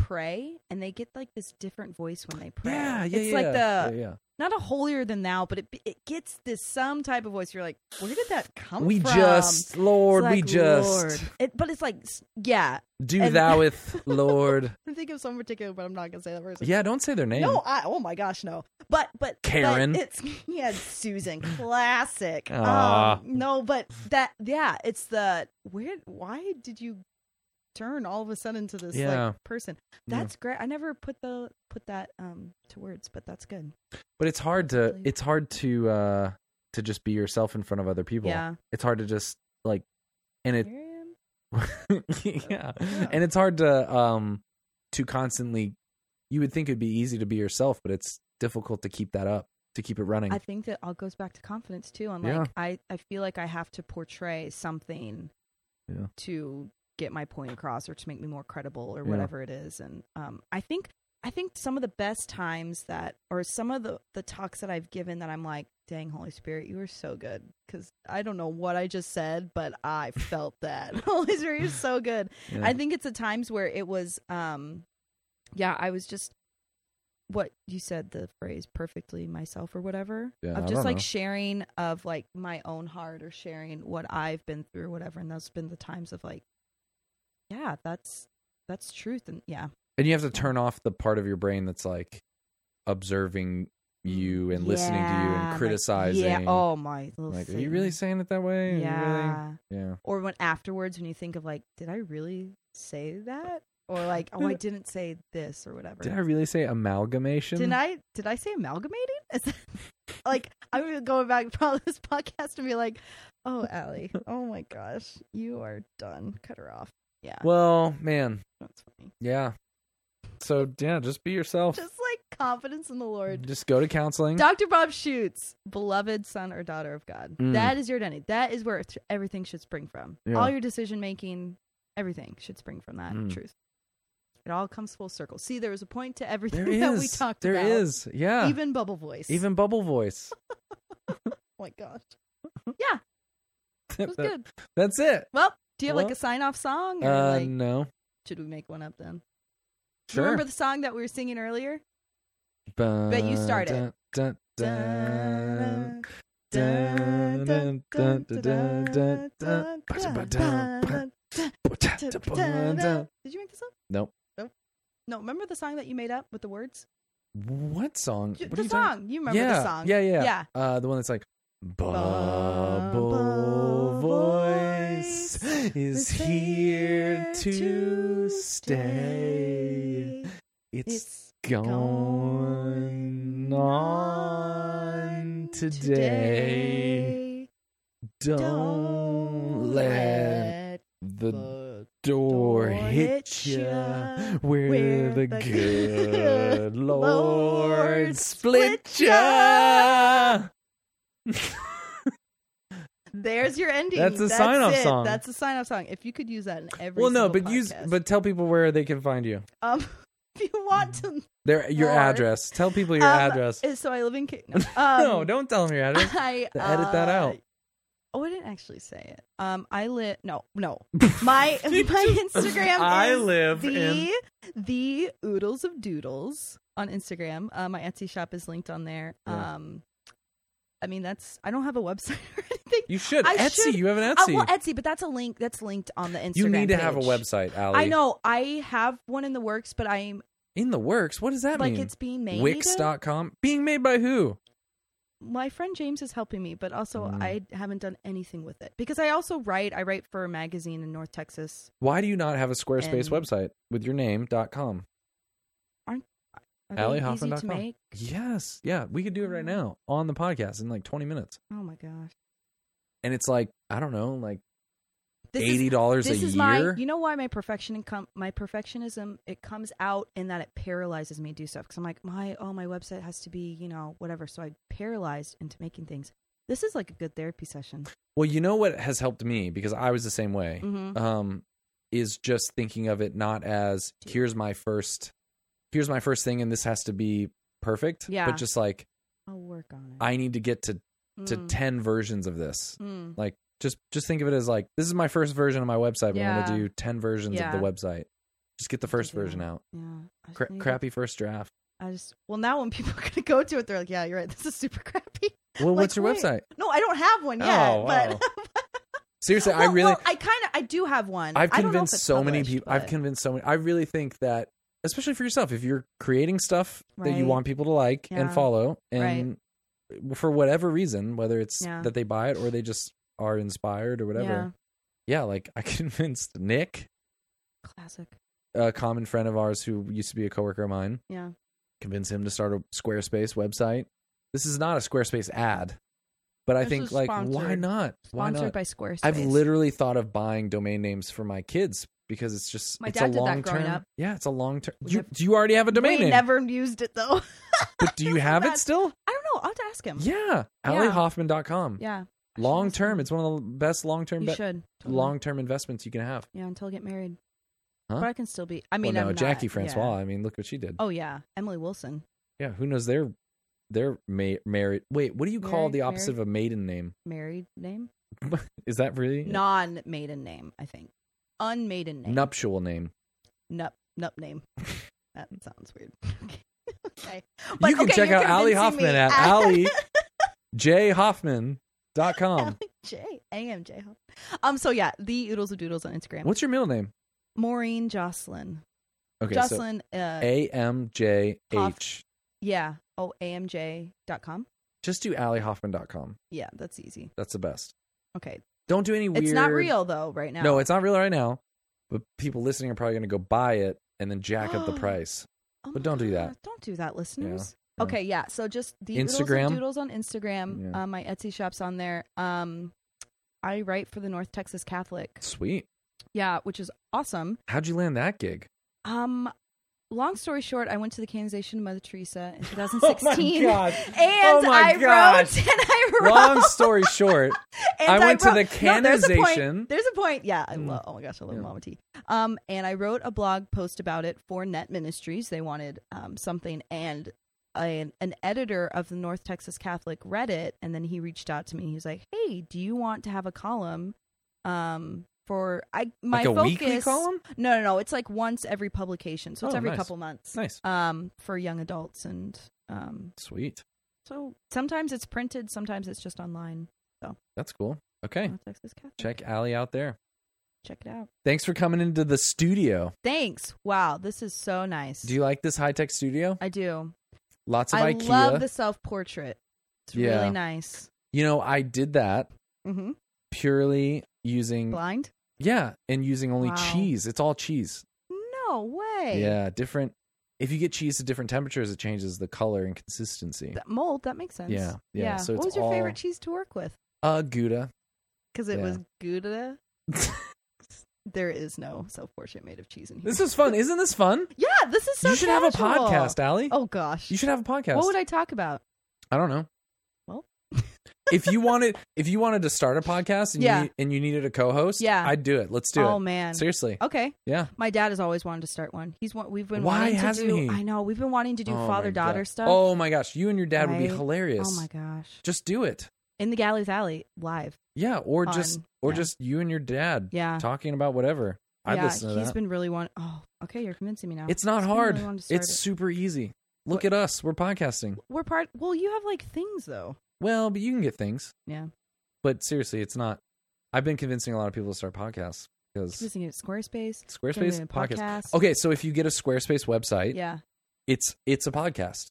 [SPEAKER 4] pray and they get like this different voice when they pray.
[SPEAKER 1] yeah yeah
[SPEAKER 4] it's
[SPEAKER 1] yeah,
[SPEAKER 4] like the
[SPEAKER 1] yeah, yeah.
[SPEAKER 4] not a holier than thou, but it it gets this some type of voice. You're like, where did that come
[SPEAKER 1] we
[SPEAKER 4] from? It's
[SPEAKER 1] just lord we
[SPEAKER 4] like,
[SPEAKER 1] just
[SPEAKER 4] Lord. It, but it's like, s- yeah.
[SPEAKER 1] Do
[SPEAKER 4] And-
[SPEAKER 1] thoueth, Lord.
[SPEAKER 4] I'm thinking of someone particular, but I'm not gonna say that person.
[SPEAKER 1] Yeah, don't say their name.
[SPEAKER 4] No, I, oh my gosh, no. But but but
[SPEAKER 1] Karen.
[SPEAKER 4] it's yeah, it's Susan, classic.
[SPEAKER 1] Aw.
[SPEAKER 4] Um, no, but that yeah, it's the where. Why did you turn all of a sudden to this
[SPEAKER 1] Yeah.
[SPEAKER 4] like person?
[SPEAKER 1] Yeah.
[SPEAKER 4] That's great. I never put the put that um to words, but that's good.
[SPEAKER 1] But it's hard to it's hard to uh to just be yourself in front of other people.
[SPEAKER 4] Yeah.
[SPEAKER 1] It's hard to just like and it
[SPEAKER 4] Miriam?
[SPEAKER 1] yeah. And it's hard to um to constantly you would think it'd be easy to be yourself, but it's difficult to keep that up, to keep it running.
[SPEAKER 4] I think that all goes back to confidence too. I'm
[SPEAKER 1] Yeah.
[SPEAKER 4] like I I feel like I have to portray something
[SPEAKER 1] Yeah.
[SPEAKER 4] to get my point across or to make me more credible or
[SPEAKER 1] Yeah.
[SPEAKER 4] whatever it is. And um I think I think some of the best times that or some of the the talks that I've given that I'm like, "Dang Holy Spirit, you were so good." Cuz I don't know what I just said, but I felt that. Holy Spirit, you're so good.
[SPEAKER 1] Yeah.
[SPEAKER 4] I think it's the times where it was um yeah, I was just what you said the phrase perfectly myself or whatever
[SPEAKER 1] Yeah, I
[SPEAKER 4] of just
[SPEAKER 1] don't
[SPEAKER 4] like
[SPEAKER 1] know.
[SPEAKER 4] sharing of like my own heart or sharing what I've been through whatever and that's been the times of like yeah that's that's truth and yeah
[SPEAKER 1] and you have to turn off the part of your brain that's like observing you and listening to you
[SPEAKER 4] Yeah,
[SPEAKER 1] and
[SPEAKER 4] like,
[SPEAKER 1] criticizing.
[SPEAKER 4] yeah oh my little
[SPEAKER 1] like, are you really
[SPEAKER 4] Satan.
[SPEAKER 1] saying it that way? Are you
[SPEAKER 4] yeah
[SPEAKER 1] Really? Yeah.
[SPEAKER 4] or when afterwards when you think of like did I really say that or like oh I didn't say this or whatever
[SPEAKER 1] Did I really say amalgamation?
[SPEAKER 4] Did I did I say amalgamating? Is that, like I'm gonna go back to this podcast and be like, "Oh, Allie, oh my gosh, you are done. Cut her off." Yeah,
[SPEAKER 1] Well, man,
[SPEAKER 4] that's funny.
[SPEAKER 1] yeah. So yeah, just be yourself.
[SPEAKER 4] Just like confidence in the Lord.
[SPEAKER 1] Just go to counseling.
[SPEAKER 4] Doctor Bob Schutz, beloved son or daughter of God.
[SPEAKER 1] Mm.
[SPEAKER 4] That is your identity. That is where th- everything should spring from.
[SPEAKER 1] Yeah.
[SPEAKER 4] All your decision making, everything should spring from that
[SPEAKER 1] Mm.
[SPEAKER 4] truth. It all comes full circle. See, there was a point to everything
[SPEAKER 1] There is.
[SPEAKER 4] that we talked
[SPEAKER 1] There
[SPEAKER 4] about.
[SPEAKER 1] is. Yeah.
[SPEAKER 4] Even bubble voice.
[SPEAKER 1] Even bubble voice.
[SPEAKER 4] oh my gosh. Yeah, it was
[SPEAKER 1] That-
[SPEAKER 4] good.
[SPEAKER 1] That's it.
[SPEAKER 4] Well, do you have like
[SPEAKER 1] Well,
[SPEAKER 4] a sign off song? Or,
[SPEAKER 1] Uh,
[SPEAKER 4] like,
[SPEAKER 1] no.
[SPEAKER 4] should we make one up then?
[SPEAKER 1] Sure.
[SPEAKER 4] Remember the song that we were singing earlier?
[SPEAKER 1] but
[SPEAKER 4] you start it.
[SPEAKER 1] Dun, dun, dun, dun, dun, dun, dun, dun, dun, dun, dun, dun, dun.
[SPEAKER 4] Did you make this up?
[SPEAKER 1] Nope.
[SPEAKER 4] No, remember the song that you made up with the words?
[SPEAKER 1] What song?
[SPEAKER 4] J-
[SPEAKER 1] What are
[SPEAKER 4] the
[SPEAKER 1] you talking-
[SPEAKER 4] song. You remember
[SPEAKER 1] yeah,
[SPEAKER 4] the song.
[SPEAKER 1] Yeah, yeah.
[SPEAKER 4] Yeah.
[SPEAKER 1] Uh, the one that's like Bubble voice is here to stay. It's
[SPEAKER 4] It's
[SPEAKER 1] going on today. Don't let the door hit ya where the good Lord split ya.
[SPEAKER 4] There's your ending.
[SPEAKER 1] That's a sign-off
[SPEAKER 4] it.
[SPEAKER 1] song.
[SPEAKER 4] That's a sign off song. If you could use that in every
[SPEAKER 1] Well, no,
[SPEAKER 4] single
[SPEAKER 1] but use
[SPEAKER 4] podcast.
[SPEAKER 1] but tell people where they can find you.
[SPEAKER 4] um, if you want to
[SPEAKER 1] Their your
[SPEAKER 4] Lord.
[SPEAKER 1] address. Tell people your
[SPEAKER 4] um,
[SPEAKER 1] address.
[SPEAKER 4] is- So I live in Ca- no, um,
[SPEAKER 1] no, don't tell them your address.
[SPEAKER 4] I
[SPEAKER 1] To edit that
[SPEAKER 4] uh,
[SPEAKER 1] out.
[SPEAKER 4] Oh, I didn't actually say it. Um, I live. No, no. My my Instagram.
[SPEAKER 1] I
[SPEAKER 4] is
[SPEAKER 1] live
[SPEAKER 4] the the oodles of doodles on Instagram. Uh, my Etsy shop is linked on there.
[SPEAKER 1] Yeah.
[SPEAKER 4] Um, I mean that's I don't have a website or anything.
[SPEAKER 1] You should
[SPEAKER 4] I
[SPEAKER 1] Etsy.
[SPEAKER 4] should-
[SPEAKER 1] You have an
[SPEAKER 4] Uh,
[SPEAKER 1] Etsy.
[SPEAKER 4] well, Etsy, but that's a link that's linked on the Instagram.
[SPEAKER 1] you need to have a
[SPEAKER 4] page.
[SPEAKER 1] website, Allie.
[SPEAKER 4] I know I have one in the works, but I'm
[SPEAKER 1] In the works. What does that
[SPEAKER 4] like
[SPEAKER 1] mean?
[SPEAKER 4] it's being made.
[SPEAKER 1] Wix.com. Being made by who?
[SPEAKER 4] my friend James is helping me, but also
[SPEAKER 1] Mm.
[SPEAKER 4] I haven't done anything with it because I also write. I write for a magazine in North Texas.
[SPEAKER 1] Why do you not have a Squarespace
[SPEAKER 4] And-
[SPEAKER 1] website with your name.com?
[SPEAKER 4] Are they easy to
[SPEAKER 1] AllieHoffman.com.
[SPEAKER 4] make?
[SPEAKER 1] Yes. Yeah. We could do it right now on the podcast in like 20 minutes.
[SPEAKER 4] Oh my gosh,
[SPEAKER 1] And it's like, I don't know, like
[SPEAKER 4] this is
[SPEAKER 1] $80 a
[SPEAKER 4] this is
[SPEAKER 1] year.
[SPEAKER 4] my. You know why my perfection income, my perfectionism, it comes out in that it paralyzes me to do stuff because I'm like my oh my website has to be you know whatever, so I paralyzed into making things. This is like a good therapy session.
[SPEAKER 1] well, you know what has helped me because I was the same way.
[SPEAKER 4] hmm
[SPEAKER 1] um, is just thinking of it not as here's my first here's my first thing and this has to be perfect
[SPEAKER 4] Yeah.
[SPEAKER 1] but just like
[SPEAKER 4] I'll work on it.
[SPEAKER 1] i need to get to to
[SPEAKER 4] Mm.
[SPEAKER 1] 10 versions of this
[SPEAKER 4] Mm.
[SPEAKER 1] like just just think of it as like this is my first version of my website but i'm
[SPEAKER 4] Yeah.
[SPEAKER 1] going to do 10 versions
[SPEAKER 4] Yeah.
[SPEAKER 1] of the website just get the
[SPEAKER 4] Have to
[SPEAKER 1] first
[SPEAKER 4] do that.
[SPEAKER 1] version out
[SPEAKER 4] Yeah, I just
[SPEAKER 1] Cra-
[SPEAKER 4] need to-
[SPEAKER 1] crappy first draft
[SPEAKER 4] I just well now when people are gonna go to it, they're like, yeah, you're right. This is super crappy.
[SPEAKER 1] well
[SPEAKER 4] Like,
[SPEAKER 1] what's your
[SPEAKER 4] wait.
[SPEAKER 1] website
[SPEAKER 4] No, I don't have one yet.
[SPEAKER 1] Oh,
[SPEAKER 4] but
[SPEAKER 1] seriously i
[SPEAKER 4] Well,
[SPEAKER 1] really
[SPEAKER 4] well, I kind of, I do have one.
[SPEAKER 1] I've
[SPEAKER 4] I don't know if
[SPEAKER 1] convinced
[SPEAKER 4] it's
[SPEAKER 1] so many
[SPEAKER 4] published,
[SPEAKER 1] people. I've
[SPEAKER 4] but-
[SPEAKER 1] convinced so many. I really think that, especially for yourself, if you're creating stuff that
[SPEAKER 4] Right.
[SPEAKER 1] you want people to like and
[SPEAKER 4] Yeah.
[SPEAKER 1] follow, and for whatever reason, whether it's
[SPEAKER 4] Yeah.
[SPEAKER 1] that they buy it or they just are inspired or whatever, yeah, like I convinced Nick,
[SPEAKER 4] Yeah, classic.
[SPEAKER 1] a common friend of ours who used to be a coworker of mine,
[SPEAKER 4] Yeah,
[SPEAKER 1] convince him to start a Squarespace website. This is not a Squarespace ad, but I
[SPEAKER 4] This
[SPEAKER 1] think
[SPEAKER 4] is
[SPEAKER 1] like why
[SPEAKER 4] sponsored.
[SPEAKER 1] not? Why
[SPEAKER 4] sponsored
[SPEAKER 1] not?
[SPEAKER 4] by Squarespace.
[SPEAKER 1] I've literally thought of buying domain names for my kids because it's just
[SPEAKER 4] My
[SPEAKER 1] it's
[SPEAKER 4] dad
[SPEAKER 1] a
[SPEAKER 4] did that
[SPEAKER 1] long
[SPEAKER 4] growing
[SPEAKER 1] term.
[SPEAKER 4] up.
[SPEAKER 1] Yeah, it's a long term.
[SPEAKER 4] We
[SPEAKER 1] You,
[SPEAKER 4] nev-
[SPEAKER 1] do you already have a domain
[SPEAKER 4] we
[SPEAKER 1] name?
[SPEAKER 4] never used it though.
[SPEAKER 1] but do you have
[SPEAKER 4] bad.
[SPEAKER 1] it still?
[SPEAKER 4] I don't know. I'll have to ask him.
[SPEAKER 1] Yeah,
[SPEAKER 4] Yeah.
[SPEAKER 1] AllieHoffman.com.
[SPEAKER 4] yeah. I should
[SPEAKER 1] Long
[SPEAKER 4] ask
[SPEAKER 1] term,
[SPEAKER 4] him.
[SPEAKER 1] it's one of the best long term,
[SPEAKER 4] you
[SPEAKER 1] be-
[SPEAKER 4] should totally.
[SPEAKER 1] long term investments you can have.
[SPEAKER 4] Yeah, until I get married.
[SPEAKER 1] Huh?
[SPEAKER 4] But I can still be. I mean,
[SPEAKER 1] well, no,
[SPEAKER 4] I'm not-
[SPEAKER 1] Jackie
[SPEAKER 4] yeah.
[SPEAKER 1] Francois. I mean, look what she did.
[SPEAKER 4] Oh yeah, Emily Wilson,
[SPEAKER 1] Yeah, who knows their their ma- married? Wait, what do you call
[SPEAKER 4] Married-
[SPEAKER 1] the opposite
[SPEAKER 4] married?
[SPEAKER 1] of a maiden name?
[SPEAKER 4] married name,
[SPEAKER 1] Is that really
[SPEAKER 4] non maiden name, I think, unmaiden name,
[SPEAKER 1] nuptial name?
[SPEAKER 4] nup, nup name. that sounds weird. okay. But,
[SPEAKER 1] you can
[SPEAKER 4] okay,
[SPEAKER 1] check
[SPEAKER 4] you're
[SPEAKER 1] out Ali
[SPEAKER 4] convincing
[SPEAKER 1] Hoffman
[SPEAKER 4] me.
[SPEAKER 1] at allijhoffman.com.
[SPEAKER 4] J A M J. Hoffman. Um. So yeah, the oodles of doodles on Instagram.
[SPEAKER 1] What's your middle name?
[SPEAKER 4] Maureen Jocelyn?
[SPEAKER 1] Okay,
[SPEAKER 4] Jocelyn. uh,
[SPEAKER 1] so A M J H.
[SPEAKER 4] yeah. Oh, amj dot com.
[SPEAKER 1] Just do allyhoffman.com.
[SPEAKER 4] Yeah, that's easy.
[SPEAKER 1] That's the best.
[SPEAKER 4] Okay,
[SPEAKER 1] Don't do any weird.
[SPEAKER 4] it's not real though right now.
[SPEAKER 1] No, it's not real right now. But people listening are probably going to go buy it and then jack up the price.
[SPEAKER 4] Oh
[SPEAKER 1] But
[SPEAKER 4] my
[SPEAKER 1] don't do that.
[SPEAKER 4] Don't do that, listeners.
[SPEAKER 1] yeah.
[SPEAKER 4] Okay, yeah. So just the
[SPEAKER 1] Instagram?
[SPEAKER 4] Instagram doodles on Instagram.
[SPEAKER 1] Yeah.
[SPEAKER 4] Uh, my Etsy shop's on there. Um, I write for the North Texas Catholic.
[SPEAKER 1] Sweet.
[SPEAKER 4] Yeah, which is awesome.
[SPEAKER 1] How'd you land that gig?
[SPEAKER 4] Um, long story short, I went to the canonization of Mother Teresa in 2016.
[SPEAKER 1] God.
[SPEAKER 4] And
[SPEAKER 1] Oh my
[SPEAKER 4] I
[SPEAKER 1] gosh.
[SPEAKER 4] wrote, and I wrote,
[SPEAKER 1] Long story short,
[SPEAKER 4] and
[SPEAKER 1] I went to
[SPEAKER 4] wrote-
[SPEAKER 1] the
[SPEAKER 4] No, there's a point-
[SPEAKER 1] canonization.
[SPEAKER 4] there's a point. Yeah, I
[SPEAKER 1] Mm.
[SPEAKER 4] love. Oh my gosh, I love
[SPEAKER 1] Yeah.
[SPEAKER 4] Mama T. Um, and I wrote a blog post about it for Net Ministries. They wanted um something, and an an editor of the North Texas Catholic read it, and then he reached out to me. He was like, "Hey, do you want to have a column?" Um. For I my
[SPEAKER 1] like a
[SPEAKER 4] focus
[SPEAKER 1] weekly column?
[SPEAKER 4] no no no it's like once every publication so it's
[SPEAKER 1] Oh,
[SPEAKER 4] every
[SPEAKER 1] nice.
[SPEAKER 4] couple months
[SPEAKER 1] Nice.
[SPEAKER 4] um for young adults and um
[SPEAKER 1] Sweet.
[SPEAKER 4] so sometimes it's printed sometimes it's just online
[SPEAKER 1] That's cool. Okay.
[SPEAKER 4] North Texas Catholic
[SPEAKER 1] Check Allie out there.
[SPEAKER 4] check it out
[SPEAKER 1] Thanks for coming into the studio.
[SPEAKER 4] Thanks. Wow, this is so nice.
[SPEAKER 1] Do you like this high tech studio?
[SPEAKER 4] I do.
[SPEAKER 1] Lots of
[SPEAKER 4] I
[SPEAKER 1] IKEA.
[SPEAKER 4] love the self portrait. It's
[SPEAKER 1] Yeah.
[SPEAKER 4] really nice.
[SPEAKER 1] You know, I did that
[SPEAKER 4] hmm
[SPEAKER 1] purely using
[SPEAKER 4] Blind?
[SPEAKER 1] yeah, and using only
[SPEAKER 4] Wow.
[SPEAKER 1] cheese. It's all cheese.
[SPEAKER 4] No way.
[SPEAKER 1] Yeah, different. If you get cheese to different temperatures, it changes the color and consistency.
[SPEAKER 4] That mold. That makes sense.
[SPEAKER 1] Yeah, yeah, so
[SPEAKER 4] what
[SPEAKER 1] it's
[SPEAKER 4] was your
[SPEAKER 1] all-
[SPEAKER 4] favorite cheese to work with?
[SPEAKER 1] Uh, Gouda.
[SPEAKER 4] Because it
[SPEAKER 1] Yeah.
[SPEAKER 4] was Gouda. there is no self portrait made of cheese in here.
[SPEAKER 1] This is fun. Isn't this fun?
[SPEAKER 4] yeah, this is so.
[SPEAKER 1] you should
[SPEAKER 4] casual.
[SPEAKER 1] have a podcast, Allie.
[SPEAKER 4] Oh gosh.
[SPEAKER 1] You should have a podcast.
[SPEAKER 4] What would I talk about?
[SPEAKER 1] I don't know.
[SPEAKER 4] Well.
[SPEAKER 1] if you wanted if you wanted to start a podcast and
[SPEAKER 4] Yeah.
[SPEAKER 1] you and you needed a co-host,
[SPEAKER 4] Yeah.
[SPEAKER 1] I'd do it. Let's do
[SPEAKER 4] oh
[SPEAKER 1] it.
[SPEAKER 4] man.
[SPEAKER 1] Seriously.
[SPEAKER 4] Okay.
[SPEAKER 1] Yeah.
[SPEAKER 4] My dad has always wanted to start one. He's one. We've been
[SPEAKER 1] Why
[SPEAKER 4] wanting to
[SPEAKER 1] hasn't
[SPEAKER 4] do.
[SPEAKER 1] he?
[SPEAKER 4] I know. We've been wanting to do
[SPEAKER 1] Oh my
[SPEAKER 4] father daughter
[SPEAKER 1] God.
[SPEAKER 4] stuff.
[SPEAKER 1] Oh my gosh, you and your dad would be
[SPEAKER 4] Right?
[SPEAKER 1] hilarious.
[SPEAKER 4] Oh my gosh.
[SPEAKER 1] Just do it.
[SPEAKER 4] in the Gallows Alley live.
[SPEAKER 1] Yeah, or
[SPEAKER 4] On-
[SPEAKER 1] just or
[SPEAKER 4] yeah.
[SPEAKER 1] just you and your dad
[SPEAKER 4] Yeah.
[SPEAKER 1] talking about whatever. I
[SPEAKER 4] yeah,
[SPEAKER 1] listen to
[SPEAKER 4] he's
[SPEAKER 1] that.
[SPEAKER 4] been really one oh, okay, you're convincing me now.
[SPEAKER 1] it's not
[SPEAKER 4] He's been
[SPEAKER 1] hard.
[SPEAKER 4] really wanting to start
[SPEAKER 1] it's
[SPEAKER 4] it.
[SPEAKER 1] super easy. Look
[SPEAKER 4] What-
[SPEAKER 1] at us. We're podcasting.
[SPEAKER 4] we're part. Well, you have like things though.
[SPEAKER 1] Well, but you can get things.
[SPEAKER 4] Yeah,
[SPEAKER 1] But seriously, it's not. I've been convincing a lot of people to start podcasts because
[SPEAKER 4] convincing it Squarespace.
[SPEAKER 1] Squarespace
[SPEAKER 4] doing a
[SPEAKER 1] podcast.
[SPEAKER 4] podcast.
[SPEAKER 1] Okay, so if you get a Squarespace website,
[SPEAKER 4] Yeah,
[SPEAKER 1] it's it's a podcast.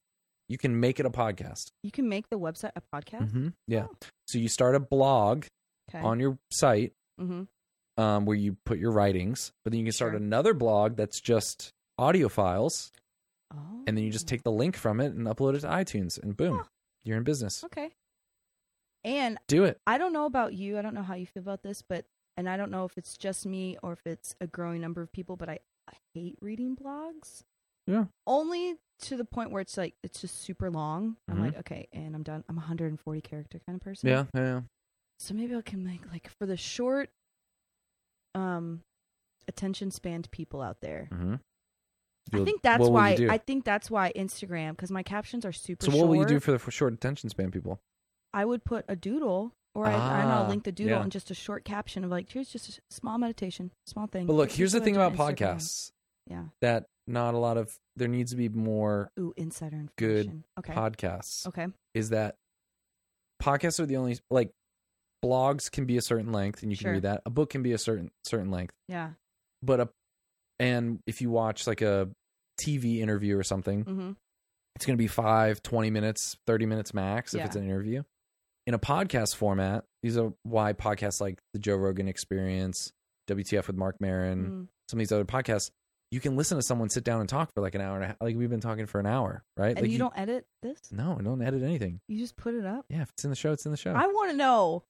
[SPEAKER 1] You can make it a podcast.
[SPEAKER 4] you can make the website a podcast.
[SPEAKER 1] Mhm. Yeah. So you start a blog
[SPEAKER 4] Oh. Okay.
[SPEAKER 1] Mm-hmm. on your site
[SPEAKER 4] mm-hmm.
[SPEAKER 1] um, where you put your writings, but then you can start
[SPEAKER 4] Sure.
[SPEAKER 1] another blog that's just audio files,
[SPEAKER 4] Oh.
[SPEAKER 1] and then you just take the link from it and upload it to iTunes, and boom,
[SPEAKER 4] Huh.
[SPEAKER 1] you're in business.
[SPEAKER 4] Okay. And
[SPEAKER 1] Do it.
[SPEAKER 4] I don't know about you. I don't know how you feel about this, but and I don't know if it's just me or if it's a growing number of people, but I, I hate reading blogs.
[SPEAKER 1] Yeah.
[SPEAKER 4] Only to the point where it's like it's just super long.
[SPEAKER 1] Mhm.
[SPEAKER 4] I'm like, okay, and I'm done. I'm a 140 character kind of person.
[SPEAKER 1] Yeah, yeah, yeah.
[SPEAKER 4] So maybe I can make like for the short um attention spanned people out there.
[SPEAKER 1] Mm-hmm.
[SPEAKER 4] I think that's why I think that's why Instagram cuz my captions are super
[SPEAKER 1] so. What will you do
[SPEAKER 4] short.
[SPEAKER 1] for the for short attention span people?
[SPEAKER 4] I would put a doodle or I, I don't know,
[SPEAKER 1] Ah,
[SPEAKER 4] I'll link the doodle
[SPEAKER 1] yeah.
[SPEAKER 4] and just a short caption of like here's just a s- small meditation, small thing.
[SPEAKER 1] But look,
[SPEAKER 4] This is
[SPEAKER 1] here's the
[SPEAKER 4] what I
[SPEAKER 1] thing
[SPEAKER 4] do on
[SPEAKER 1] about
[SPEAKER 4] Instagram.
[SPEAKER 1] podcasts
[SPEAKER 4] Yeah.
[SPEAKER 1] that not a lot of there needs to be more
[SPEAKER 4] Ooh, insider
[SPEAKER 1] Good
[SPEAKER 4] information. okay.
[SPEAKER 1] podcasts.
[SPEAKER 4] okay.
[SPEAKER 1] Is that podcasts are the only like blogs can be a certain length and you can
[SPEAKER 4] Sure.
[SPEAKER 1] read that. A book can be a certain certain length.
[SPEAKER 4] Yeah.
[SPEAKER 1] but a and if you watch like a TV interview or something,
[SPEAKER 4] Mhm.
[SPEAKER 1] it's going to be five, 20 minutes, 30 minutes max if
[SPEAKER 4] Yeah.
[SPEAKER 1] it's an interview. In a podcast format, these are why podcasts like the Joe Rogan Experience, WTF with Mark Marin,
[SPEAKER 4] Mm.
[SPEAKER 1] some of these other podcasts, you can listen to someone sit down and talk for like an hour and a half. Like we've been talking for an hour, right?
[SPEAKER 4] And
[SPEAKER 1] like
[SPEAKER 4] you, don't edit this?
[SPEAKER 1] No, I don't edit anything.
[SPEAKER 4] You just put it up?
[SPEAKER 1] Yeah, if it's in the show, it's in the show.
[SPEAKER 4] I want to know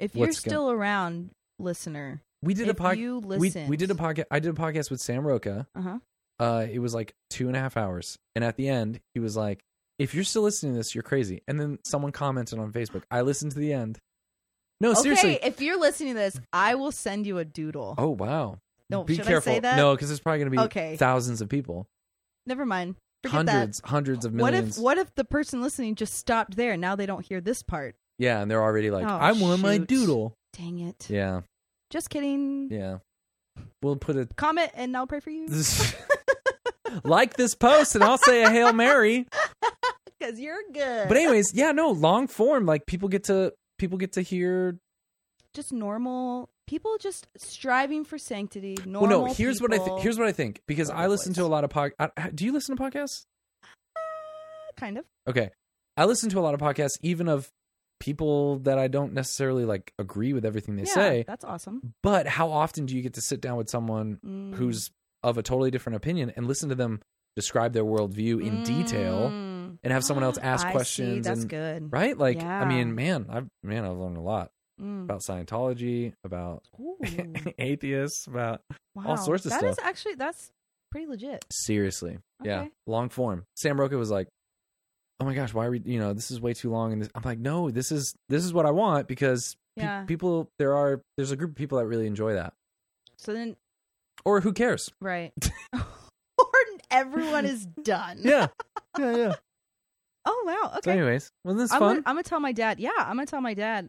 [SPEAKER 4] if you're
[SPEAKER 1] What's go-
[SPEAKER 4] still around, listener.
[SPEAKER 1] we did a
[SPEAKER 4] if
[SPEAKER 1] podcast.
[SPEAKER 4] you
[SPEAKER 1] We, we did a
[SPEAKER 4] listened.
[SPEAKER 1] podcast. I did a podcast with Sam Roca.
[SPEAKER 4] Uh-huh.
[SPEAKER 1] uh it was like two and a half hours and at the end he was like if you're still listening to this you're crazy and then someone commented on facebook i listened to the end no Oh, seriously
[SPEAKER 4] Okay, if you're listening to this, I will send you a doodle.
[SPEAKER 1] oh wow
[SPEAKER 4] No,
[SPEAKER 1] be
[SPEAKER 4] should I
[SPEAKER 1] careful
[SPEAKER 4] say that?
[SPEAKER 1] no because there's probably gonna be
[SPEAKER 4] Okay.
[SPEAKER 1] thousands of people
[SPEAKER 4] Never mind. Forget
[SPEAKER 1] hundreds hundreds of
[SPEAKER 4] that. What
[SPEAKER 1] millions
[SPEAKER 4] if what if the person listening just stopped there? Now they don't hear this part.
[SPEAKER 1] yeah and they're already like
[SPEAKER 4] Oh,
[SPEAKER 1] i want my
[SPEAKER 4] shoot.
[SPEAKER 1] doodle
[SPEAKER 4] Dang it.
[SPEAKER 1] yeah
[SPEAKER 4] Just kidding.
[SPEAKER 1] yeah we'll put a
[SPEAKER 4] Comment and I'll pray for you.
[SPEAKER 1] like this post and i'll say a hail mary
[SPEAKER 4] because you're good.
[SPEAKER 1] But anyways, yeah, no, long form. Like people get to people get to hear.
[SPEAKER 4] just normal people just striving for sanctity. Normal.
[SPEAKER 1] Well, no, here's what I
[SPEAKER 4] people.
[SPEAKER 1] think. Here's what I think because I
[SPEAKER 4] Normal
[SPEAKER 1] listen to a
[SPEAKER 4] voice.
[SPEAKER 1] lot of pod. I, I- do you listen to podcasts?
[SPEAKER 4] kind of.
[SPEAKER 1] Okay, I listen to a lot of podcasts, even of people that I don't necessarily like agree with everything they
[SPEAKER 4] yeah,
[SPEAKER 1] say.
[SPEAKER 4] that's awesome.
[SPEAKER 1] But how often do you get to sit down with someone
[SPEAKER 4] Mm.
[SPEAKER 1] who's of a totally different opinion and listen to them describe their worldview in detail
[SPEAKER 4] Mm.
[SPEAKER 1] and have someone else ask
[SPEAKER 4] I see,
[SPEAKER 1] questions?
[SPEAKER 4] That's
[SPEAKER 1] and,
[SPEAKER 4] good.
[SPEAKER 1] Right? Like, I
[SPEAKER 4] Yeah.
[SPEAKER 1] mean, man, I've man, I've learned a lot
[SPEAKER 4] Mm.
[SPEAKER 1] about Scientology, about
[SPEAKER 4] Ooh,
[SPEAKER 1] atheists, about
[SPEAKER 4] wow.
[SPEAKER 1] sorts of
[SPEAKER 4] That is
[SPEAKER 1] stuff.
[SPEAKER 4] actually that's pretty legit.
[SPEAKER 1] seriously, yeah,
[SPEAKER 4] Okay.
[SPEAKER 1] long form. Sam Roca was like, "Oh my gosh, why are we? You know, this is way too long." And this, I'm like, "No, this is this is what I want because pe-
[SPEAKER 4] Yeah.
[SPEAKER 1] people there are there's a group of people that really enjoy that,
[SPEAKER 4] So then,
[SPEAKER 1] or who cares?
[SPEAKER 4] right? or everyone is done.
[SPEAKER 1] Yeah, yeah, yeah.
[SPEAKER 4] Oh wow.
[SPEAKER 1] So,
[SPEAKER 4] Okay.
[SPEAKER 1] anyways, wasn't this
[SPEAKER 4] I'm
[SPEAKER 1] fun?
[SPEAKER 4] gonna, I'm gonna tell my dad. Yeah, I'm gonna tell my dad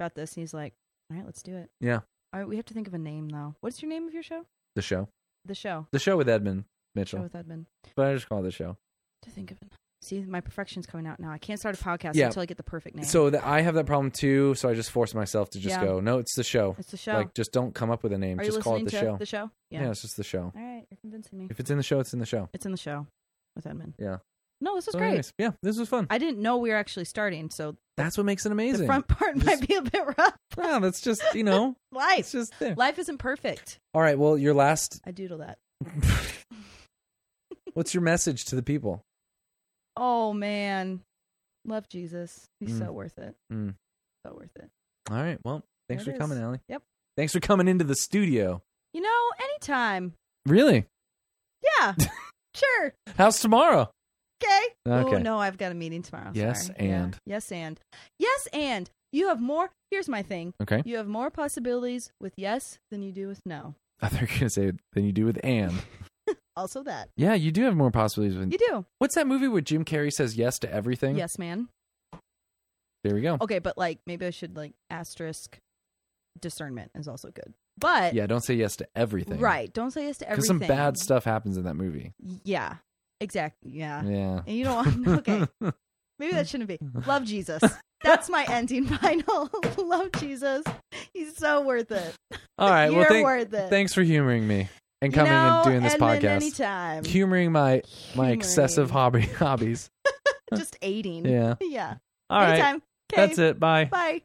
[SPEAKER 4] about this. And he's like, "All right, let's do it."
[SPEAKER 1] Yeah.
[SPEAKER 4] All right, we have to think of a name though. What's your name of your show?
[SPEAKER 1] the show,
[SPEAKER 4] The show.
[SPEAKER 1] the show with Edmund
[SPEAKER 4] Show
[SPEAKER 1] Mitchell,
[SPEAKER 4] with Edmund.
[SPEAKER 1] but I just call it the show.
[SPEAKER 4] To think of. a- See, my perfection's coming out now. I can't start a podcast
[SPEAKER 1] Yeah.
[SPEAKER 4] until I get the perfect name.
[SPEAKER 1] So that I have that problem too. So I just force myself to just
[SPEAKER 4] Yeah.
[SPEAKER 1] go, "No, it's the show."
[SPEAKER 4] it's the show.
[SPEAKER 1] Like, just don't come up with a name.
[SPEAKER 4] Are you
[SPEAKER 1] just call it
[SPEAKER 4] listening
[SPEAKER 1] the
[SPEAKER 4] to
[SPEAKER 1] show.
[SPEAKER 4] the show?
[SPEAKER 1] yeah. it's just the show.
[SPEAKER 4] All right, you're convincing me.
[SPEAKER 1] If it's in the show, it's in the show.
[SPEAKER 4] It's in the show with Edmund.
[SPEAKER 1] Yeah.
[SPEAKER 4] No, this was
[SPEAKER 1] So
[SPEAKER 4] great.
[SPEAKER 1] anyways, yeah, this was fun.
[SPEAKER 4] I didn't know we were actually starting, so
[SPEAKER 1] That's what makes it
[SPEAKER 4] the
[SPEAKER 1] amazing.
[SPEAKER 4] front part might be a bit rough.
[SPEAKER 1] Yeah, that's just you know, it's
[SPEAKER 4] Life,
[SPEAKER 1] just there.
[SPEAKER 4] life isn't perfect.
[SPEAKER 1] All right. Well, your last.
[SPEAKER 4] I doodle that.
[SPEAKER 1] What's your message to the people?
[SPEAKER 4] Oh man, love Jesus. He's
[SPEAKER 1] Mm.
[SPEAKER 4] so worth it.
[SPEAKER 1] Mm.
[SPEAKER 4] So worth it.
[SPEAKER 1] All right. Well, thanks
[SPEAKER 4] There
[SPEAKER 1] for
[SPEAKER 4] it
[SPEAKER 1] coming,
[SPEAKER 4] is.
[SPEAKER 1] Allie.
[SPEAKER 4] Yep.
[SPEAKER 1] Thanks for coming into the studio.
[SPEAKER 4] You know, anytime.
[SPEAKER 1] Really?
[SPEAKER 4] Yeah, sure.
[SPEAKER 1] How's tomorrow?
[SPEAKER 4] Okay.
[SPEAKER 1] Okay.
[SPEAKER 4] Oh no, I've got a meeting tomorrow.
[SPEAKER 1] Yes,
[SPEAKER 4] Sorry. Yeah.
[SPEAKER 1] and.
[SPEAKER 4] Yes and. Yes and. You have more. Here's my thing.
[SPEAKER 1] Okay.
[SPEAKER 4] You have more possibilities with yes than you do with no.
[SPEAKER 1] I thought you were gonna say than you do with and.
[SPEAKER 4] Also that.
[SPEAKER 1] yeah, you do have more possibilities with.
[SPEAKER 4] You do.
[SPEAKER 1] What's that movie where Jim Carrey says yes to everything?
[SPEAKER 4] Yes, Oh, man.
[SPEAKER 1] There we go.
[SPEAKER 4] Okay, but like maybe I should like asterisk discernment is also good. But
[SPEAKER 1] Yeah, don't say yes to everything.
[SPEAKER 4] right, don't say yes to everything.
[SPEAKER 1] Because some bad stuff happens in that movie.
[SPEAKER 4] Yeah. Exactly. Yeah.
[SPEAKER 1] Yeah.
[SPEAKER 4] And you don't want okay. Maybe that shouldn't be. Love Jesus. That's my ending final. Love Jesus. He's so worth it.
[SPEAKER 1] All right.
[SPEAKER 4] You're
[SPEAKER 1] well, thank,
[SPEAKER 4] worth it.
[SPEAKER 1] thanks for humoring me and
[SPEAKER 4] You
[SPEAKER 1] coming
[SPEAKER 4] know,
[SPEAKER 1] and doing this
[SPEAKER 4] Edmund,
[SPEAKER 1] podcast.
[SPEAKER 4] Anytime.
[SPEAKER 1] Humoring my my excessive
[SPEAKER 4] Humoring.
[SPEAKER 1] hobby hobbies.
[SPEAKER 4] Just aiding.
[SPEAKER 1] Yeah.
[SPEAKER 4] Yeah.
[SPEAKER 1] All right.
[SPEAKER 4] anytime. 'Kay.
[SPEAKER 1] That's it. Bye.
[SPEAKER 4] Bye.